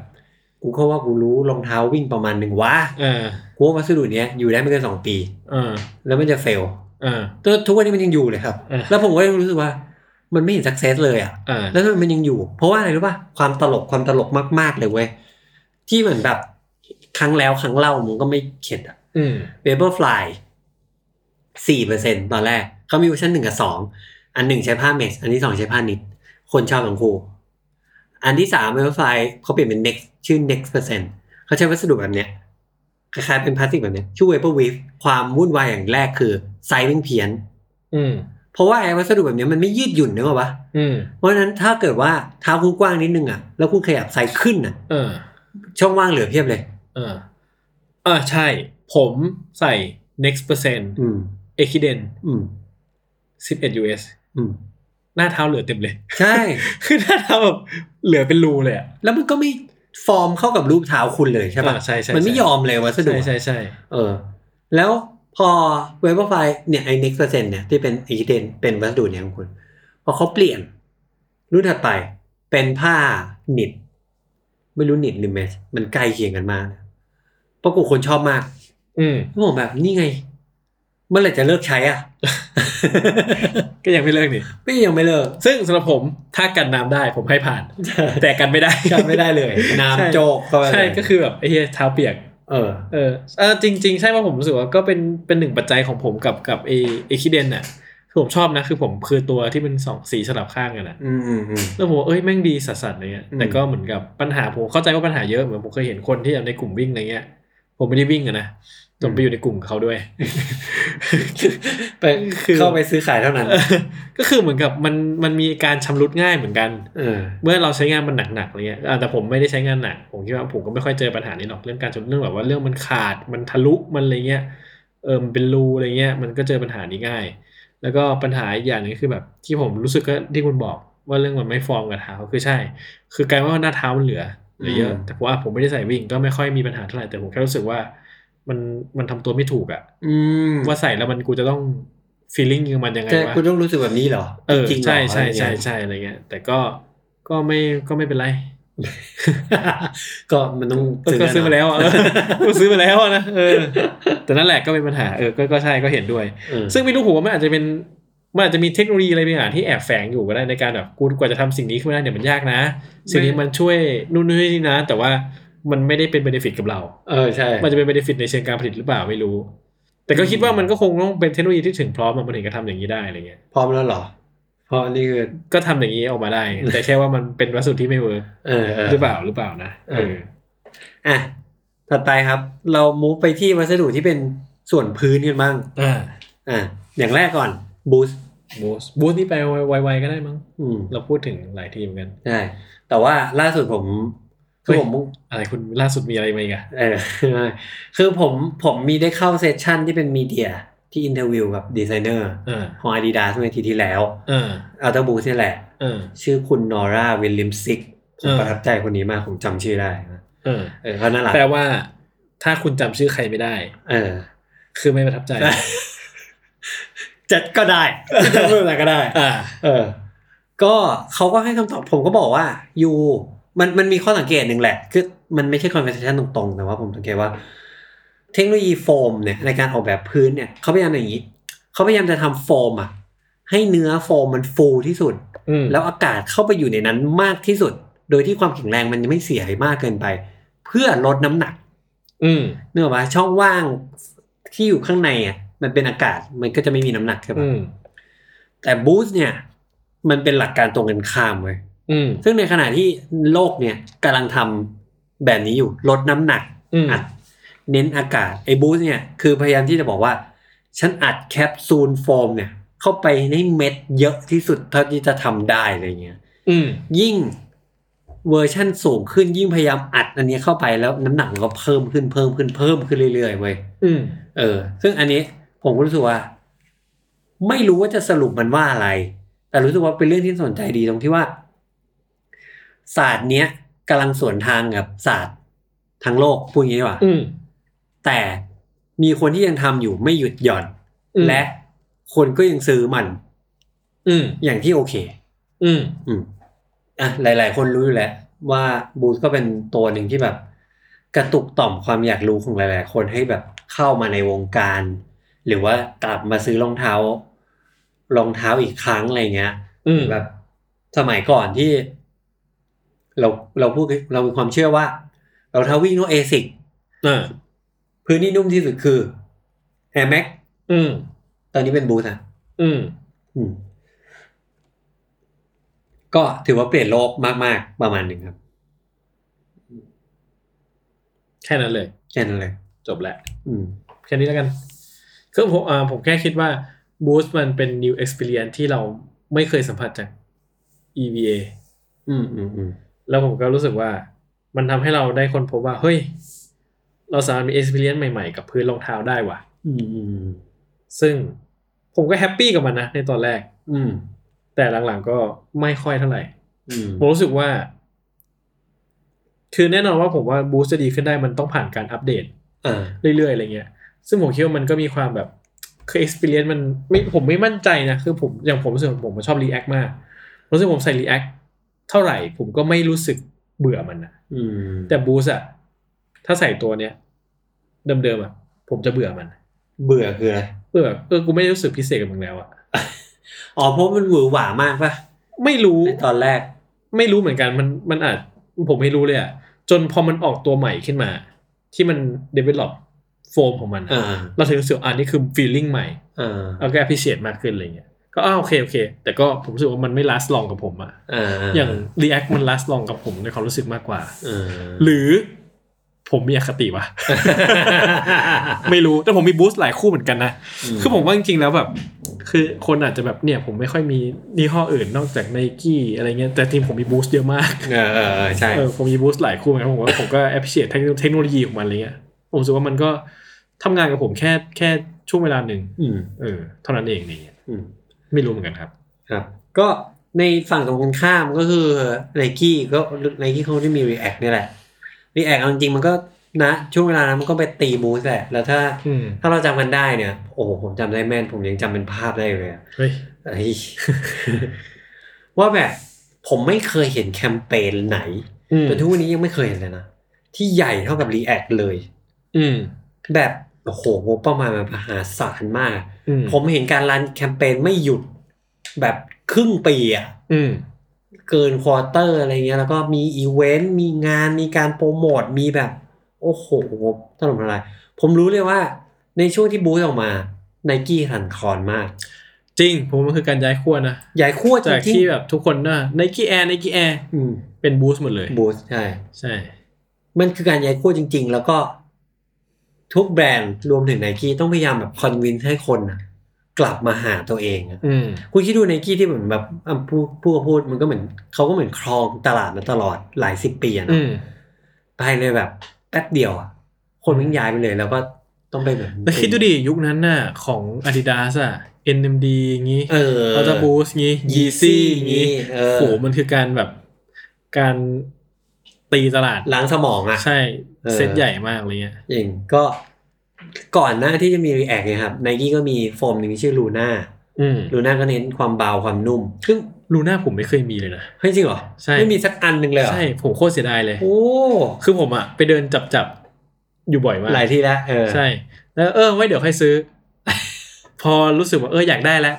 Speaker 2: กูก็ว่ากูรู้รองเท้าวิ่งประมาณหนึ่งวะ
Speaker 1: เออ
Speaker 2: กูว่าวัสดุเนี้ยอยู่ได้ไม่เกินสองปี
Speaker 1: เออ
Speaker 2: แล้วมันจะเฟล
Speaker 1: เออ
Speaker 2: แต่ทุกวันนี้มันยังอยู่เลยครับ
Speaker 1: เออ
Speaker 2: แล้วผมก็ยังรู้สึกว่า มันไม่เห็นสักเซสเลยอ่ะ
Speaker 1: เออ
Speaker 2: แล้วทำไมมันยังอยู่ เพราะว่าอะไรรู้ป่ะ ความตลกความตลกมาก ๆ เลยเว้ย ที่เหมือนแบบครั้งแล้วครั้งเล่ามึงก็ไม่เข็ดอ่ะ
Speaker 1: อืม
Speaker 2: เวเบอร์ฟลายสี่เปอร์เซ็นตอนแรก เขามีเวอร์ชันหนึ่งกับสอง อันหนึ่งใช้ผ้าเมส อันที่สองใช้ผ้านิด คนชอบทั้งคู่ อันที่สามเวเบอร์ฟลายเขาเปลี่ยนเป็น next ชื่อ next percent เขาใช้วัสดุแบบเนี้ย คล้ายๆเป็นพลาสติกแบบเนี้ย ชื่อเวเบอร์วีฟความวุ่นวายอย่างแรกคือ ไซส์มันเพี้ยน
Speaker 1: อืม
Speaker 2: เพราะว่าไอ้วัสดุแบบเนี้ยมันไม่ยืดหยุ่นนึกออกปะ
Speaker 1: อืม
Speaker 2: เพราะฉะนั้นถ้าเกิดว่าเท้าคุณกว้างนิดนึงอ่ะ แล้วคุณขยับไซส์ขึ้นอ่ะ
Speaker 1: เออ
Speaker 2: ช่องว่างเหลือเพียบเลย
Speaker 1: เอออ่าใช่ ผมใส่ next percent
Speaker 2: อืม
Speaker 1: e q u i d e n
Speaker 2: อืม
Speaker 1: 11 US
Speaker 2: อืม
Speaker 1: หน้าเท้าเหลือเต็มเลย
Speaker 2: ใช่
Speaker 1: คือหน้าเท้าแบบเหลือเป็นรูเลยอ่ะ
Speaker 2: แล้วมันก็ไม่ฟอร์มเข้ากับรูปเท้าคุณเลยใช่ปะ
Speaker 1: อ่าใช่ใช่
Speaker 2: มันไม่
Speaker 1: ใช่
Speaker 2: ยอมเลยวัสดุ
Speaker 1: ใช่ใช่ใช่
Speaker 2: เออ แล้วพอเวเบอร์ไฟเนี่ยไอ next percent เนี่ยที่เป็นอีเดนเป็นวัสดุเนี่ยของคุณ พอเขาเปลี่ยน รุ่นถัดไปเป็นผ้าหนิด ไม่รู้หนิดหรือเมชมันใกล้เคียงกันมากนะปรากฏคนชอบมาก
Speaker 1: อืม
Speaker 2: ผมแบบนี่ไง เมื่อไหร่จะเลิกใช้อ่ะ
Speaker 1: ก็ยังไม่เลิกนี่
Speaker 2: ไม่ยังไม่เลิก
Speaker 1: ซึ่งสำหรับผมถ้ากันน้ำได้ผมให้ ผ่าน แต่กันไม่ได้
Speaker 2: จำไม่ได้เลย
Speaker 1: ใช่
Speaker 2: น้ำโจกเข้าไปเลย
Speaker 1: ใช่ก็คือแบบไอ้เหี้ยเท้าเปียก
Speaker 2: เออ
Speaker 1: เออเออจริง ๆ ใช่ว่าผมรู้สึกว่าก็เป็นเป็นหนึ่งปัจจัยของผมกับกับเอเอคิเดนน่ะคือผมชอบนะ คือผมคือตัวที่เป็นสองสีสลับข้างกันน่ะ
Speaker 2: อืมอืมอืม
Speaker 1: แล้วผมว่าเอ้ยแม่งดีสัสสัสอะไรเงี้ย
Speaker 2: อืม
Speaker 1: แต่ก็เหมือนกับปัญหาผมเข้าใจว่าปัญหาเยอะเหมือนผมเคยเห็นคนที่แบบในกลุ่มวิ่งอะไรเงี้ย ผมไม่ได้วิ่งอะนะผมไปอยู่ในกลุ่มกับเขาด้วย
Speaker 2: ไป เข้าไปซื้อขายเท่านั้น
Speaker 1: ก็คือเหมือนกับมันมันมีการชำรุดง่ายเหมือนกัน
Speaker 2: เออ
Speaker 1: เมื่อเราใช้งานมันหนักๆอะไรเงี้ยอ่าแต่ผมไม่ได้ใช้งานหนัก ผมคิดว่าผมก็ไม่ค่อยเจอปัญหานี้หรอกเรื่องการชนเรื่องแบบว่าเรื่องมันขาดมันทะลุมันอะไรเงี้ยเออมันเป็นรูอะไรเงี้ยมันก็เจอปัญหานี้ง่าย แล้วก็ปัญหาอีกอย่างหนึงคือแบบที่ผมรู้สึกก็ที่คุณบอกว่าเรื่องมันไม่ฟอร์มกับเท้าคือใช่ คือกลายว่าหน้าเท้ามันเหลือเหลือเยอะ
Speaker 2: อืม
Speaker 1: แต่ผมว่าผมไม่ได้ใส่วิ่งก็ไม่ค่อยมีปัญหาเท่าไหร่แต่ผมแค่รู้สึกว่ามันมันทำตัวไม่ถูกอะ
Speaker 2: อืม
Speaker 1: ว่าใส่แล้วมันกูจะต้อง feeling กับมันยังไง
Speaker 2: ใช่
Speaker 1: วะ
Speaker 2: คุณต้องรู้สึกแบบนี้เหรอ
Speaker 1: เออ
Speaker 2: จริงเหรอ
Speaker 1: ใช่
Speaker 2: อะไร
Speaker 1: ใช่
Speaker 2: เงี้ย
Speaker 1: ใช่ใช่อะไรเงี้ย แต่ก็ก็ไม่ก็ไม่เป็นไร
Speaker 2: ก็มันต้อง
Speaker 1: เออก็ซื้อมาแล้วอะเออก็ซื้อมาแล้วอะนะเออ แต่นั่นแหละก็เป็นปัญหาเออก็ก็ใช่ก็เห็นด้วย
Speaker 2: ซึ่
Speaker 1: ซึ่
Speaker 2: ง
Speaker 1: งไม่รู้ผมว่ามันอาจจะเป็นมันอาจจะมีเทคโนโลยีอะไรบางอย่างที่แอบแฝงอยู่ก็ได้ในการแบบกูกว่าจะทำสิ่งนี้ขึ้นมาได้เนี่ยมันยากนะ สิ่งนี้มันช่วยนู่นนี่นะ แต่ว่ามันไม่ได้เป็นเบนฟิตกับเรา
Speaker 2: เออใช่
Speaker 1: มันจะเป็นเบนฟิตในเชิงการผลิตหรือเปล่าไม่รู้ แต่ก็คิดว่ามันก็คงต้องเป็นเทคโนโลยีที่ถึงพร้อมอะมันถึงจะทำอย่างนี้ได้อะไรเงี้ย
Speaker 2: พร้อมแล้วเหรอพร้อมนี่คือ
Speaker 1: ก็ทำอย่างนี้ออกมาได้ แต่แค่ว่ามันเป็นวัสดุที่ไม่เวิร์ก
Speaker 2: เออเออ
Speaker 1: หรือเปล่าหรือเปล่านะ
Speaker 2: เออ อ่ะถัดไปครับ เรามูฟไปที่วัสดุที่เป็นส่วนพื้นกันบ้าง
Speaker 1: อ่า
Speaker 2: อ่ะอย่างแรกก่อนบูส
Speaker 1: บูสบูสนี่ไปไวๆก็ได้มั้ง
Speaker 2: อืม
Speaker 1: เราพูดถึงหลายทีมกัน
Speaker 2: ใช่แต่ว่าล่าสุดผม
Speaker 1: เฮ้
Speaker 2: คือย ผมมุ่ง
Speaker 1: อะไรคุณ ล่าสุดมีอะไรมาอีกอะ
Speaker 2: เออคือผมผมมีได้เข้าเซสชั่นที่เป็นมีเดีย ที่อินเทอร์วิวกับดีไซเนอร์
Speaker 1: เออ
Speaker 2: ของ Adidas เมื่ออาทีที่แล้ว
Speaker 1: เออ
Speaker 2: อัลเทอร์บูนี่แหละ
Speaker 1: เออ
Speaker 2: ชื่อคุณนอร่าวิลลิมซิกผม
Speaker 1: เออ
Speaker 2: ประทับใจคนนี้มาก ผมจำชื่อได้นะ
Speaker 1: เออ
Speaker 2: เออเขาน่ารัก
Speaker 1: แปลว่าถ้าคุณจำชื่อใครไม่ได้
Speaker 2: เออ
Speaker 1: คือไม่ประทับใจ
Speaker 2: จัดก็ได้ จะพูดอะไรก็ได้
Speaker 1: อ่า
Speaker 2: เออ ก็เขาก็ให้คำตอบผมก็บอกว่ายูมันมันมีข้อสังเกตหนึ่งแหละ คือมันไม่ใช่ conversation ตรงๆ แต่ว่าผมสังเกตว่า เทคโนโลยีโฟมเนี่ยในการออกแบบพื้นเนี่ยเขาพยายามอย่างนี้เขาพยายามจะทำโฟมอ่ะ ให้เนื้อโฟมมันฟูที่สุด
Speaker 1: อืม
Speaker 2: แล้วอากาศเข้าไปอยู่ในนั้นมากที่สุด โดยที่ความแข็งแรงมันยังไม่เสียมากเกินไป เพื่อลดน้ำหนัก
Speaker 1: อืม
Speaker 2: เนื้ออกปะช่องว่างที่อยู่ข้างในอ่ะมันเป็นอากาศมันก็จะไม่มีน้ำหนักใช่ปะ
Speaker 1: อืม
Speaker 2: แต่บูสต์เนี่ย มันเป็นหลักการตรงกันข้ามเว้ย
Speaker 1: อืม
Speaker 2: ซึ่งในขณะที่โลกเนี่ยกำลังทำแบบนี้อยู่ลดน้ำหนัก
Speaker 1: อืม
Speaker 2: อัดเน้นอากาศไอ้บูสต์เนี่ยคือพยายามที่จะบอกว่า ฉันอัดแคปซูลโฟมเนี่ย เข้าไปในเม็ดเยอะที่สุดเท่าที่จะทำได้อะไรเงี้ย
Speaker 1: อืม
Speaker 2: ยิ่งเวอร์ชั่นสูงขึ้นยิ่งพยายามอัดอันนี้เข้าไปแล้วน้ำหนักมันก็เพิ่มขึ้นเพิ่มขึ้นเพิ่มขึ้นเรื่อยๆเว้ย
Speaker 1: อืม
Speaker 2: เออ ซึ่งอันนี้ผมก็รู้สึกว่า ไม่รู้ว่าจะสรุปมันว่าอะไร แต่รู้สึกว่าเป็นเรื่องที่สนใจดีตรงที่ว่า ศาสตร์เนี้ยกำลังสวนทางกับศาสตร์ทางโลกพูดอย่างนี้ดีกว่า
Speaker 1: อืม
Speaker 2: แต่มีคนที่ยังทำอยู่ไม่หยุดหย่อน
Speaker 1: อืม
Speaker 2: และคนก็ยังซื้อมัน
Speaker 1: อืม
Speaker 2: อย่างที่โอเค
Speaker 1: อืม
Speaker 2: อืมอ่ะหลาย ๆ คนรู้อยู่แล้วว่าบูธก็เป็นตัวหนึ่งที่แบบ กระตุกต่อมความอยากรู้ของหลาย ๆ คนให้แบบเข้ามาในวงการ หรือว่ากลับมาซื้อรองเท้ารองเท้าอีกครั้งอะไรเงี้ย
Speaker 1: อืม
Speaker 2: แบบสมัยก่อนที่ เราเราพูดเรามีความเชื่อว่ารองเท้าวิ่งโนเอซิก
Speaker 1: อ่า
Speaker 2: พื้นที่นุ่มที่สุดคือ Air Max
Speaker 1: อืม
Speaker 2: ตอนนี้เป็นบูธอ่ะ
Speaker 1: อืม
Speaker 2: อืม ก็ถือว่าเปลี่ยนโลกมาก ๆ ประมาณหนึ่งครับ
Speaker 1: แค่นั้นเลย
Speaker 2: แค่นั้นเลย
Speaker 1: จบแล้ว
Speaker 2: อืม
Speaker 1: แค่นี้แล้วกัน คือผมอ่าผมแค่คิดว่า Boost มันเป็น new experience ที่เราไม่เคยสัมผัสจาก EVA
Speaker 2: อืมอืมอืม
Speaker 1: แล้วผมก็รู้สึกว่ามันทำให้เราได้คนพบว่า เฮ้ย เราสามารถมี experience ใหม่ๆ กับพื้นรองเท้าได้ว่ะ
Speaker 2: อืมอืม
Speaker 1: ซึ่งผมก็แฮปปี้กับมันนะ ในตอนแรก
Speaker 2: อืม
Speaker 1: แต่หลังๆก็ไม่ค่อยเท่าไหร่
Speaker 2: อืม
Speaker 1: ผมรู้สึกว่า คือแน่นอนว่าผมว่าบูสต์จะดีขึ้นได้มันต้องผ่านการอัปเดต
Speaker 2: อ่า
Speaker 1: เรื่อยๆอะไรเงี้ย ซึ่งผมคิดว่ามันก็มีความแบบคือ experience มันไม่ผมไม่มั่นใจนะ คือผมอย่างผมรู้สึกผมชอบ react มากรู้สึกผมใส่ react เท่าไหร่ ผมก็ไม่รู้สึกเบื่อมันนะ
Speaker 2: อืม
Speaker 1: แต่บูสอะถ้าใส่ตัวเนี้ยเดิมๆอะผมจะเบื่อมัน
Speaker 2: เบื่อคืออะไร
Speaker 1: เบื่อแบบเออกูไม่ได้รู้สึกพิเศษกับมึงแล้วอะ
Speaker 2: อ๋อเพราะมันหวือหวามากป่ะ
Speaker 1: ไม่รู้
Speaker 2: ในตอนแรก
Speaker 1: ไม่รู้เหมือนกันมันมันอาจผมไม่รู้เลยอะจนพอมันออกตัวใหม่ขึ้นมา ที่มัน develop โฟมของมันอะ
Speaker 2: อ่า
Speaker 1: เราถึงรู้สึกอ่านี่คือ feeling ใหม่
Speaker 2: อ่า
Speaker 1: เราก็ appreciate มากขึ้นอะไรเงี้ย ก็อ้าวโอเคโอเค แต่ก็ผมรู้สึกว่ามันไม่ last long กับผมอะ
Speaker 2: อ่า
Speaker 1: อย่าง react มัน last long กับผมในความรู้สึกมากกว่า
Speaker 2: เออ
Speaker 1: หรือผมมีอคติวะ ไม่รู้ แต่ผมมีบูสต์หลายคู่เหมือนกันนะ
Speaker 2: อืม
Speaker 1: คือผมว่าจริงๆแล้วแบบ คือคนอาจจะแบบเนี่ยผมไม่ค่อยมียี่ห้ออื่นนอกจาก n นกี้อะไรเงี้ย แต่ทีมผมมีบูสต์เยอะมาก
Speaker 2: เออเออเออใช่
Speaker 1: เออผมมีบูสต์หลายคู่เหมือนกันผมว่าผมก็ appreciate เทคโนเทคโนโลยีของมันอะไรเงี้ย ผมรู้สึกว่ามันก็ทำงานกับผมแค่แค่ช่วงเวลาหนึ่ง
Speaker 2: อืม
Speaker 1: เออเท่านั้นเองเนี่ย
Speaker 2: อืม
Speaker 1: ไม่รู้เหมือนกันครับ
Speaker 2: ครับ ก็ในฝั่งตรงกันข้ามก็คือไนกี้ก็ไนกี้เขาที่มี React นี่แหละ React เอาจริงๆมันก็นะ ช่วงเวลานั้นมันก็ไปตีบูสแหละ แล้วถ้า
Speaker 1: อืม
Speaker 2: ถ้าเราจำกันได้เนี่ย โอ้โหผมจำได้แม่น ผมยังจำเป็นภาพได้อยู่เลยอะ
Speaker 1: เฮ้ย
Speaker 2: เอ้ย ว่าแบบผมไม่เคยเห็นแคมเปญไหน
Speaker 1: อืม
Speaker 2: จนทุกวันนี้ยังไม่เคยเห็นเลยนะ ที่ใหญ่เท่ากับ React เลย
Speaker 1: อืม
Speaker 2: แบบโอ้โหงบประมาณมันมหาศาลมาก
Speaker 1: อืม
Speaker 2: ผมเห็นการรันแคมเปญไม่หยุด แบบครึ่งปีอะ
Speaker 1: อืม
Speaker 2: เกินควอเตอร์อะไรเงี้ย แล้วก็มีอีเวนต์มีงานมีการโปรโมทมีแบบ โอ้โหงบตลบอะไร ผมรู้เลยว่าในช่วงที่บูธออกมาไนกี้หันคอนมาก
Speaker 1: จริง ผมว่ามันคือการย้ายขั้วนะ
Speaker 2: ใหญ่ขั้วจ
Speaker 1: จาก
Speaker 2: ริง
Speaker 1: ที่แบบทุกคนน่ะไนกี้แอร์ไนกี้แอร์
Speaker 2: อืม
Speaker 1: เป็นบูสต์หมดเลย
Speaker 2: บูธใช่
Speaker 1: ใช่
Speaker 2: มันคือการย้ายคู่จริง ๆ แล้วก็ทุกแบรนด์รวมถึงไนกี้ต้องพยายามแบบคอนวินให้คนน่ะกลับมาหาตัวเองอะ
Speaker 1: อืม
Speaker 2: คุณคิดดูไนกี้ที่เหมือนแบบอ่ะพูดพูดก็พูดมันก็เหมือนเขาก็เหมือนครองตลาดมาตลอดหลายสิบปีอะ
Speaker 1: อื
Speaker 2: เนาะ
Speaker 1: ม
Speaker 2: ภายในแบบแป๊บเดียวอะคนมันย้ายไปเลย แล้วก็ ต้องไปแบบ
Speaker 1: แล้วคิดดูดิยุคนั้นน่ะของ Adidas อ่ะ NMD อย่างงี้
Speaker 2: เออ
Speaker 1: เขาจะบูสงี้ ยีซี่
Speaker 2: Yeezy
Speaker 1: งี้
Speaker 2: เออ
Speaker 1: โหมันคือการแบบการตีตลาด
Speaker 2: ล้างสมองอ่ะ
Speaker 1: ใช่
Speaker 2: เออ
Speaker 1: เซ็ตใหญ่มากเลยเงี้ย
Speaker 2: อย่างก็ก่อนหน้าที่จะมี React เนี่ยครับไนกี้ก็มีโฟมหนึ่งชื่อลูน่า
Speaker 1: อืม
Speaker 2: ลูน่าก็เน้นความเบาความนุ่ม ซึ่ง
Speaker 1: ลูน่าผมไม่เคยมีเลยนะ
Speaker 2: เฮ้ยจริงเหรอ
Speaker 1: ใช่
Speaker 2: ไม่มีสักอันหนึ่งเลยเหรอ
Speaker 1: ใช่ ผมโคตรเสียดายเลย
Speaker 2: โอ้
Speaker 1: คือผมอ่ะ ไปเดินจับจับๆอยู่บ่อยมาก
Speaker 2: หลายที่แล้วเออ
Speaker 1: ใช่ แล้วเออไว้เดี๋ยวค่อยซื้อ พอรู้สึกว่าเอออยากได้แล้ว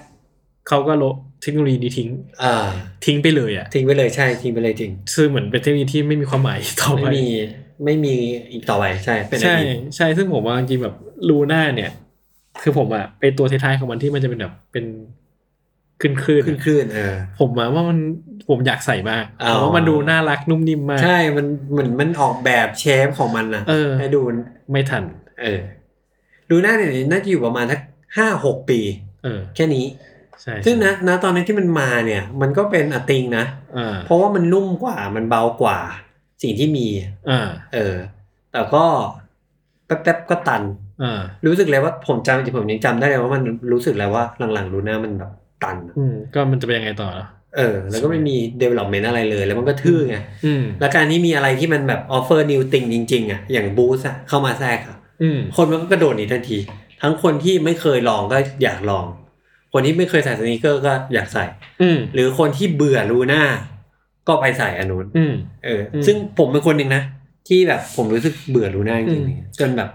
Speaker 1: เขาก็ลบเทคโนโลยีนี้ทิ้ง
Speaker 2: อ่า
Speaker 1: ทิ้งไปเลยอ่ะ
Speaker 2: ทิ้งไปเลยใช่ทิ้งไปเลยจริง
Speaker 1: คือเหมือนเป็นเทคโนโลยีที่ไม่มีความหมาย ต่อ
Speaker 2: ไม่
Speaker 1: ไป
Speaker 2: มีไม่มีอีกต่อไปใช่เป็นอ
Speaker 1: ใช่
Speaker 2: ดีต
Speaker 1: ใช่ซึ่งผมว่าจริงๆแบบลูน่าเนี่ย คือผมอะเป็นตัวท้ายๆของมันที่มันจะเป็นแบบเป็นคลื่นคลื่น
Speaker 2: ขึ้นคลื่นเออ
Speaker 1: ผมอะว่ามันผมอยากใส่มาก
Speaker 2: อ๋อ
Speaker 1: เพราะมันดูน่ารักนุ่มนิ่มมาก
Speaker 2: ใช่มันเหมือนมันออกแบบเชฟของมันนะ
Speaker 1: เออ
Speaker 2: ให้ดู
Speaker 1: ไม่ทัน
Speaker 2: เออลูน่าเนี่ยน่าจะอยู่ประมาณทักห้าหกปี
Speaker 1: เออ
Speaker 2: แค่นี้
Speaker 1: ใช่
Speaker 2: ซึ่งนะนะตอนนั้นที่มันมาเนี่ย มันก็เป็นอติงนะ
Speaker 1: อ่า
Speaker 2: เพราะว่ามันนุ่มกว่ามันเบากว่า สิ่งที่มี
Speaker 1: อ่า
Speaker 2: เออ แต่ก็แป๊บๆก็ตัน
Speaker 1: อ่า
Speaker 2: รู้สึกเลยว่าผมจำผมยังจำได้เลยว่ามันรู้สึกเลยว่าหลังๆลูน่ามันแบบตันอะ
Speaker 1: อืมก็มันจะเป็นยังไงต่อเนอะ
Speaker 2: เออ แล้วก็ไม่มี development อะไรเลย แล้วมันก็ทื่อไง
Speaker 1: อืม
Speaker 2: แล้วการที่มีอะไรที่มันแบบ offer new thing จริง ๆอ่ะอย่างบูสอะเข้ามาแทรกอะ
Speaker 1: อืม
Speaker 2: คนมันก็กระโดดหนีทันที ทั้งคนที่ไม่เคยลองก็อยากลอง คนที่ไม่เคยใส่สนีกเกอร์ก็อยากใส่
Speaker 1: อืม
Speaker 2: หรือคนที่เบื่อลูน่าก็ไปใส่อันนู้น
Speaker 1: อืม
Speaker 2: เอออ
Speaker 1: ม
Speaker 2: ซึ่งผมเป็นคนหนึ่งนะ ที่แบบผมรู้สึกเบื่อลูน่าจริง
Speaker 1: อืม
Speaker 2: ๆจนแบบ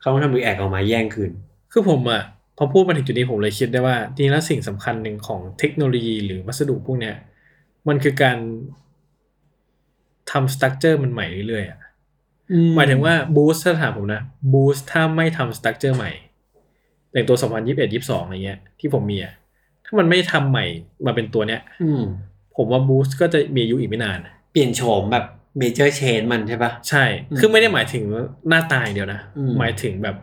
Speaker 2: เขาทำรีแอคออกมาแย่งคืน
Speaker 1: คือผมอะพอพูดมาถึงจุดนี้ผมเลยคิดได้ว่าจริงๆแล้วสิ่งสำคัญหนึ่งของเทคโนโลยีหรือวัสดุพวกเนี้ยมันคือการทำสตั๊กเจอร์มันใหม่เรื่อยๆอะหมายถึงว่าบูสถ้าถามผมนะบูสถ้าไม่ทำสตั๊กเจอร์ใหม่อย่างตัว 2021 22อะไรเงี้ยที่ผมมีอะถ้ามันไม่ทำใหม่มาเป็นตัวเนี้ย
Speaker 2: อืม
Speaker 1: ผมว่าบูสก็จะมีอายุอีกไม่นาน
Speaker 2: เปลี่ยนโฉมแบบเมเจอร์เชนมันใช่ปะ
Speaker 1: ใช่
Speaker 2: อืม
Speaker 1: คือไม่ได้หมายถึงหน้าตาอย่างเดียวนะ
Speaker 2: อืม
Speaker 1: หมายถึงแบบ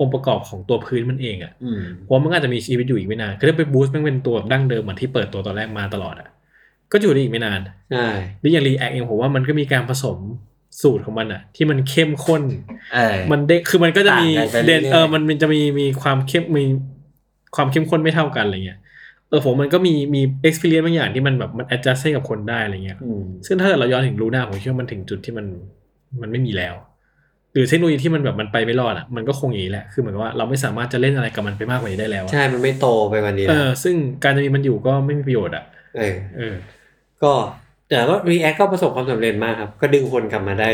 Speaker 1: องค์ประกอบของตัวพื้นมันเองอะ
Speaker 2: อืม
Speaker 1: ผมว่ามันก็อาจจะมีชีวิตอยู่อีกไม่นาน คือถ้าไปบูสต์มันเป็นตัวแบบดั้งเดิมเหมือนที่เปิดตัวตอนแรกมาตลอดอ่ะ ก็อยู่ได้อีกไม่นาน
Speaker 2: ใช่
Speaker 1: หรืออย่างรีแอคเองผมว่ามันก็มีการผสมสูตรของมันอ่ะ ที่มันเข้มข้น
Speaker 2: เออ
Speaker 1: มันเด้งคือมันก็จะมี
Speaker 2: ต่างกันไปเรื่
Speaker 1: เด่
Speaker 2: อย
Speaker 1: น
Speaker 2: ๆ
Speaker 1: เออมันมันจะมีมีความเข้มมีความเข้มข้นไม่เท่ากันอะไรเงี้ย เออผมมันก็มีมีเอ็กซ์เพรียบางอย่างที่มันแบบมัน adjust ให้กับคนได้อะไรเงี้ย
Speaker 2: อืม
Speaker 1: ซึ่งถ้าเกิดเราย้อนถึงรูน่าผมคิดว่ามันถึงจุดที่มันมันไม่มีแล้ว หรือเทคโนโลยีที่มันแบบมันไปไม่รอดอ่ะมันก็คงอย่างนี้แหละคือเหมือนกับว่าเราไม่สามารถจะเล่นอะไรกับมันไปมากกว่านี้ได้แล้วอะ
Speaker 2: ใช่ มันไม่โตไปกวันนี้
Speaker 1: เอ
Speaker 2: แล้ว
Speaker 1: อซึ่งการจะมีมันอยู่ก็ไม่มีประโยชน์อ่ะ
Speaker 2: เออ
Speaker 1: เออ
Speaker 2: ก็แต่ว่า React ก็ประสบความสำเร็จมากครับ ก็ดึงคนกลับมาได้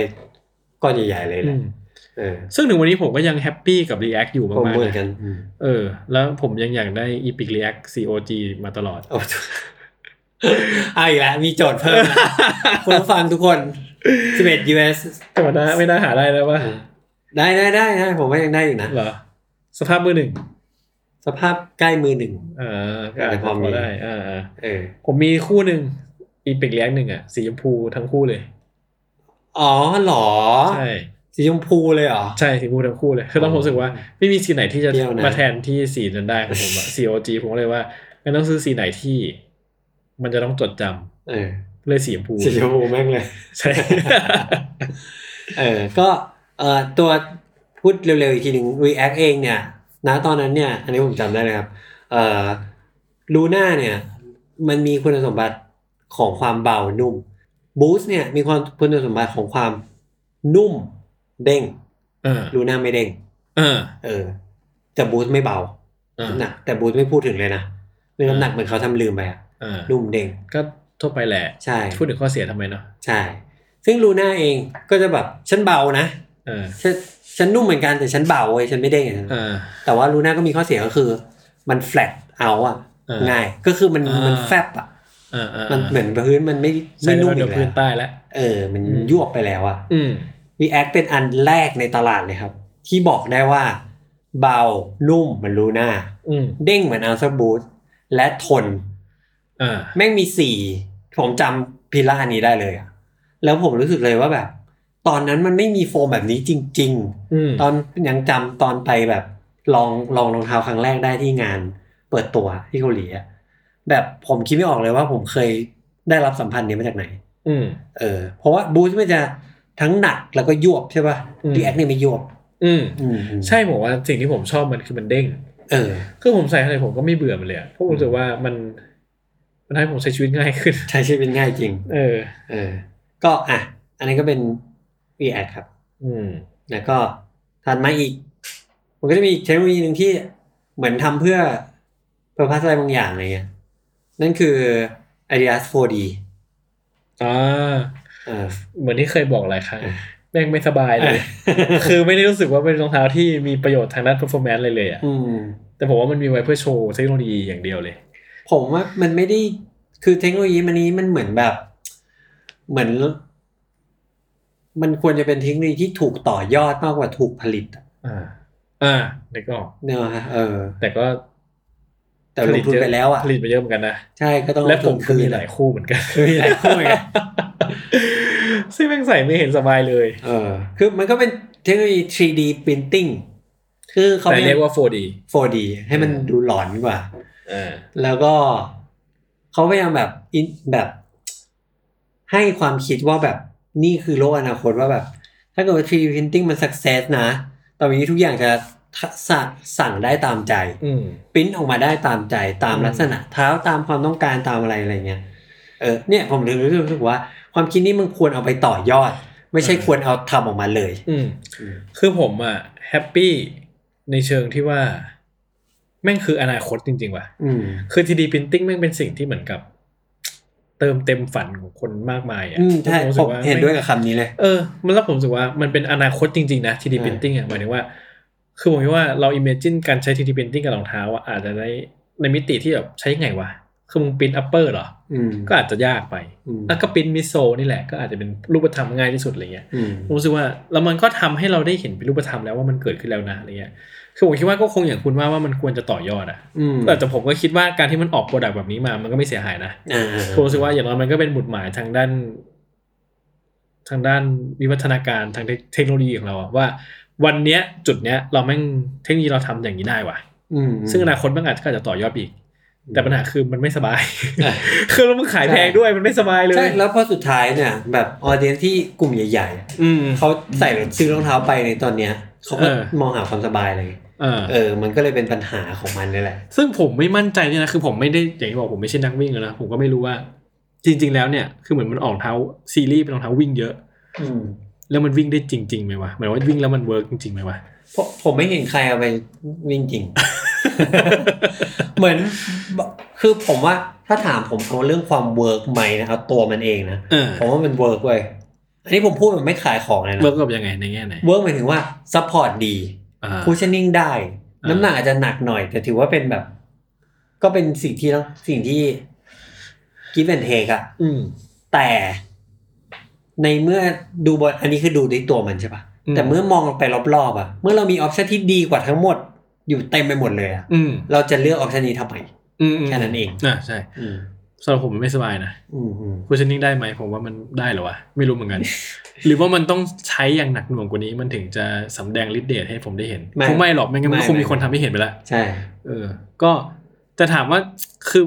Speaker 2: ก้อนใหญ่ๆเลยแห
Speaker 1: อื
Speaker 2: ละ
Speaker 1: ม
Speaker 2: เออ
Speaker 1: ซึ่งถึงวันนี้ผมก็ยังแฮปปี้กับ React อยู่
Speaker 2: ผม
Speaker 1: มาก
Speaker 2: เหมือน
Speaker 1: ๆ
Speaker 2: กั
Speaker 1: นะ
Speaker 2: นอืม
Speaker 1: เออ แล้วผมยังอยากได้ Epic React COG มาตลอด
Speaker 2: โอ้เอาอีกแล้ว มีโจทย์เพิ่ม นะคุณผู้ฟังทุกคน11 US
Speaker 1: แต่ว่าไม่น่าหาได้แล้วว่า
Speaker 2: ได้ได้ได้ได้ผมว่ายังได้อยู่นะ
Speaker 1: เหรอ สภาพมือหนึ่ง
Speaker 2: สภาพใกล้มือหนึ่ง
Speaker 1: เออก็อาจจะ
Speaker 2: พอมี
Speaker 1: พอได้อ่าอ่า
Speaker 2: เออ
Speaker 1: ผมมีคู่หนึ่ง Epic React หนึ่งอ่ะ สีชมพูทั้งคู่เลย
Speaker 2: อ๋อเหรอ
Speaker 1: ใช่
Speaker 2: สีชมพูเลยเหรอ
Speaker 1: ใช่สีชมพูทั้งคู่เลย คือต้องผมรู้สึกว่า ไม่มีสีไหนที่จะ
Speaker 2: เปรี้ยวนะ
Speaker 1: มาแทนที่สีนั้นได้ของผม อะ COG ผมก็เลยว่างั้นต้องซื้อสีไหนที่ มันจะต้องจดจำ
Speaker 2: เออ
Speaker 1: เลยสีชมพู
Speaker 2: สีชมพูแม่งเลย
Speaker 1: ใช่
Speaker 2: เออ ก็เอ่อตัวพูดเร็วๆอีกทีหนึ่ง React เองเนี่ยณตอนนั้นเนี่ย อันนี้ผมจำได้เลยครับ เอ่อลูน่าเนี่ย มันมีคุณสมบัติของความเบานุ่มบูสเนี่ยมีความคุณสมบัติของความนุ่มเด้ง
Speaker 1: เออ
Speaker 2: ลูน่าไม่เด้ง
Speaker 1: เออ
Speaker 2: เออ แต่บูสไม่เบา
Speaker 1: เออ
Speaker 2: หนักแต่บูสไม่พูดถึงเลยนะเรื่องน้ำหนักเหมือนเขาทำลืมไปอะ
Speaker 1: เออ
Speaker 2: นุ่มเด้ง
Speaker 1: ก็ทั่วไปแหละ
Speaker 2: ใช่
Speaker 1: พูดถึงข้อเสียทำไมเนาะ
Speaker 2: ใช่ ซึ่งลูน่าเองก็จะแบบฉันเบานะ
Speaker 1: เออ
Speaker 2: ฉันฉันนุ่มเหมือนกันแต่ฉันเบาเว้ยฉันไม่เด้งอย่างนั้น
Speaker 1: เออ
Speaker 2: แต่ว่าลูน่าก็มีข้อเสียก็คือ มันแฟลตเอาอ่ะ
Speaker 1: เออ
Speaker 2: ง่ายก็คือมัน
Speaker 1: อ่ามั
Speaker 2: มันแฟบอ่ะ
Speaker 1: เออเออ
Speaker 2: มันเหมือนพื้นมันไม่
Speaker 1: ใส่
Speaker 2: ไม่
Speaker 1: ลง
Speaker 2: นุ่มอี
Speaker 1: ไปเดี๋ย
Speaker 2: ก
Speaker 1: ว
Speaker 2: แล้
Speaker 1: พื้น
Speaker 2: ว
Speaker 1: ใต้แล้ว
Speaker 2: เออ มัน
Speaker 1: อืม
Speaker 2: ยวบไปแล้วอ่ะ
Speaker 1: อืม
Speaker 2: React เป็นอันแรกในตลาดเลยครับ ที่บอกได้ว่า เบานุ่มเหมือนลูน่า
Speaker 1: อืม
Speaker 2: เด้งเหมือนอัลซบูทและทน
Speaker 1: เออ
Speaker 2: แม่งมีสี่ผมจำพิล่าอันนี้ได้เลยอะแล้วผมรู้สึกเลยว่าแบบ ตอนนั้นมันไม่มีโฟมแบบนี้จริง ๆ
Speaker 1: อืม
Speaker 2: ตอนยังจำตอนไปแบบลองลองรองเท้าครั้งแรกได้ที่งานเปิดตัวที่เกาหลีอะแบบผมคิดไม่ออกเลยว่าผมเคยได้รับสัมพันธ์นี้มาจากไหน
Speaker 1: อืม
Speaker 2: เออ เพราะว่าบูทมันจะทั้งหนักแล้วก็ยวบใช่ป่ะ
Speaker 1: อืม
Speaker 2: ดีแอคเนี่ยไม่ยวบ
Speaker 1: อืม
Speaker 2: อืม
Speaker 1: ใช่ผมว่าสิ่งที่ผมชอบมันคือมันเด้ง
Speaker 2: เออ
Speaker 1: คือผมใส่อะไรผมก็ไม่เบื่อมันเลยอะเพราะผมรู้สึกว่ามัน มันให้ผมใช้ชีวิตง่ายขึ้น
Speaker 2: ใช้ชีวิตง่ายจริง
Speaker 1: เออ
Speaker 2: เออ ก็อ่ะ อันนี้ก็เป็น React ครับ
Speaker 1: อืม
Speaker 2: แล้วก็ถัดมาอีก มันก็จะมีเทคโนโลยีหนึ่งที่เหมือนทำเพื่อเพื่อพัฒนาบางอย่างอะไรเงี้ย นั่นคือ Adidas 4D
Speaker 1: อ่า
Speaker 2: เออ
Speaker 1: เหมือนที่เคยบอกหลายครั้ง
Speaker 2: อ่ะ
Speaker 1: แม่งไม่สบายเลย คือไม่ได้รู้สึกว่าเป็นรองเท้าที่มีประโยชน์ทางด้าน performance เลยเลยอะ
Speaker 2: อืม
Speaker 1: แต่ผมว่ามันมีไว้เพื่อโชว์เทคโนโลยีอย่างเดียวเลย
Speaker 2: ผมว่ามันไม่ได้คือเทคโนโลยีมันนี้มันเหมือนแบบ เหมือน มันควรจะเป็นเทคโนโลยีที่ถูกต่อยอดมากกว่าถูกผลิตอะ
Speaker 1: อ่า อ่าเด็กออก
Speaker 2: เนอะฮะเออ
Speaker 1: แต่ก็
Speaker 2: แต่ลงทุนไปแล้วอ่ะ
Speaker 1: ผลิตไปเยอะเหมือนกันนะ
Speaker 2: ใช่ก็ต้อง
Speaker 1: และผ
Speaker 2: ทุ
Speaker 1: ม
Speaker 2: น
Speaker 1: ก็
Speaker 2: น
Speaker 1: มีหลายคู่เหมือนกัน
Speaker 2: มีหลายคู่เหมือนกัน
Speaker 1: ซึ่งแม่งใส่ไม่เห็นสบายเลย
Speaker 2: เออ คือมันก็เป็นเทคโนโลยี 3D printing คือเขา
Speaker 1: แต่
Speaker 2: ไม่
Speaker 1: เรียกว่า 4D
Speaker 2: 4D ให้มัน
Speaker 1: อืม
Speaker 2: ดูหลอนกว่า
Speaker 1: อ่า
Speaker 2: แล้วก็เขาพยายามแบบอินแบบ ให้ความคิดว่าแบบนี่คือโลกอนาคตว่าแบบ ถ้าเกิดว่า 3D printing มัน success นะ ตอนนี้ทุกอย่างจะสั่งสั่งได้ตามใจ
Speaker 1: อืม
Speaker 2: ปริ้นออกมาได้ตามใจตามลักษณะเท้าตามความต้องการตามอะไรอะไรเงี้ยเออเนี่ยผมถึงรู้สึกว่า ความคิดนี้มันควรเอาไปต่อยอด ไม่ใช่
Speaker 1: อืม
Speaker 2: ควรเอาทำออกมาเลย
Speaker 1: อืม
Speaker 2: อืม
Speaker 1: คือผมอะแฮปปี้ในเชิงที่ว่า แม่งคืออนาคตจริง ๆ ว่ะ
Speaker 2: อืม
Speaker 1: คือ 3D printing แม่งเป็นสิ่งที่เหมือนกับ เติมเต็มฝันของคนมากมายอ่ะ
Speaker 2: อืมใช่
Speaker 1: รู้
Speaker 2: ผ
Speaker 1: สึก
Speaker 2: ม
Speaker 1: ว่า
Speaker 2: เห็นด้วยกับคำนี้เลย
Speaker 1: เออ มันแล้วผมรู้สึกว่ามันเป็นอนาคตจริง ๆ นะ 3D
Speaker 2: อ่า
Speaker 1: printing อ่ะหมายถึงว่า คือผมคิดว่าเรา imagine การใช้ 3D printing กับรองเท้าอะอาจจะในในมิติที่แบบใช้ยังไงวะ คือมึงปิ้นอัปเปอร์เหรอ
Speaker 2: อืม
Speaker 1: ก็อาจจะยากไป
Speaker 2: อืม
Speaker 1: แล้วก็ปิ้นมิโซนี่แหละ ก็อาจจะเป็นรูปธรรมง่ายที่สุดอะไรเงี้ย
Speaker 2: อืม
Speaker 1: ผมรู้สึกว่าแล้วมันก็ทำให้เราได้เห็นเป็นรูปธรรมแล้วว่ามันเกิดขึ้นแล้วนะอะไรเงี้ยคือผมคิดว่าก็คงอย่างคุณว่าว่ามันควรจะต่อยอดอะ
Speaker 2: อืม
Speaker 1: แต่แต่ผมก็คิดว่าการที่มันออกโปรดักต์แบบนี้มา มันก็ไม่เสียหายนะ
Speaker 2: อ่า
Speaker 1: ผมรู้สึกว่าอย่างน้อยมันก็เป็นบุตรหมายทางด้าน ทางด้านวิวัฒนาการทางเทคโนโลยีของเราอะว่า วันเนี้ยจุดเนี้ยเราแม่งเทคโนโลยีเราทำอย่างนี้ได้ว่ะ
Speaker 2: อืม
Speaker 1: ซึ่งอนาคตมันอาจจะก็อาจจะต่อยอดไปอีก
Speaker 2: อืม
Speaker 1: แต่ปัญหาคือมันไม่สบาย
Speaker 2: ใช่
Speaker 1: คือแล้วมึงขายแพงด้วยมันไม่สบายเลย
Speaker 2: ใช่แล้วพอสุดท้ายเนี่ย แบบออเดียนที่กลุ่มใหญ่ๆอะ
Speaker 1: อืม
Speaker 2: เขาใส่ซื้อรองเท้าไปในตอนเนี้ยเขาก็
Speaker 1: เออ
Speaker 2: มองหาความสบายเลย
Speaker 1: เออ
Speaker 2: เออ มันก็เลยเป็นปัญหาของมันนี่แหละ
Speaker 1: ซึ่งผมไม่มั่นใจเนี่ยนะคือผมไม่ได้อย่างที่บอกผมไม่ใช่นักวิ่งอะนะผมก็ไม่รู้ว่า จริง ๆ แล้วเนี่ยคือเหมือนมันออกรองเท้าซีรีส์เป็นรองเท้าวิ่งเยอะ
Speaker 2: อืม
Speaker 1: แล้วมันวิ่งได้จริงๆไหมวะหมายว่าวิ่งแล้วมันเวิร์กจริงๆไหมวะ
Speaker 2: ผมผมไม่เห็นใครเอาไปวิ่ง จริง เหมือนบอกคือผมว่าถ้าถามผมเอาเรื่องความเวิร์กไหมนะเอาตัวมันเองนะ
Speaker 1: เออ
Speaker 2: ผมว่ามันเวิร์กเว้ยอันนี้ผมพูดแบบไม่ขายของเลยนะ
Speaker 1: เวิร์กกับยังไงในแง่ไหน
Speaker 2: เวิร์กหมายถึงว่าซัพพอร์ตดี
Speaker 1: อ่า
Speaker 2: คูชนิ่งได้
Speaker 1: อ่า
Speaker 2: น้ำหนักอาจจะหนักหน่อย แต่ถือว่าเป็นแบบ ก็เป็นสิ่งที่สิ่งที่กิฟแอนเทคอะ
Speaker 1: อืม
Speaker 2: แต่ในเมื่อดูบนอันนี้คือดูในตัวมันใช่ปะ
Speaker 1: อืม
Speaker 2: แต่เมื่อมองไปรอบๆอะเมื่อเรามีออปชันที่ดีกว่าทั้งหมด อยู่เต็มไปหมดเลยอะ
Speaker 1: อืม
Speaker 2: เราจะเลือกออปชันนี้ทำไม
Speaker 1: อืมม
Speaker 2: แค่นั้นเอง
Speaker 1: อ่าใช่
Speaker 2: อืม
Speaker 1: สำหรับผมมันไม่สบายนะ
Speaker 2: อืมอืม
Speaker 1: คูชนิ่งได้ไหมผมว่ามันได้เหรอวะไม่รู้เหมือนกัน หรือว่ามันต้องใช้อย่างหนักหน่วงกว่านี้มันถึงจะสำแดงฤทธิ์เดชให้ผมได้เห็นคงไม่หรอกไม่งั้นมันก็คงมีคนทำให้เห็นไปแล้ว
Speaker 2: ใช่
Speaker 1: เออ ก็จะถามว่า คือ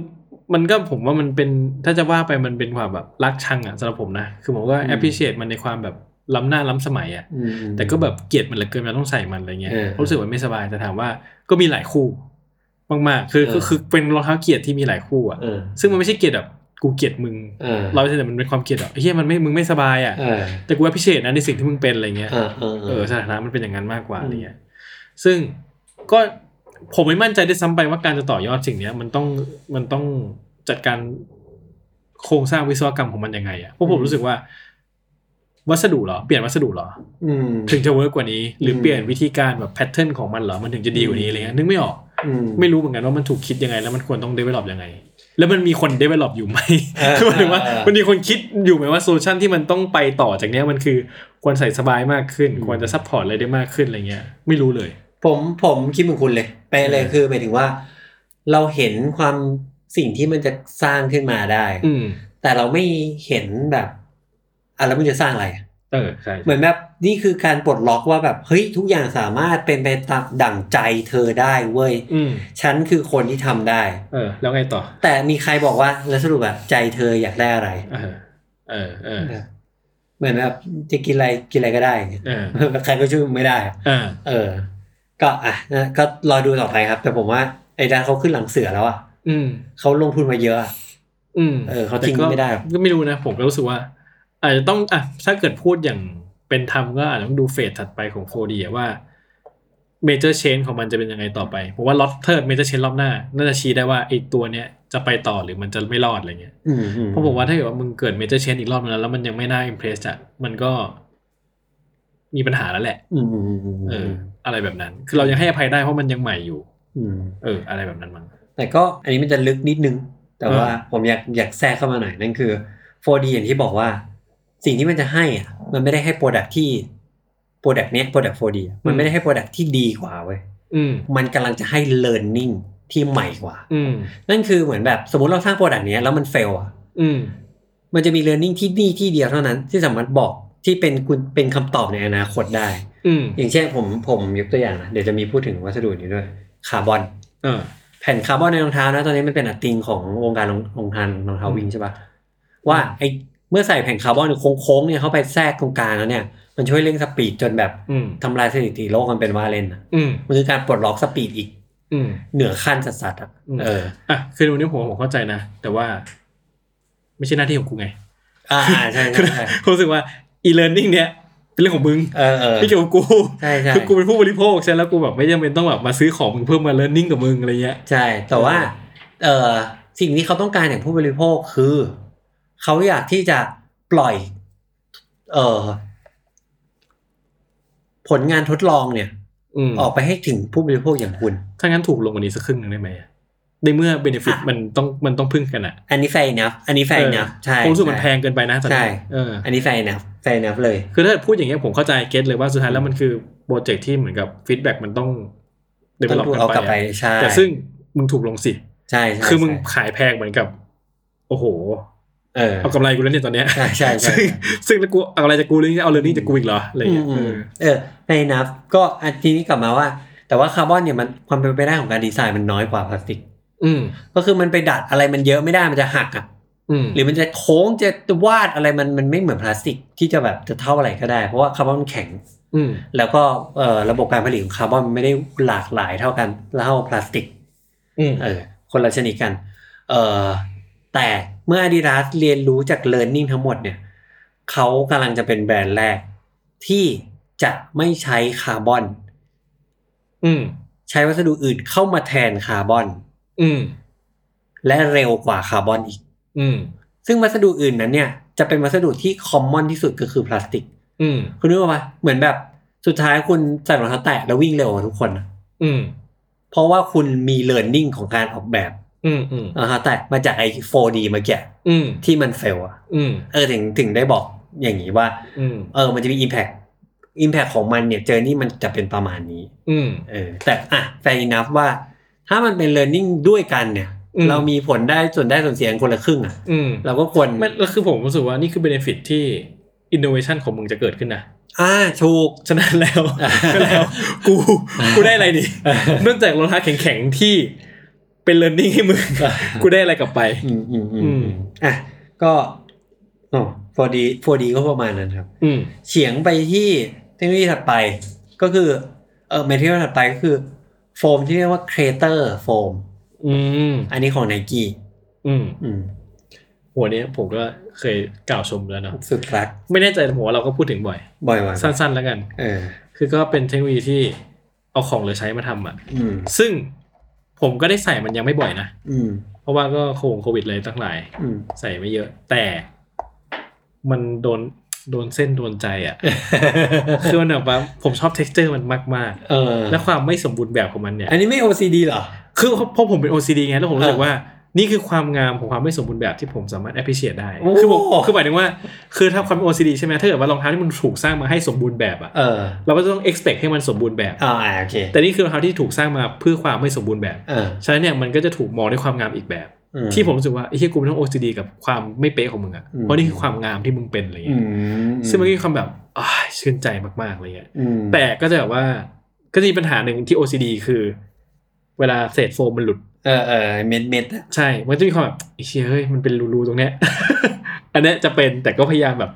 Speaker 1: มันก็ผมว่ามันเป็น ถ้าจะว่าไปมันเป็นความแบบรักชังอ่ะสำหรับผมนะ คือผมก็
Speaker 2: อืม
Speaker 1: appreciate มันในความแบบล้ำหน้าล้ำสมัยอ่ะ
Speaker 2: อืม
Speaker 1: แต่ก็แบบเกลียดมันเหลือเกินเราต้องใส่มันอะไรเงี้ย
Speaker 2: เออ
Speaker 1: เพราะรู้สึกว่าไม่สบาย แต่ถามว่าก็มีหลายคู่ มากๆ คือ
Speaker 2: เออ
Speaker 1: คือคือเป็นรองเท้าเกลียดที่มีหลายคู่อ่ะ
Speaker 2: เออ
Speaker 1: ซึ่งมันไม่ใช่เกลียดแบบกูเกลียดมึง
Speaker 2: เออ
Speaker 1: เราแต่มันเป็นความเกลียดแบบเฮียมันไม่ มึงไม่สบายอ่ะ
Speaker 2: เออ
Speaker 1: แต่กู appreciate นะในสิ่งที่มึงเป็นอะไรเงี้ย
Speaker 2: เออเออเอ
Speaker 1: เออ
Speaker 2: อ
Speaker 1: สถานะมันเป็นอย่างนั้นมากกว่า
Speaker 2: อืม
Speaker 1: อะไรเงี้ย ซึ่งก็ผมไม่มั่นใจด้วยซ้ำไปว่าการจะต่อยอดสิ่งเนี้ย มันต้องมันต้องจัดการโครงสร้างวิศวกรรมของมันยังไงอะเพราะผมรู้สึกว่า วัสดุเหรอ เปลี่ยนวัสดุเหรอ
Speaker 2: อืม
Speaker 1: ถึงจะเวิร์กกว่านี้ หรืออ
Speaker 2: ม
Speaker 1: เปลี่ยนวิธีการแบบแพทเทิร์นของมันเหรอ มันถึงจะดีกว่านี้อะไรเงี้ยนึกไม่ออก
Speaker 2: อืม
Speaker 1: ไม่รู้เหมือนกันว่ามันถูกคิดยังไง แล้วมันควรต้อง develop ยังไง แล้วมันมีคน develop อยู่ไหม
Speaker 2: เออ
Speaker 1: คือหมายถึงว่า
Speaker 2: เออเออ
Speaker 1: มันมีคนคิดอยู่ไหมว่าโซลูชันที่มันต้องไปต่อจากเนี้ยมันคือควรใส่สบายมากขึ้น
Speaker 2: อืม
Speaker 1: ควรจะซัพพอร์ตอะไรได้มากขึ้นอะไรเงี้ย ไม่รู้เลย
Speaker 2: ผมผมคิดเหมือนคุณเลยไปะเลย
Speaker 1: เออ
Speaker 2: คือหมายถึงว่า เราเห็นความสิ่งที่มันจะสร้างขึ้นมาได้
Speaker 1: อืม
Speaker 2: แต่เราไม่เห็นแบบอ่ะแล้วมันจะสร้างอะไร
Speaker 1: เออใช่
Speaker 2: เหมือนแบบนี่คือการปลดล็อกว่าแบบเฮ้ยทุกอย่างสามารถเป็นไปตามดั่งใจเธอได้เว้ย
Speaker 1: อืม
Speaker 2: ฉันคือคนที่ทำได้
Speaker 1: เออ แล้วไงต่อ
Speaker 2: แต่มีใครบอกว่าแล้วสรุปแบบใจเธออยากได้อะไร
Speaker 1: เออเออเออ
Speaker 2: เหมือนแบบจะกินอะไรกินอะไรก็ได้อย่างเงี้ย
Speaker 1: อ่า
Speaker 2: ใครก็ช่วยมึงไม่ได้
Speaker 1: อ่า
Speaker 2: เออ ก็อ่ะนะก็รอดูต่อไปครับ แต่ผมว่าไอ้ดานเขาขึ้นหลังเสือแล้วอ่ะ
Speaker 1: อืม
Speaker 2: เขาลงทุนมาเยอะอะ
Speaker 1: อืม
Speaker 2: เออเขาทิ้ง
Speaker 1: แต่ก็
Speaker 2: ไม่ได้หรอก
Speaker 1: ก็ไม่รู้นะ ผมก็รู้สึกว่า อาจจะต้องอ่ะถ้าเกิดพูดอย่างเป็นธรรมก็อาจจะต้องดูเฟสถัดไปของโฟดีว่าเมเจอร์เชนของมันจะเป็นยังไงต่อไปผมว่าล็อตเทิร์ดเมเจอร์เชนรอบหน้า น่าจะชี้ได้ว่าไอ้ตัวเนี้ยจะไปต่อหรือมันจะไม่รอดอะไรเงี้ย
Speaker 2: อืม
Speaker 1: เพราะผมว่าถ้าเกิดว่ามึงเกิดเมเจอร์เชนอีกรอบนึงแล้วแล้วมันยังไม่น่าอิมเพรสอะมันก็มีปัญหาแล้วแหละ
Speaker 2: อืมอืมอืมอืม
Speaker 1: เอออะไรแบบนั้น คือเรายังให้อภัยได้เพราะมันยังใหม่อยู่
Speaker 2: ม
Speaker 1: เออ อะไรแบบนั้นมั้ง
Speaker 2: แต่ก็อันนี้มันจะลึกนิดนึง แต่ว่า
Speaker 1: อ่า
Speaker 2: ผมอยากอยากแทรกเข้ามาหน่อยนั่นคือ 4D อย่างที่บอกว่า สิ่งที่มันจะให้อ่ะมันไม่ได้ให้โปรดักที่โปรดักเนี้ยโปรดัก 4D อะมันไม่ได้ให้โปรดักที่ดีกว่าเว้ย
Speaker 1: อืม
Speaker 2: มันกำลังจะให้ learning ที่ใหม่กว่า
Speaker 1: อืม
Speaker 2: นั่นคือเหมือนแบบสมมติเราสร้างโปรดักเนี้ยแล้วมันเฟลอ่ะ
Speaker 1: อืม
Speaker 2: มันจะมี learning ที่นี่ที่เดียวเท่านั้น ที่สามารถบอกที่เป็นคุณเป็นคำตอบในอนาคตได้
Speaker 1: อืม
Speaker 2: อย่างเช่นผมผมยกตัวอย่างนะเดี๋ยวจะมีพูดถึงวัสดุนี้ด้วยคาร์บอน
Speaker 1: เออ
Speaker 2: แผ่นคาร์บอนในรองเท้านะตอนนี้มันเป็นอัตติงของวงการรองรองเท้ารองเท้าวิ่งใช่ปะว่าไอเมื่อใส่แผ่นคาร์บอนโค้งๆเนี่ยเข้าไปแทรกตรงกลางแล้วเนี่ยมันช่วยเร่งสปีดจนแบบ
Speaker 1: อืม
Speaker 2: ทำลายสถิติโลกมันเป็นว่าเล่นนะ
Speaker 1: อืม
Speaker 2: มันคือการปลดล็อกสปีดอีก
Speaker 1: อืม
Speaker 2: เหนือขั้นสัสๆอ่ะ
Speaker 1: อืม
Speaker 2: เออ
Speaker 1: อ่ะคือวันนี้ผมผมเข้าใจนะ แต่ว่า ไม่ใช่หน้าที่ของกูไง
Speaker 2: อ่าใช่
Speaker 1: คือ
Speaker 2: ใช่
Speaker 1: ผมรู้สึกว่า e-learning เนี่ย เป็นเรื่องของมึง
Speaker 2: เออเออ
Speaker 1: ไม่เกี่ยวกับกู
Speaker 2: ใช่ใช่
Speaker 1: คือกูเป็นผู้บริโภคใช่แล้วกูแบบไม่จำเป็นต้องแบบมาซื้อของมึงเพื่อมา learning กับมึงอะไรเงี้ย
Speaker 2: ใช่ แต่ว่าเออสิ่งที่เขาต้องการอย่างผู้บริโภคคือ เขาอยากที่จะปล่อย เออผลงานทดลองเนี่ย
Speaker 1: อืม
Speaker 2: ออกไปให้ถึงผู้บริโภคอย่างคุณ
Speaker 1: ถ้างั้นถูกลงกวันนี้สักครึ่งหนึ่งได้ไหมอะในเมื่อ benefit
Speaker 2: อ่ะ
Speaker 1: มันต้องมันต้องพึ่งกันอะ
Speaker 2: อันนี้แฟนนะอันนี้แฟนนะใช่
Speaker 1: ผมรู้สึกมันแพ
Speaker 2: ใช่
Speaker 1: งเกินไปนะตอนนี้
Speaker 2: ใช่
Speaker 1: เออ
Speaker 2: อันนี้แฟนนะแฟนนะเลย
Speaker 1: คือถ้าพูดอย่างเงี้ยผมเข้าใจเก็ตเลยว่าสุดท้ายแล้วมันคือโปรเจกต์ที่เหมือนกับฟีดแบ็กมันต้อง develop
Speaker 2: ต้องถูกเอากลับไป
Speaker 1: อะ
Speaker 2: ใช่
Speaker 1: แต่ซึ่งมึงถูกลงสิ
Speaker 2: ใช่ใช่
Speaker 1: คือมึง
Speaker 2: ใช่
Speaker 1: ขายแพงเหมือนกับ โอ้โห
Speaker 2: เออ
Speaker 1: เอากำไรกูแล้วเนี่ยตอนเนี้ย
Speaker 2: ใช่ใช่ใช่
Speaker 1: ซึ่งซึ่งแล้วกูเอาอะไรจากกูหรือเอาเรื่องนี้จากกูอีกเหรออะไรอย่างเงี้ย
Speaker 2: อืม
Speaker 1: เอ
Speaker 2: อืม
Speaker 1: อ
Speaker 2: เออในนับก็อันทีนี้กลับมาว่า แต่ว่าคาร์บอนเนี่ยมันความเป็นไปได้ของการดีไซน์มันน้อยกว่าพลาสติก
Speaker 1: อืม
Speaker 2: ก็คือมันไปดัดอะไรมันเยอะไม่ได้มันจะหักอ่ะ
Speaker 1: อืม
Speaker 2: หรือมันจะโค้งจะวาดอะไรมันมันไม่เหมือนพลาสติกที่จะแบบจะเท่าอะไรก็ได้ เพราะว่าคาร์บอนมันแข็ง
Speaker 1: อืม
Speaker 2: แล้วก็เอ่อระบบการผลิตของคาร์บอนมันไม่ได้หลากหลายเท่ากันเท่าพลาสติก
Speaker 1: อืม
Speaker 2: เออคนละชนิดกันเอ่อแต่เมื่อ Adidas เรียนรู้จาก Learning ทั้งหมดเนี่ยเขากำลังจะเป็นแบรนด์แรก ที่จะไม่ใช้คาร์บอน
Speaker 1: อืม
Speaker 2: ใช้วัสดุอื่นเข้ามาแทนคาร์บอน
Speaker 1: อืม
Speaker 2: และเร็วกว่าคาร์บอนอีก
Speaker 1: อืม
Speaker 2: ซึ่งวัสดุอื่นนั้นเนี่ยจะเป็นวัสดุที่คอมมอนที่สุดก็คือพลาสติก
Speaker 1: อืม
Speaker 2: คุณนึกออกปะเหมือนแบบสุดท้ายคุณใส่รองเท้าแตะแล้ววิ่งเร็วกว่าทุกคนอะ
Speaker 1: อืม
Speaker 2: เพราะว่าคุณมีเลิร์นนิ่งของการออกแบบ
Speaker 1: อืมอืม
Speaker 2: รองเท้าแตะมาจากไอ้ 4D เมื่อกี้
Speaker 1: อืม
Speaker 2: ที่มันเฟลอะ
Speaker 1: อืม
Speaker 2: เออถึงถึงได้บอกอย่างนี้ว่า
Speaker 1: อืม
Speaker 2: เออมันจะมี Impact Impact ของมันเนี่ยเจอนี่มันจะเป็นประมาณนี้
Speaker 1: อืม
Speaker 2: เออแต่อ่ะแฟนนับว่า ถ้ามันเป็นเลิร์นนิ่งด้วยกันเนี่ย
Speaker 1: อืม
Speaker 2: เรามีผลได้ส่วนได้ส่วนเสียกันคนละครึ่งอ่ะ
Speaker 1: อืม
Speaker 2: เราก็ควร
Speaker 1: ไม่แล้วคือผมรู้สึกว่านี่คือเบนฟิตที่อินโนเวชันของมึงจะเกิดขึ้นนะ
Speaker 2: อ่าถูก
Speaker 1: ฉะนั้นแล้วก็แล้ว กูกูได้อะไรดีนอกจากรองเท้าแข็งๆที่เป็น learning ให้มึงกูได้อะไรกลับไป
Speaker 2: อืมอืมอืม
Speaker 1: อืม
Speaker 2: อ่ะก็โอ้ฟอดีฟอดีก็ประมาณนั้นครับ
Speaker 1: อืม
Speaker 2: เฉียงไปที่เทคโนโลยีถัดไป ก็คือเออเมทีเรียลถัดไปก็คือ โฟมที่เรียกว่าครีเตอร์โฟม
Speaker 1: อืม
Speaker 2: อันนี้ของไนกี้
Speaker 1: อืม
Speaker 2: อืม
Speaker 1: หัวเนี้ยผมก็เคยกล่าวชมแล้วเนาะ
Speaker 2: สุดรัก
Speaker 1: ไม่แน่ใจแต่ผมว่าเราก็พูดถึงบ่อย
Speaker 2: บ่อยๆ
Speaker 1: สั้นๆแล้วกัน
Speaker 2: เออ
Speaker 1: คือก็เป็นเทคโนโลยีที่เอาของเหลือใช้มาทำอ่ะ
Speaker 2: อืม
Speaker 1: ซึ่งผมก็ได้ใส่มันยังไม่บ่อยนะ
Speaker 2: อืม
Speaker 1: เพราะว่าก็โควงโควิดเลยตั้งหลาย
Speaker 2: อืม
Speaker 1: ใส่ไม่เยอะ แต่มันโดนโดนเส้นโดนใจอ่ะ คือมันแบบว่าผมชอบ t e x t อร์มันมาก
Speaker 2: เออ
Speaker 1: ๆ และความไม่สมบูรณ์แบบของมันเนี่ย
Speaker 2: อันนี้ไม่ OCD เหรอ
Speaker 1: คือเพราะผมเป็น OCD ไงแล้วผมรู้สึก
Speaker 2: เออ
Speaker 1: ว่า นี่คือความงามของความไม่สมบูรณ์แบบที่ผมสามารถ appreciate ได้
Speaker 2: โอ้
Speaker 1: คือผมคือหมายถึงว่า คือถ้าความเป็น OCD ใช่ไหมถ้าเกิดว่ารองเท้าที่มันถูกสร้างมาให้สมบูรณ์แบบอ่ะ
Speaker 2: เออ
Speaker 1: เราก็จะต้อง expect ให้มันสมบูรณ์แบบ
Speaker 2: อ่าโอเค
Speaker 1: แต่นี่คือรองเท้าที่ถูกสร้างมาเพื่อความไม่สมบูรณ์แบบ
Speaker 2: เออ
Speaker 1: ฉะนั้นเนี่ยมันก็จะถูกมองด้วยความงามอีกแบบ
Speaker 2: อื
Speaker 1: ที่ผมรู้สึกว่าไอ้เฮียกูไม่ต้อง OCD กับความไม่เป๊ะของมึงอะ
Speaker 2: อืม
Speaker 1: เพราะนี่คือความงามที่มึงเป็นอะไร
Speaker 2: อื
Speaker 1: เงี้ย
Speaker 2: ม
Speaker 1: ซึ่งมันก็มีความแบบอ้ายชื่นใจมากๆอะไรเงี้ย
Speaker 2: อืม
Speaker 1: แต่ก็จะแบบว่าก็จะมีปัญหาหนึ่งที่ OCD คือ เวลาเศษโฟมมันหลุด
Speaker 2: เออเออเม็ดเม็ดๆอะ
Speaker 1: ใช่ มันจะมีความแบบไอ้เชี่ยเฮ้ยมันเป็นรูๆตรงเนี้ย อันเนี้ยจะเป็นแต่ก็พยายามแบบ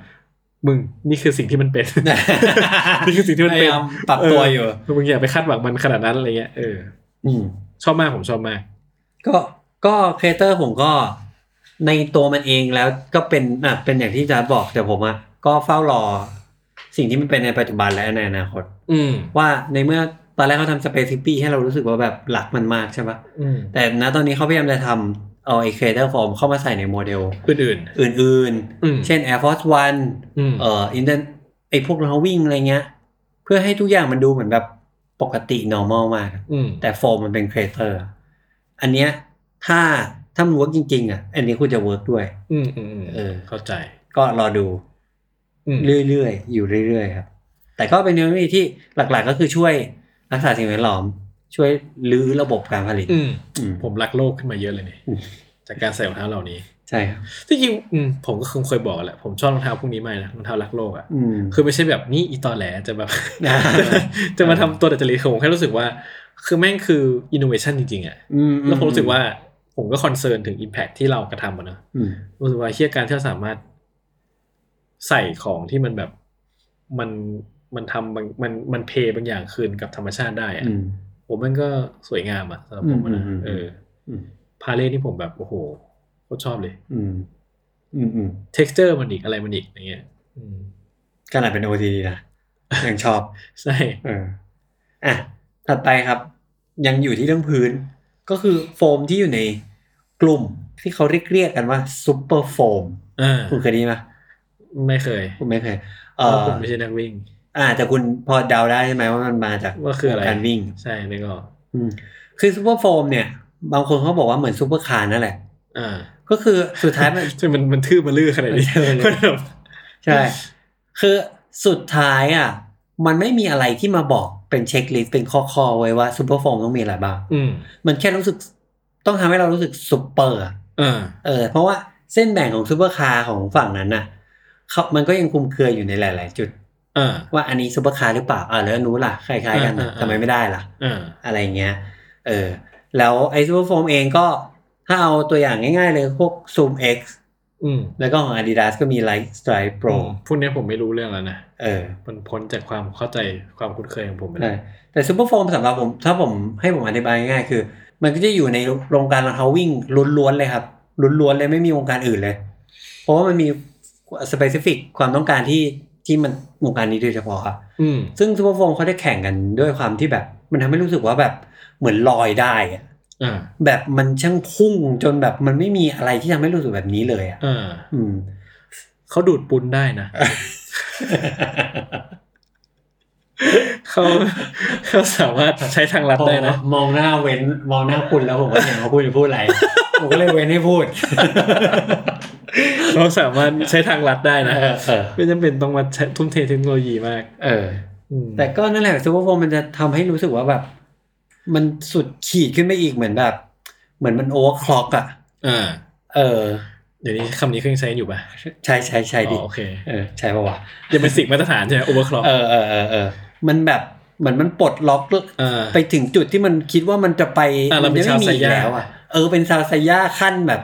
Speaker 1: มึงนี่คือสิ่งที่มันเป็น นี่คือสิ่งที่มันเป็
Speaker 2: พ
Speaker 1: น
Speaker 2: ยายามปรับตัวอยู่
Speaker 1: เมึงอย่าไปคาดหวังมันขนาดนั้นอะไรเงี้ยเออ
Speaker 2: อืม
Speaker 1: ชอบมากผมชอบมาก
Speaker 2: ก็ก็ครีเอเตอร์ผมก็ในตัวมันเองแล้วก็เป็นอ่ะเป็นอย่างที่อาจารย์บอกแต่ผมอ่ะก็เฝ้ารอ สิ่งที่มันเป็นในปัจจุบันและในอนาคต
Speaker 1: อืม
Speaker 2: ว่าในเมื่อตอนแรกเขาทำสเปซิปี้ให้เรารู้สึกว่าแบบหลักมันมากใช่ปะ
Speaker 1: อืม
Speaker 2: แต่ณตอนนี้เขาพยายามจะทำเอาไอ้ครีเอเตอร์ฟอร์มเข้ามาใส่ในโมเดล
Speaker 1: อื่น
Speaker 2: อื่น
Speaker 1: อืม
Speaker 2: ๆ เช่น Air Force One
Speaker 1: ๆอืม
Speaker 2: เอ่ออินเดนไอ้พวกเราวิ่งอะไรเงี้ย เพื่อให้ทุกอย่างมันดูเหมือนแบบปกติ normal มากอะ
Speaker 1: อืม
Speaker 2: แต่โฟมมันเป็นครีเอเตอร์ อันเนี้ยถ้าถ้ามันเวิร์กจริง ๆ อ่ะ อันนี้คุณจะเวิร์กด้วย
Speaker 1: อืมอืมอืม
Speaker 2: เออ
Speaker 1: เข้าใจ
Speaker 2: ก็รอดู
Speaker 1: อืม
Speaker 2: เรื่อยๆ อยู่เรื่อยๆครับ แต่ก็เป็นเทคโนโลยีที่หลักๆ ก็คือช่วยรักษาสิ่งแวดล้อม ช่วยรื้อระบบการผลิต
Speaker 1: อืม
Speaker 2: อืม
Speaker 1: ผมรักโลกขึ้นมาเยอะเลยเนี่ย
Speaker 2: อืม
Speaker 1: จากการใส่รองเท้าเหล่านี้
Speaker 2: ใช่ครับ
Speaker 1: ที่จริงอืมผมก็คงเคยบอกแหละผมชอบรองเท้าพวกนี้มากนะรองเท้ารักโลกอ่ะ
Speaker 2: อืม
Speaker 1: คือไม่ใช่แบบนี่อีตอแหลจะ แบบ
Speaker 2: อ่า
Speaker 1: จะมาทำตัวดัดจริตคือผมแค่รู้สึกว่า คือแม่งคืออินโนเวชันจริงๆอ่ะ
Speaker 2: อืม
Speaker 1: แล้วผมรู้สึกว่าผมก็คอนเซิร์นถึง Impact ที่เรากระทำอะเนอะ
Speaker 2: อืม
Speaker 1: รู้สึกว่าเฮียการที่เราสามารถใส่ของที่มันแบบมันมันทำบางมันมันเพย์บางอย่างคืนกับธรรมชาติได้อะ
Speaker 2: อืม
Speaker 1: ผมมันก็สวยงามอ่ะสำหรับผมอะนะ
Speaker 2: อืมอืมอืม
Speaker 1: เออ
Speaker 2: อืม
Speaker 1: พาเล่นี่ผมแบบโอ้โหโคตรชอบเลย
Speaker 2: อืมอืมอืม
Speaker 1: texture มันอีกอะไรมันอีกอย่างเงี้ยอืม
Speaker 2: ขนาดเป็น OTD นะ ยังชอบ
Speaker 1: ใช่
Speaker 2: เอออ่ะ ถัดไปครับ ยังอยู่ที่เรื่องพื้น ก็คือโฟมที่อยู่ในกลุ่มที่เขาเรียกเรียกกันว่าซูเปอร์โฟม
Speaker 1: อ่า
Speaker 2: คุณเคยได้ยินไหม
Speaker 1: ไม่เคย
Speaker 2: ผมไม่เคย
Speaker 1: เพ
Speaker 2: เอ่
Speaker 1: ราะ
Speaker 2: อ
Speaker 1: ผมไม่ใช่นักวิ่ง
Speaker 2: อ่าแต่คุณพอเดาได้ใช่ไหมว่ามันมาจาก
Speaker 1: ว่าคืออะไร
Speaker 2: การวิ่ง
Speaker 1: ใช่นึกออก
Speaker 2: อืมคือซูเปอร์โฟมเนี่ย บางคนเขาบอกว่าเหมือนซูเปอร์คาร์นั่นแหละ
Speaker 1: อ่า
Speaker 2: ก็คือสุดท้ายมัน
Speaker 1: ใช่มันมันทื่อมันลื้อขนาดนี้
Speaker 2: มันทื่อมันลื้อ
Speaker 1: แบบ
Speaker 2: ใช่ คือสุดท้ายอ่ะ มันไม่มีอะไรที่มาบอกเป็นเช็คลิสต์เป็นข้อๆไว้ว่าซูเปอร์โฟมต้องมีอะไรบ้าง
Speaker 1: อืม
Speaker 2: มันแค่รู้สึกต้องทำให้เรารู้สึกซุปเปอร์อะ
Speaker 1: อ่า
Speaker 2: เออ เพราะว่าเส้นแบ่งของซูเปอร์คาร์ของฝั่งนั้นน่ะเขามันก็ยังคลุมเครืออยู่ในหลาย ๆ จุด
Speaker 1: อ่า
Speaker 2: ว่าอันนี้ซูเปอร์คาร์หรือเปล่าอ่าแล้วอันนู้นล่ะคล้ายๆกันน่ะ
Speaker 1: อ่าๆๆ
Speaker 2: ทำไมไม่ได้ล่ะ
Speaker 1: อ่า
Speaker 2: อะไรเงี้ย เออ แล้วไอซูเปอร์โฟมเองก็ถ้าเอาตัวอย่างง่าย ๆ เลยพวกซูม X
Speaker 1: อืม
Speaker 2: แล้วก็ของ Adidas ก็มี Light Stripe Pro
Speaker 1: พวกเนี้ยผมไม่รู้เรื่องแล้วนะ
Speaker 2: เออ
Speaker 1: มันพ้นจากความเข้าใจความคุ้นเคยของผมไปแล้
Speaker 2: ใช่
Speaker 1: ว
Speaker 2: แต่ซูเปอร์โฟมสำหรับผมถ้าผมให้ผมอธิบายง่ายๆคือ มันก็จะอยู่ในโรงการรองเท้าวิ่งล้วนๆเลยครับล้วนๆเลยไม่มีวงการอื่นเลย เพราะว่ามันมีสเปซิฟิกความต้องการที่ที่มันวงการนี้โดยเฉพาะครับ
Speaker 1: อืม
Speaker 2: ซึ่งซูเปอร์โฟมเขาได้แข่งกันด้วยความที่แบบ มันทำให้รู้สึกว่าแบบเหมือนลอยได้อะ
Speaker 1: อ่า
Speaker 2: แบบมันช่างพุ่งจนแบบมันไม่มีอะไรที่ทำให้รู้สึกแบบนี้เลยอ่ะ
Speaker 1: อ่า
Speaker 2: อืม
Speaker 1: เขาดูดปุนได้ นะเขาเขาสามารถใช้ทางลัดได้นะ
Speaker 2: มองหน้าเว้นมองหน้าคุณแล้วผมก็เห็นว่าคุณจะพูดอะไร ผมก็เลยเว้นให้พูด
Speaker 1: เราสามารถใช้ทางลัดได้นะ
Speaker 2: เออเออ
Speaker 1: ไม่จำเป็นต้องมาใช้ทุ่มเทเทคโนโลยีมาก
Speaker 2: เออ
Speaker 1: อืม
Speaker 2: แต่ก็นั่นแหละซูเปอร์โฟมมันจะทำให้รู้สึกว่าแบบ มันสุดขีดขึ้นไปอีกเหมือนแบบ เหมือนมันโอเวอร์คล็อกอ่ะ
Speaker 1: อ่า
Speaker 2: เออ
Speaker 1: เดี๋ยวนี้คำนี้เขายังใช้กันอยู่ป่ะ
Speaker 2: ใช่ใช่ใช่ดิ
Speaker 1: อ๋อโอเค
Speaker 2: เออ ใช่ปะวะ
Speaker 1: ยังเป็นสิ่งมาตรฐานใช่ไหมโอเวอร์คล็อก
Speaker 2: เออเออเออเออมันแบบเหมือนมันปลดล็อก
Speaker 1: อ่า
Speaker 2: ไปถึงจุดที่มันคิดว่ามันจะไป
Speaker 1: อ่ะเรา
Speaker 2: มั
Speaker 1: เป็น
Speaker 2: จะ
Speaker 1: ชาว
Speaker 2: ไม่มี
Speaker 1: ไซ
Speaker 2: อีก
Speaker 1: ย่า
Speaker 2: แล้วอ่ะเออเป็นซาวไซย่าขั้นแบบ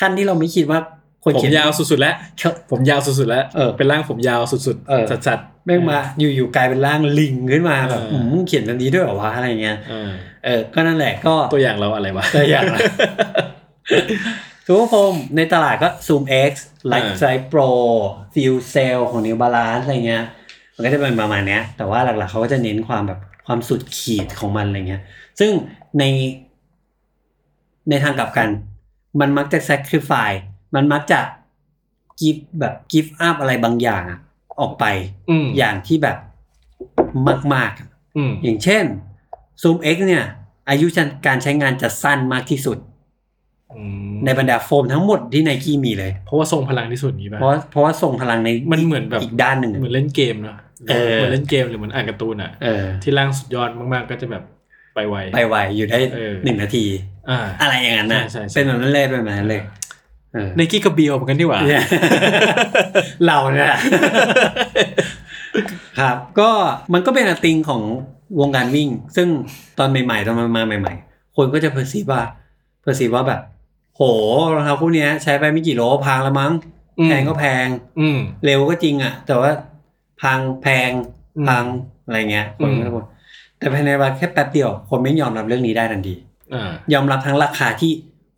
Speaker 2: ขั้นที่เราไม่คิดว่าคน
Speaker 1: ผม
Speaker 2: เขียน
Speaker 1: ยาวสุดๆแล้ว
Speaker 2: เชอะ
Speaker 1: ผมยาวสุดๆแล้ว
Speaker 2: เออ
Speaker 1: เป็นร่างผมยาวสุด
Speaker 2: เออ
Speaker 1: ๆสัด
Speaker 2: แม่งมาอยู่ๆกลายเป็นร่างลิงขึ้นมาแบบ
Speaker 1: เอออื
Speaker 2: มมึงเขียนแบบนี้ด้วยเหรอวะอะไรเงี้ย
Speaker 1: ๆอ่า
Speaker 2: เออก็นั่นแหละก็
Speaker 1: ตัวอย่างเราอะไรวะ
Speaker 2: ตัวอย่างนะ ซูเปอร์โฟมในตลาดก็ Zoom X Light
Speaker 1: อ่า
Speaker 2: Size Pro Feel Cell ของ New Balance อะไรเงี้ย มันก็จะเป็นประมาณเนี้ย แต่ว่าหลักๆเขาก็จะเน้นความแบบความสุดขีดของมันอะไรเงี้ย ซึ่งใน ในทางกลับกัน มันมักจะ sacrifice มันมักจะ give แบบ give up อะไรบางอย่างอะออกไป
Speaker 1: อืม
Speaker 2: อย่างที่แบบมากๆอะ
Speaker 1: อืม
Speaker 2: อย่างเช่น Zoom X เนี่ย อายุการใช้งานจะสั้นมากที่สุด
Speaker 1: อืม
Speaker 2: ในบรรดาโฟมทั้งหมดที่ไนกี้มีเลย
Speaker 1: เพราะว่าทรงพลังที่สุดนี้ป่ะ
Speaker 2: เพราะเพราะว่าส่งพลังใน
Speaker 1: มันเหมือนแบบ
Speaker 2: อีกด้านหนึ่งอะ
Speaker 1: เหมือนเล่นเกมเนาะ
Speaker 2: เออ
Speaker 1: เหมือนเล่นเกมหรือเหมือนอ่านการ์ตูนอ่ะ
Speaker 2: เออ
Speaker 1: ที่ร่างสุดยอดมากๆ ก็จะแบบไปไว
Speaker 2: ไปไวอยู่ได้
Speaker 1: เออ
Speaker 2: หนึ่งนาที
Speaker 1: อ่า
Speaker 2: อะไรอย่างนั้นนะ
Speaker 1: ใช่ใช่ใช่
Speaker 2: เป็นแบบนั้นเลยเป็นแบบนั้นเลยเออ
Speaker 1: ในกี้กับเบียวเหมือนกันดีกว่า
Speaker 2: เนี่ยเราเนี่ย ครับ ก็มันก็เป็นอะติงของวงการวิ่ง ซึ่งตอนใหม่ ๆ ตอนมันมาใหม่ ๆ คนก็จะเพอร์ซีว่าเพอร์ซีว่าแบบ โหรองเท้าคู่เนี้ย ใช้ไปไม่กี่โลพังแล้วมั้ง
Speaker 1: อืม
Speaker 2: แพงก็แพง
Speaker 1: อืม
Speaker 2: เร็วก็จริงอ่ะ แต่ว่าพังแพง
Speaker 1: อืม
Speaker 2: พังอะไรเงี้ยคนก็
Speaker 1: อื
Speaker 2: จะบ่
Speaker 1: ม
Speaker 2: นแต่ภายในเวลาแค่แป๊บเดียว คนไม่ยอมรับเรื่องนี้ได้ทันที
Speaker 1: อ่าย
Speaker 2: อมรับทั้งราคาที่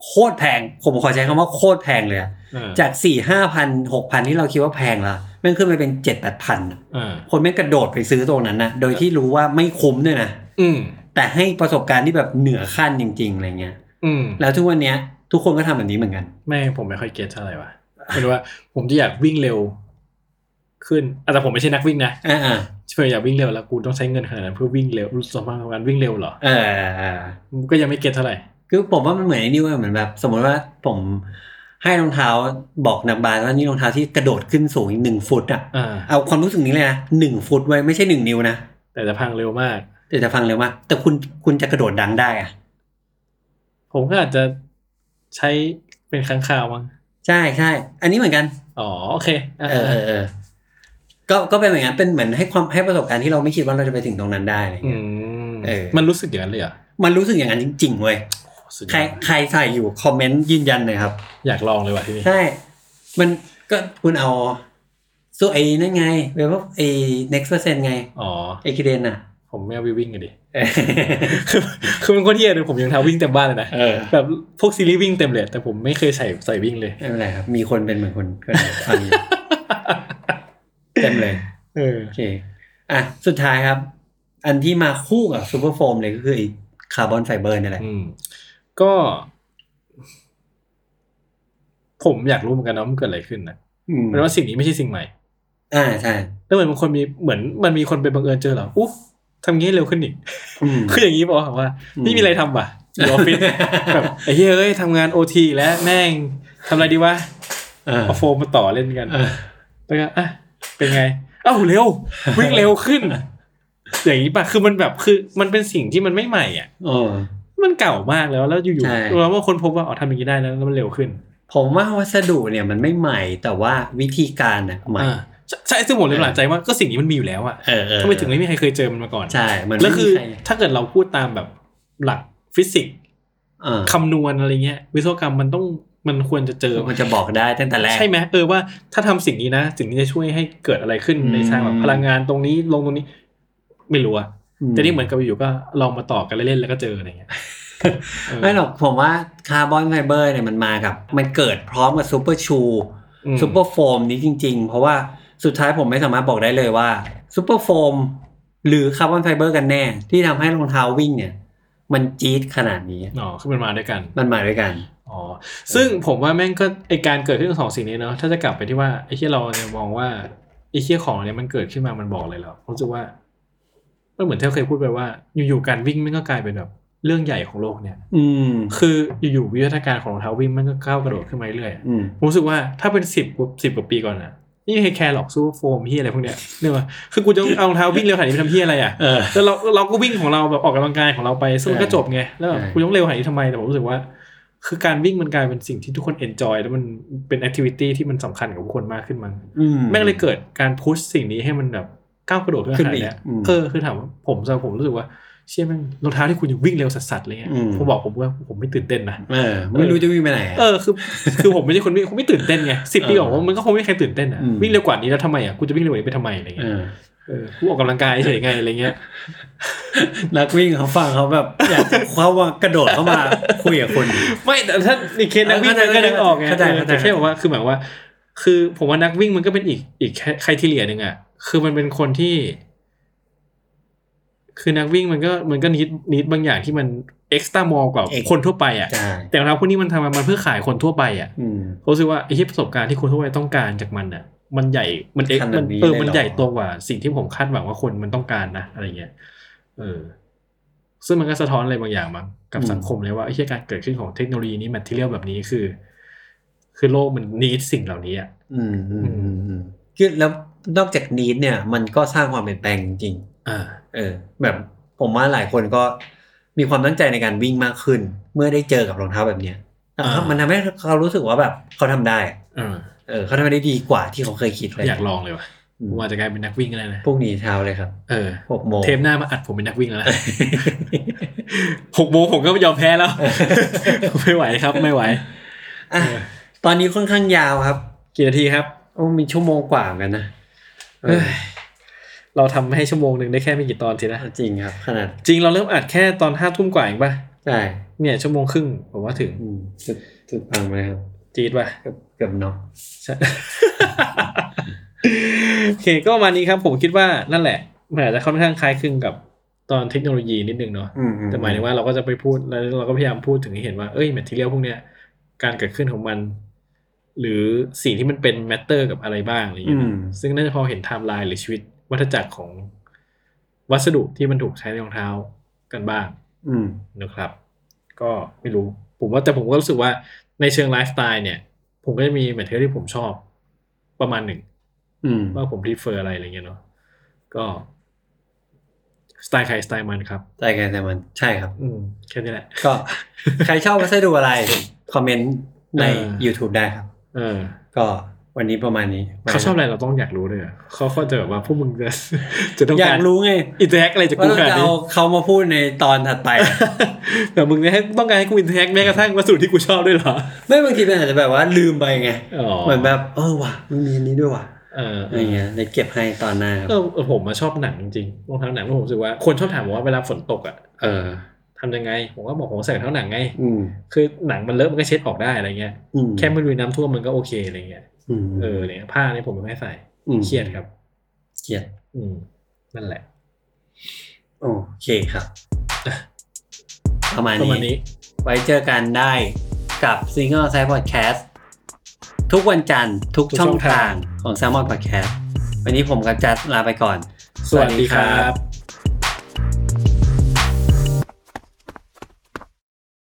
Speaker 2: โคตรแพง ผมขอใช้คำว่าโคตรแพงเลยอะ
Speaker 1: อ่า
Speaker 2: จากสี่ห้าพันหกพันที่เราคิดว่าแพงละแม่งขึ้นไปเป็นเจ็ดแปดพันอะ
Speaker 1: อ่า
Speaker 2: คนแม่งกระโดดไปซื้อตรงนั้นนะโดยที่รู้ว่าไม่คุ้มด้วยนะ
Speaker 1: อืม
Speaker 2: แต่ให้ประสบการณ์ที่แบบเหนือขั้นจริงๆอะไรเงี้ย
Speaker 1: อืม
Speaker 2: แล้วทุกวันเนี้ย ทุกคนก็ทำแบบนี้เหมือนกัน
Speaker 1: ไม่ผมไม่ค่อยเก็ตเท่าไหร่วะเป็นว่าผมจะอยากวิ่งเร็ว ขึ้นอ่ะแต่ผมไม่ใช่นักวิ่งนะ
Speaker 2: อ่า
Speaker 1: เพื่ออยากวิ่งเร็วแล้วกูต้องใช้เงินขนาดนั้นเพื่อวิ่งเร็วรู้สึกมากกับการวิ่งเร็วเหรอ
Speaker 2: ๆเออ
Speaker 1: ก็ยังไม่เก็ตเท่าไหร่
Speaker 2: คือผมว่ามันเหมือนไอ้นี่เว้ยเหมือนแบบ สมมติว่าผมให้รองเท้าบอกนักบาสว่านี่รองเท้าที่กระโดดขึ้นสูงอีกหนึ่งฟุตอ่ะ
Speaker 1: อ่า
Speaker 2: เอาความรู้สึกนี้เลยนะหนึ่งฟุตไว้ไม่ใช่หนึ่งนิ้วนะ
Speaker 1: แต่จะพังเร็วมาก
Speaker 2: แต่จะฟังเลยว่า แต่คุณคุณจะกระโดดดังได้อ่ะ
Speaker 1: ผมก็อาจจะใช้เป็นค้างคาวมั้ง
Speaker 2: ใช่ใช่อันนี้เหมือนกัน
Speaker 1: อ๋อโอเคอ่ะ
Speaker 2: เออเออเออก็ก็เป็นเหมือนกันเป็นเหมือนให้ความให้ประสบการณ์ที่เราไม่คิดว่าเราจะไปถึงตรงนั้นได้อะไร
Speaker 1: อื
Speaker 2: เงี้ย
Speaker 1: ม
Speaker 2: เออ
Speaker 1: มันรู้สึกอย่างนั้นเลยเหรอ
Speaker 2: มันรู้สึกอย่างนั้นจริงๆเว้ย
Speaker 1: โอ้สุดยอด
Speaker 2: ใครใครใส่อยู่คอมเมนต์ยืนยันหน่อยครับ
Speaker 1: อยากลองเลยว่ะที่นี่
Speaker 2: ใช่ มันก็คุณเอาสู้ไอ้นั่นไงเว็บไอ้ next percent ไง
Speaker 1: อ๋อ
Speaker 2: ไอ้กิเดนน่ะ
Speaker 1: ผมไม่เอาไปวิ่งกันดิ คือคือมันโคตรเหี้ยเลยผมยังเท้าวิ่งเต็มบ้านเลยนะ
Speaker 2: เออ
Speaker 1: แบบพวกซีรีส์วิ่งเต็มเลยแต่ผมไม่เคยใส่ใส่วิ่งเลย
Speaker 2: ไม่เป็นไรครับ มีคนเป็นเหมือนคนก็ได้ฟังอยู่ เต็มเลย
Speaker 1: เออ
Speaker 2: โอเค อ่ะ สุดท้ายครับ อันที่มาคู่กับซูเปอร์โฟมเลยก็คือไอ้คาร์บอนไฟเบอร์นี่แหละ
Speaker 1: อืม ก็ ผมอยากรู้เหมือนกันนะว่ามันเกิดอะไรขึ้นนะ
Speaker 2: อืม
Speaker 1: แปลว่าสิ่งนี้ไม่ใช่สิ่งใหม่
Speaker 2: อ่าใช่
Speaker 1: แล้วเหมือนบางคนมีเหมือนมันมีคนไปบังเอิญเจอเหรออุ๊ยทำงี้ให้เร็วขึ้นอีก
Speaker 2: อืม
Speaker 1: คืออย่างนี้บอกว่า
Speaker 2: อืม
Speaker 1: ไม่มีอะไรทำป่ะอยู่ออฟ ฟิศ แบบไอ้เหี้ยเอ้ยทำงานโอทีแล้วแม่งทำอะไรดีวะ
Speaker 2: า
Speaker 1: เอาโฟมมาต่อเล่นกัน
Speaker 2: อ่า
Speaker 1: แล้วก็อ่ะเป็นไง เอ้าเร็ว วิ่งเร็วขึ้น อย่างนี้ป่ะคือมันแบบคือมันเป็นสิ่งที่มันไม่ใหม่อ่ะ
Speaker 2: เออ
Speaker 1: มันเก่ามากแล้วแล้วอยู่
Speaker 2: ใช่
Speaker 1: ๆเราว่าคนพบว่าอ๋อทำอย่างนี้ได้นะแล้วมันเร็วขึ้น
Speaker 2: ผมว่าวัสดุเนี่ยมันไม่ใหม่แต่ว่าวิธีการน่ะใหม่
Speaker 1: อ่าใช่ใช่ซึ่งผมเลยหลังใจว่าก็สิ่งนี้มันมีอยู่แล้วอ่ะ
Speaker 2: เออเออ
Speaker 1: ทำไมถึงไม่มีใครเคยเจอมันมาก่อน
Speaker 2: ใช่มัน
Speaker 1: แล้ว
Speaker 2: ไม่
Speaker 1: คื
Speaker 2: มี
Speaker 1: อ
Speaker 2: ใร
Speaker 1: ถ้าเกิดเราพูดตามแบบหลักฟิสิกส์
Speaker 2: อ่า
Speaker 1: คำนวณอะไรเงี้ย วิศวกรรมมันต้องมันควรจะเจอ
Speaker 2: มันจะบอกได้ตั้งแต่แรก
Speaker 1: ใช่ไหมเออว่าถ้าทำสิ่งนี้นะสิ่งนี้จะช่วยให้เกิดอะไรขึ้น
Speaker 2: อืม
Speaker 1: ในทางแบบพลังงานตรงนี้ลงตรงนี้ ไม่รู้อะแต่นี่เหมือนกับอยู่ๆก็ลองมาต่อกันเล่นๆแล้วก็เจออะไรเงี้ยเ
Speaker 2: ไม่หรอกผมว่าคาร์บอนไฟเบอร์เนี่ยมันมากับ มันเกิดพร้อมกับซูเปอร์ชู
Speaker 1: อืม
Speaker 2: ซูเปอร์โฟมนี้จริง ๆ เพราะว่าสุดท้ายผมไม่สามารถบอกได้เลยว่าซูเปอร์โฟมหรือคาร์บอนไฟเบอร์กันแน่ ที่ทำให้รองเท้าวิ่งเนี่ย มันจี๊ดขนาดนี้
Speaker 1: อ๋อขึ้นมันมาด้วยกัน
Speaker 2: มันมาด้วยกัน
Speaker 1: อ๋อซึ่งผมว่าแม่งก็ไอการเกิดขึ้นของสองสิ่งนี้เนาะถ้าจะกลับไปที่ว่าไอที่เราเนี่ยมองว่าไอที่ของเนี่ยมันเกิดขึ้นมามันบอกอะไรเรารู้สึกว่ามันเหมือนที่เราเคยพูดไปว่า อยู่ๆการวิ่งมันก็กลายเป็นแบบเรื่องใหญ่ของโลกเนี่ย
Speaker 2: อืม
Speaker 1: คืออยู่ๆวิวัฒนาการของรองเท้าวิ่งมันก็ก้าวกระโดดขึ้นมาเรื่อยๆ
Speaker 2: อืม
Speaker 1: ผมรู้สึกว่าถ้าเป็นสิบสิบกว่าปีก่อนนะนี่ไม่เคยแคร์หรอกซูเปอร์โฟมที่อะไรพวกเนี้ยเนี่ยว่าคือกูจะเอารองเท้าวิ่งเร็วขนาดนี้ไปทำที่อะไรอ่ะ
Speaker 2: เออ
Speaker 1: แล้วเราเราก็วิ่งของเราแบบออกกำลังกายของเราไปซึ่งมันก็
Speaker 2: ใช่
Speaker 1: จบไงแล้วแบบ
Speaker 2: ใช่
Speaker 1: กูต้องเร็วขนาดนี้ทำไมแต่ผมรู้สึกว่า คือการวิ่งมันกลายเป็นสิ่งที่ทุกคนเอนจอยแล้วมันเป็นแอคทิวิตี้ที่มันสำคัญกับทุกคนมากขึ้นมั้ง
Speaker 2: อืม
Speaker 1: แม่งเลยเกิดการพุชสิ่งนี้ให้มันแบบก้าวกระโดดขึ้นขนาดเนี้ย
Speaker 2: ขึ้นไปอีกอืม
Speaker 1: เออคือถามว่าผมสำหรับผมรู้สึกว่าเชี่ยแม่งรองเท้าที่คุณยังวิ่งเร็วสัสๆเลยเงี้ย
Speaker 2: อืม
Speaker 1: ผมบอกผมว่าผมไม่ตื่นเต้นนะ
Speaker 2: เออ ไม่รู้จะวิ่งไปไหนอะ
Speaker 1: เออคือคือผมไม่ใช่คนวิ่งผมไม่ตื่นเต้นไงสิบปี
Speaker 2: เออ
Speaker 1: ก่อนมันก็คงไม่มีใครตื่นเต้นอ่ะ
Speaker 2: อืม
Speaker 1: วิ่งเร็วกว่านี้แล้วทำไมอ่ะกูจะวิ่งเร็วกว่านี้ไปทำไมอะไร
Speaker 2: เอ
Speaker 1: เงี้ย
Speaker 2: อ
Speaker 1: เออกูออกกำลังกายเฉยๆไงอะไรเงี้ย
Speaker 2: นักวิ่งเขาฟังเขาแบบ อยากจะเข้ามากระโดดเข้ามาคุยกับคน
Speaker 1: ไม่แต่ถ้าอีกเคสนักวิ่ง
Speaker 2: เออ
Speaker 1: มันก็นึกออกไง
Speaker 2: เข้าใจ
Speaker 1: เออ
Speaker 2: เข้าใจ
Speaker 1: แต่แค่บอกว่าคือหมายว่า คือผมว่านักวิ่งมันก็เป็นอีกอีกใครที่เหลียหนึ่งอ่ะคือมันเป็นคนที่ คือนักวิ่งมันก็มันก็นิดนิดบางอย่างที่มันเอ็กซ์ตร้ามกว่าคนทั่วไปอ่ะ
Speaker 2: ใช่
Speaker 1: แต่รองเท้าพวกนี้มันทำมามันเพื่อขายคนทั่วไปอ่ะ
Speaker 2: อืม
Speaker 1: ผมรู้สึกว่าไอ้ที่ประสบการณ์ที่คุณทั่วไปต้องการจากมันน่ะ มันใหญ่มันเอ็ก
Speaker 2: ขนาด
Speaker 1: มัน
Speaker 2: นี้
Speaker 1: เออ
Speaker 2: เลยเหรอ
Speaker 1: มันใหญ่ตัวกว่าสิ่งที่ผมคาดหวังว่าคนมันต้องการนะอะไรเงี้ยเออ ซึ่งมันก็สะท้อนอะไรบางอย่างมั้งกับสังคมเลยว่าไอ้ที่การเกิดขึ้นของเทคโนโลยีนี้แมทเทียลแบบนี้คือ คือโลกมันนีดสิ่งเหล่านี้อ่ะ
Speaker 2: อืมอืม
Speaker 1: อื
Speaker 2: อื
Speaker 1: ม
Speaker 2: มอืมคือแล้วนอกจากนี้เนี่ย มันก็สร้างความเปลี่ยนแปลงจริง
Speaker 1: อ่า
Speaker 2: ๆเออ แบบผมว่าหลายคนก็มีความตั้งใจในการวิ่งมากขึ้น เมื่อได้เจอกับรองเท้าแบบเนี้ย
Speaker 1: อ่ามั
Speaker 2: มันทำให้เขารู้สึกว่าแบบเขาทำได้อะ
Speaker 1: เออ
Speaker 2: เออเขาทำได้ดีกว่าที่เขาเคยคิดเลย
Speaker 1: อยากลองเลยว่ะ
Speaker 2: อืม
Speaker 1: ผมอาจจะกลายเป็นนักวิ่งก็ได้นะ
Speaker 2: พรุ่งนี้เช้าเลยครับ
Speaker 1: เออ
Speaker 2: หกโมง
Speaker 1: เทปหน้ามาอัดผมเป็นนักวิ่งแล้วนะ หกโมงผมก็ไม่ยอมแพ้ แล้ว ไม่ไหวครับ ไม่ไหว
Speaker 2: อ่ะ
Speaker 1: เออ
Speaker 2: ตอนนี้ค่อนข้างยาวครับ
Speaker 1: กี่นาทีครับ
Speaker 2: โอ้มีชั่วโมงกว่าเหมือนกันนะเออ
Speaker 1: เราทำให้ชั่วโมงหนึ่งได้แค่ไม่กี่ตอนสินะ
Speaker 2: จริงครับ ขนาด
Speaker 1: จริงเราเริ่มอัดแค่ตอนห้าทุ่มกว่าเองป่ะ
Speaker 2: ใช่
Speaker 1: เนี่ยชั่วโมงครึ่งผมว่าถึง
Speaker 2: อืมสุดสุดพังเลยครับ
Speaker 1: จีดป่ะ
Speaker 2: เกือบเกือบเนาะ
Speaker 1: ใช่ โอเคก็ประมาณนี้ครับ ผมคิดว่านั่นแหละมันอาจจะค่อนข้างคล้ายคลึงกับตอนเทคโนโลยีนิดนึงเนาะ
Speaker 2: อือื
Speaker 1: แต่หมายถึงว่าเราก็จะไปพูดแล้วเราก็พยายามพูดถึงให้เห็นว่าเอ้ยแมทเทียลพวกเนี้ยการเกิดขึ้นของมัน หรือสิ่งที่มันเป็นแมตเตอร์กับอะไรบ้างอะไรอย่าง
Speaker 2: อื
Speaker 1: เงี้ย
Speaker 2: ม
Speaker 1: ซึ่งน่าจะพอเห็นไทม์ไลน์หรือชีวิตวัฏจักรของวัสดุที่มันถูกใช้ในรองเท้ากันบ้าง
Speaker 2: อืม
Speaker 1: นะครับ ก็ไม่รู้ ผมว่าแต่ผมก็รู้สึกว่าในเชิงไลฟ์สไตล์เนี่ย ผมก็จะมีแมทเทอที่ผมชอบประมาณหนึ่ง
Speaker 2: อืม
Speaker 1: ว่าผมรีเฟอร์อะไรอะไรเงี้ยเนาะก็สไตล์ใครสไตล์มันครับ
Speaker 2: ใช่กันแต่มันใช่ครับ
Speaker 1: อืมแค่นี้แหละ
Speaker 2: ก็ ใครชอบวัสดุอะไร คอมเมนต์ใน
Speaker 1: เออ
Speaker 2: YouTube ได้ครับ
Speaker 1: เออ
Speaker 2: ก็วันนี้ประมาณนี้
Speaker 1: เขาชอบอะไรเราต้องอยากรู้เลยเหรอเขาเขาจะแบบว่าพวกมึงจะ จะต้อ
Speaker 2: อยาก
Speaker 1: งาก ร
Speaker 2: รู้ไง
Speaker 1: อินเทอร์แอคอะไรจาก
Speaker 2: ว่า
Speaker 1: กู
Speaker 2: เรา
Speaker 1: ขนาด
Speaker 2: จะ
Speaker 1: นี้
Speaker 2: เอาเขามาพูดในตอนถัดไป
Speaker 1: แต่มึงเนี่ยให้ต้องการให้กูอินเทอร์แอคแม้กระทั่งวัสดุที่กูชอบด้วยเหรอ
Speaker 2: ไม่บางทีมันอาจจะแบบว่าลืมไปไง
Speaker 1: อ๋อ
Speaker 2: เหมือนแบบเออว่ะมันมีอันนี้ด้วยว่ะ
Speaker 1: เออ
Speaker 2: อะ
Speaker 1: เอ
Speaker 2: ไร
Speaker 1: อ
Speaker 2: เงี้ยเลยเก็บให้ตอนหน้าครับ
Speaker 1: เออเออผมมาชอบหนังจริงๆรองเท้าหนังแล้วผมรู้สึกว่าคนชอบถามผมว่าเวลาฝนตกอ่ะ
Speaker 2: เออ
Speaker 1: ทำยังไง ผมก็บอกผมใส่รองเท้าหนังไง
Speaker 2: อืม
Speaker 1: คือหนังมันเลอะมันก็เช็ดออกได้อะไรเงี้ย
Speaker 2: อืม
Speaker 1: แค่ไม่ลุยน้ำท่วมมันก็โอเคอะไรเงี้ย
Speaker 2: อืม
Speaker 1: เออเนี่ยผ้าเนี่ยผมไม่ให้ใส่
Speaker 2: ม
Speaker 1: เครียดครับ
Speaker 2: เครียด
Speaker 1: อืมนั่นแหละ
Speaker 2: โอเคครับประมาณ
Speaker 1: ประมาณ
Speaker 2: นี้
Speaker 1: นี้
Speaker 2: ไว้เจอกันได้กับ Single Side Podcast ทุกวันจันทร์ทุกช่องทางของ s ซ m o n Podcast วันนี้ผมกับจัสลาไปก่อน
Speaker 1: สวัสดีครับ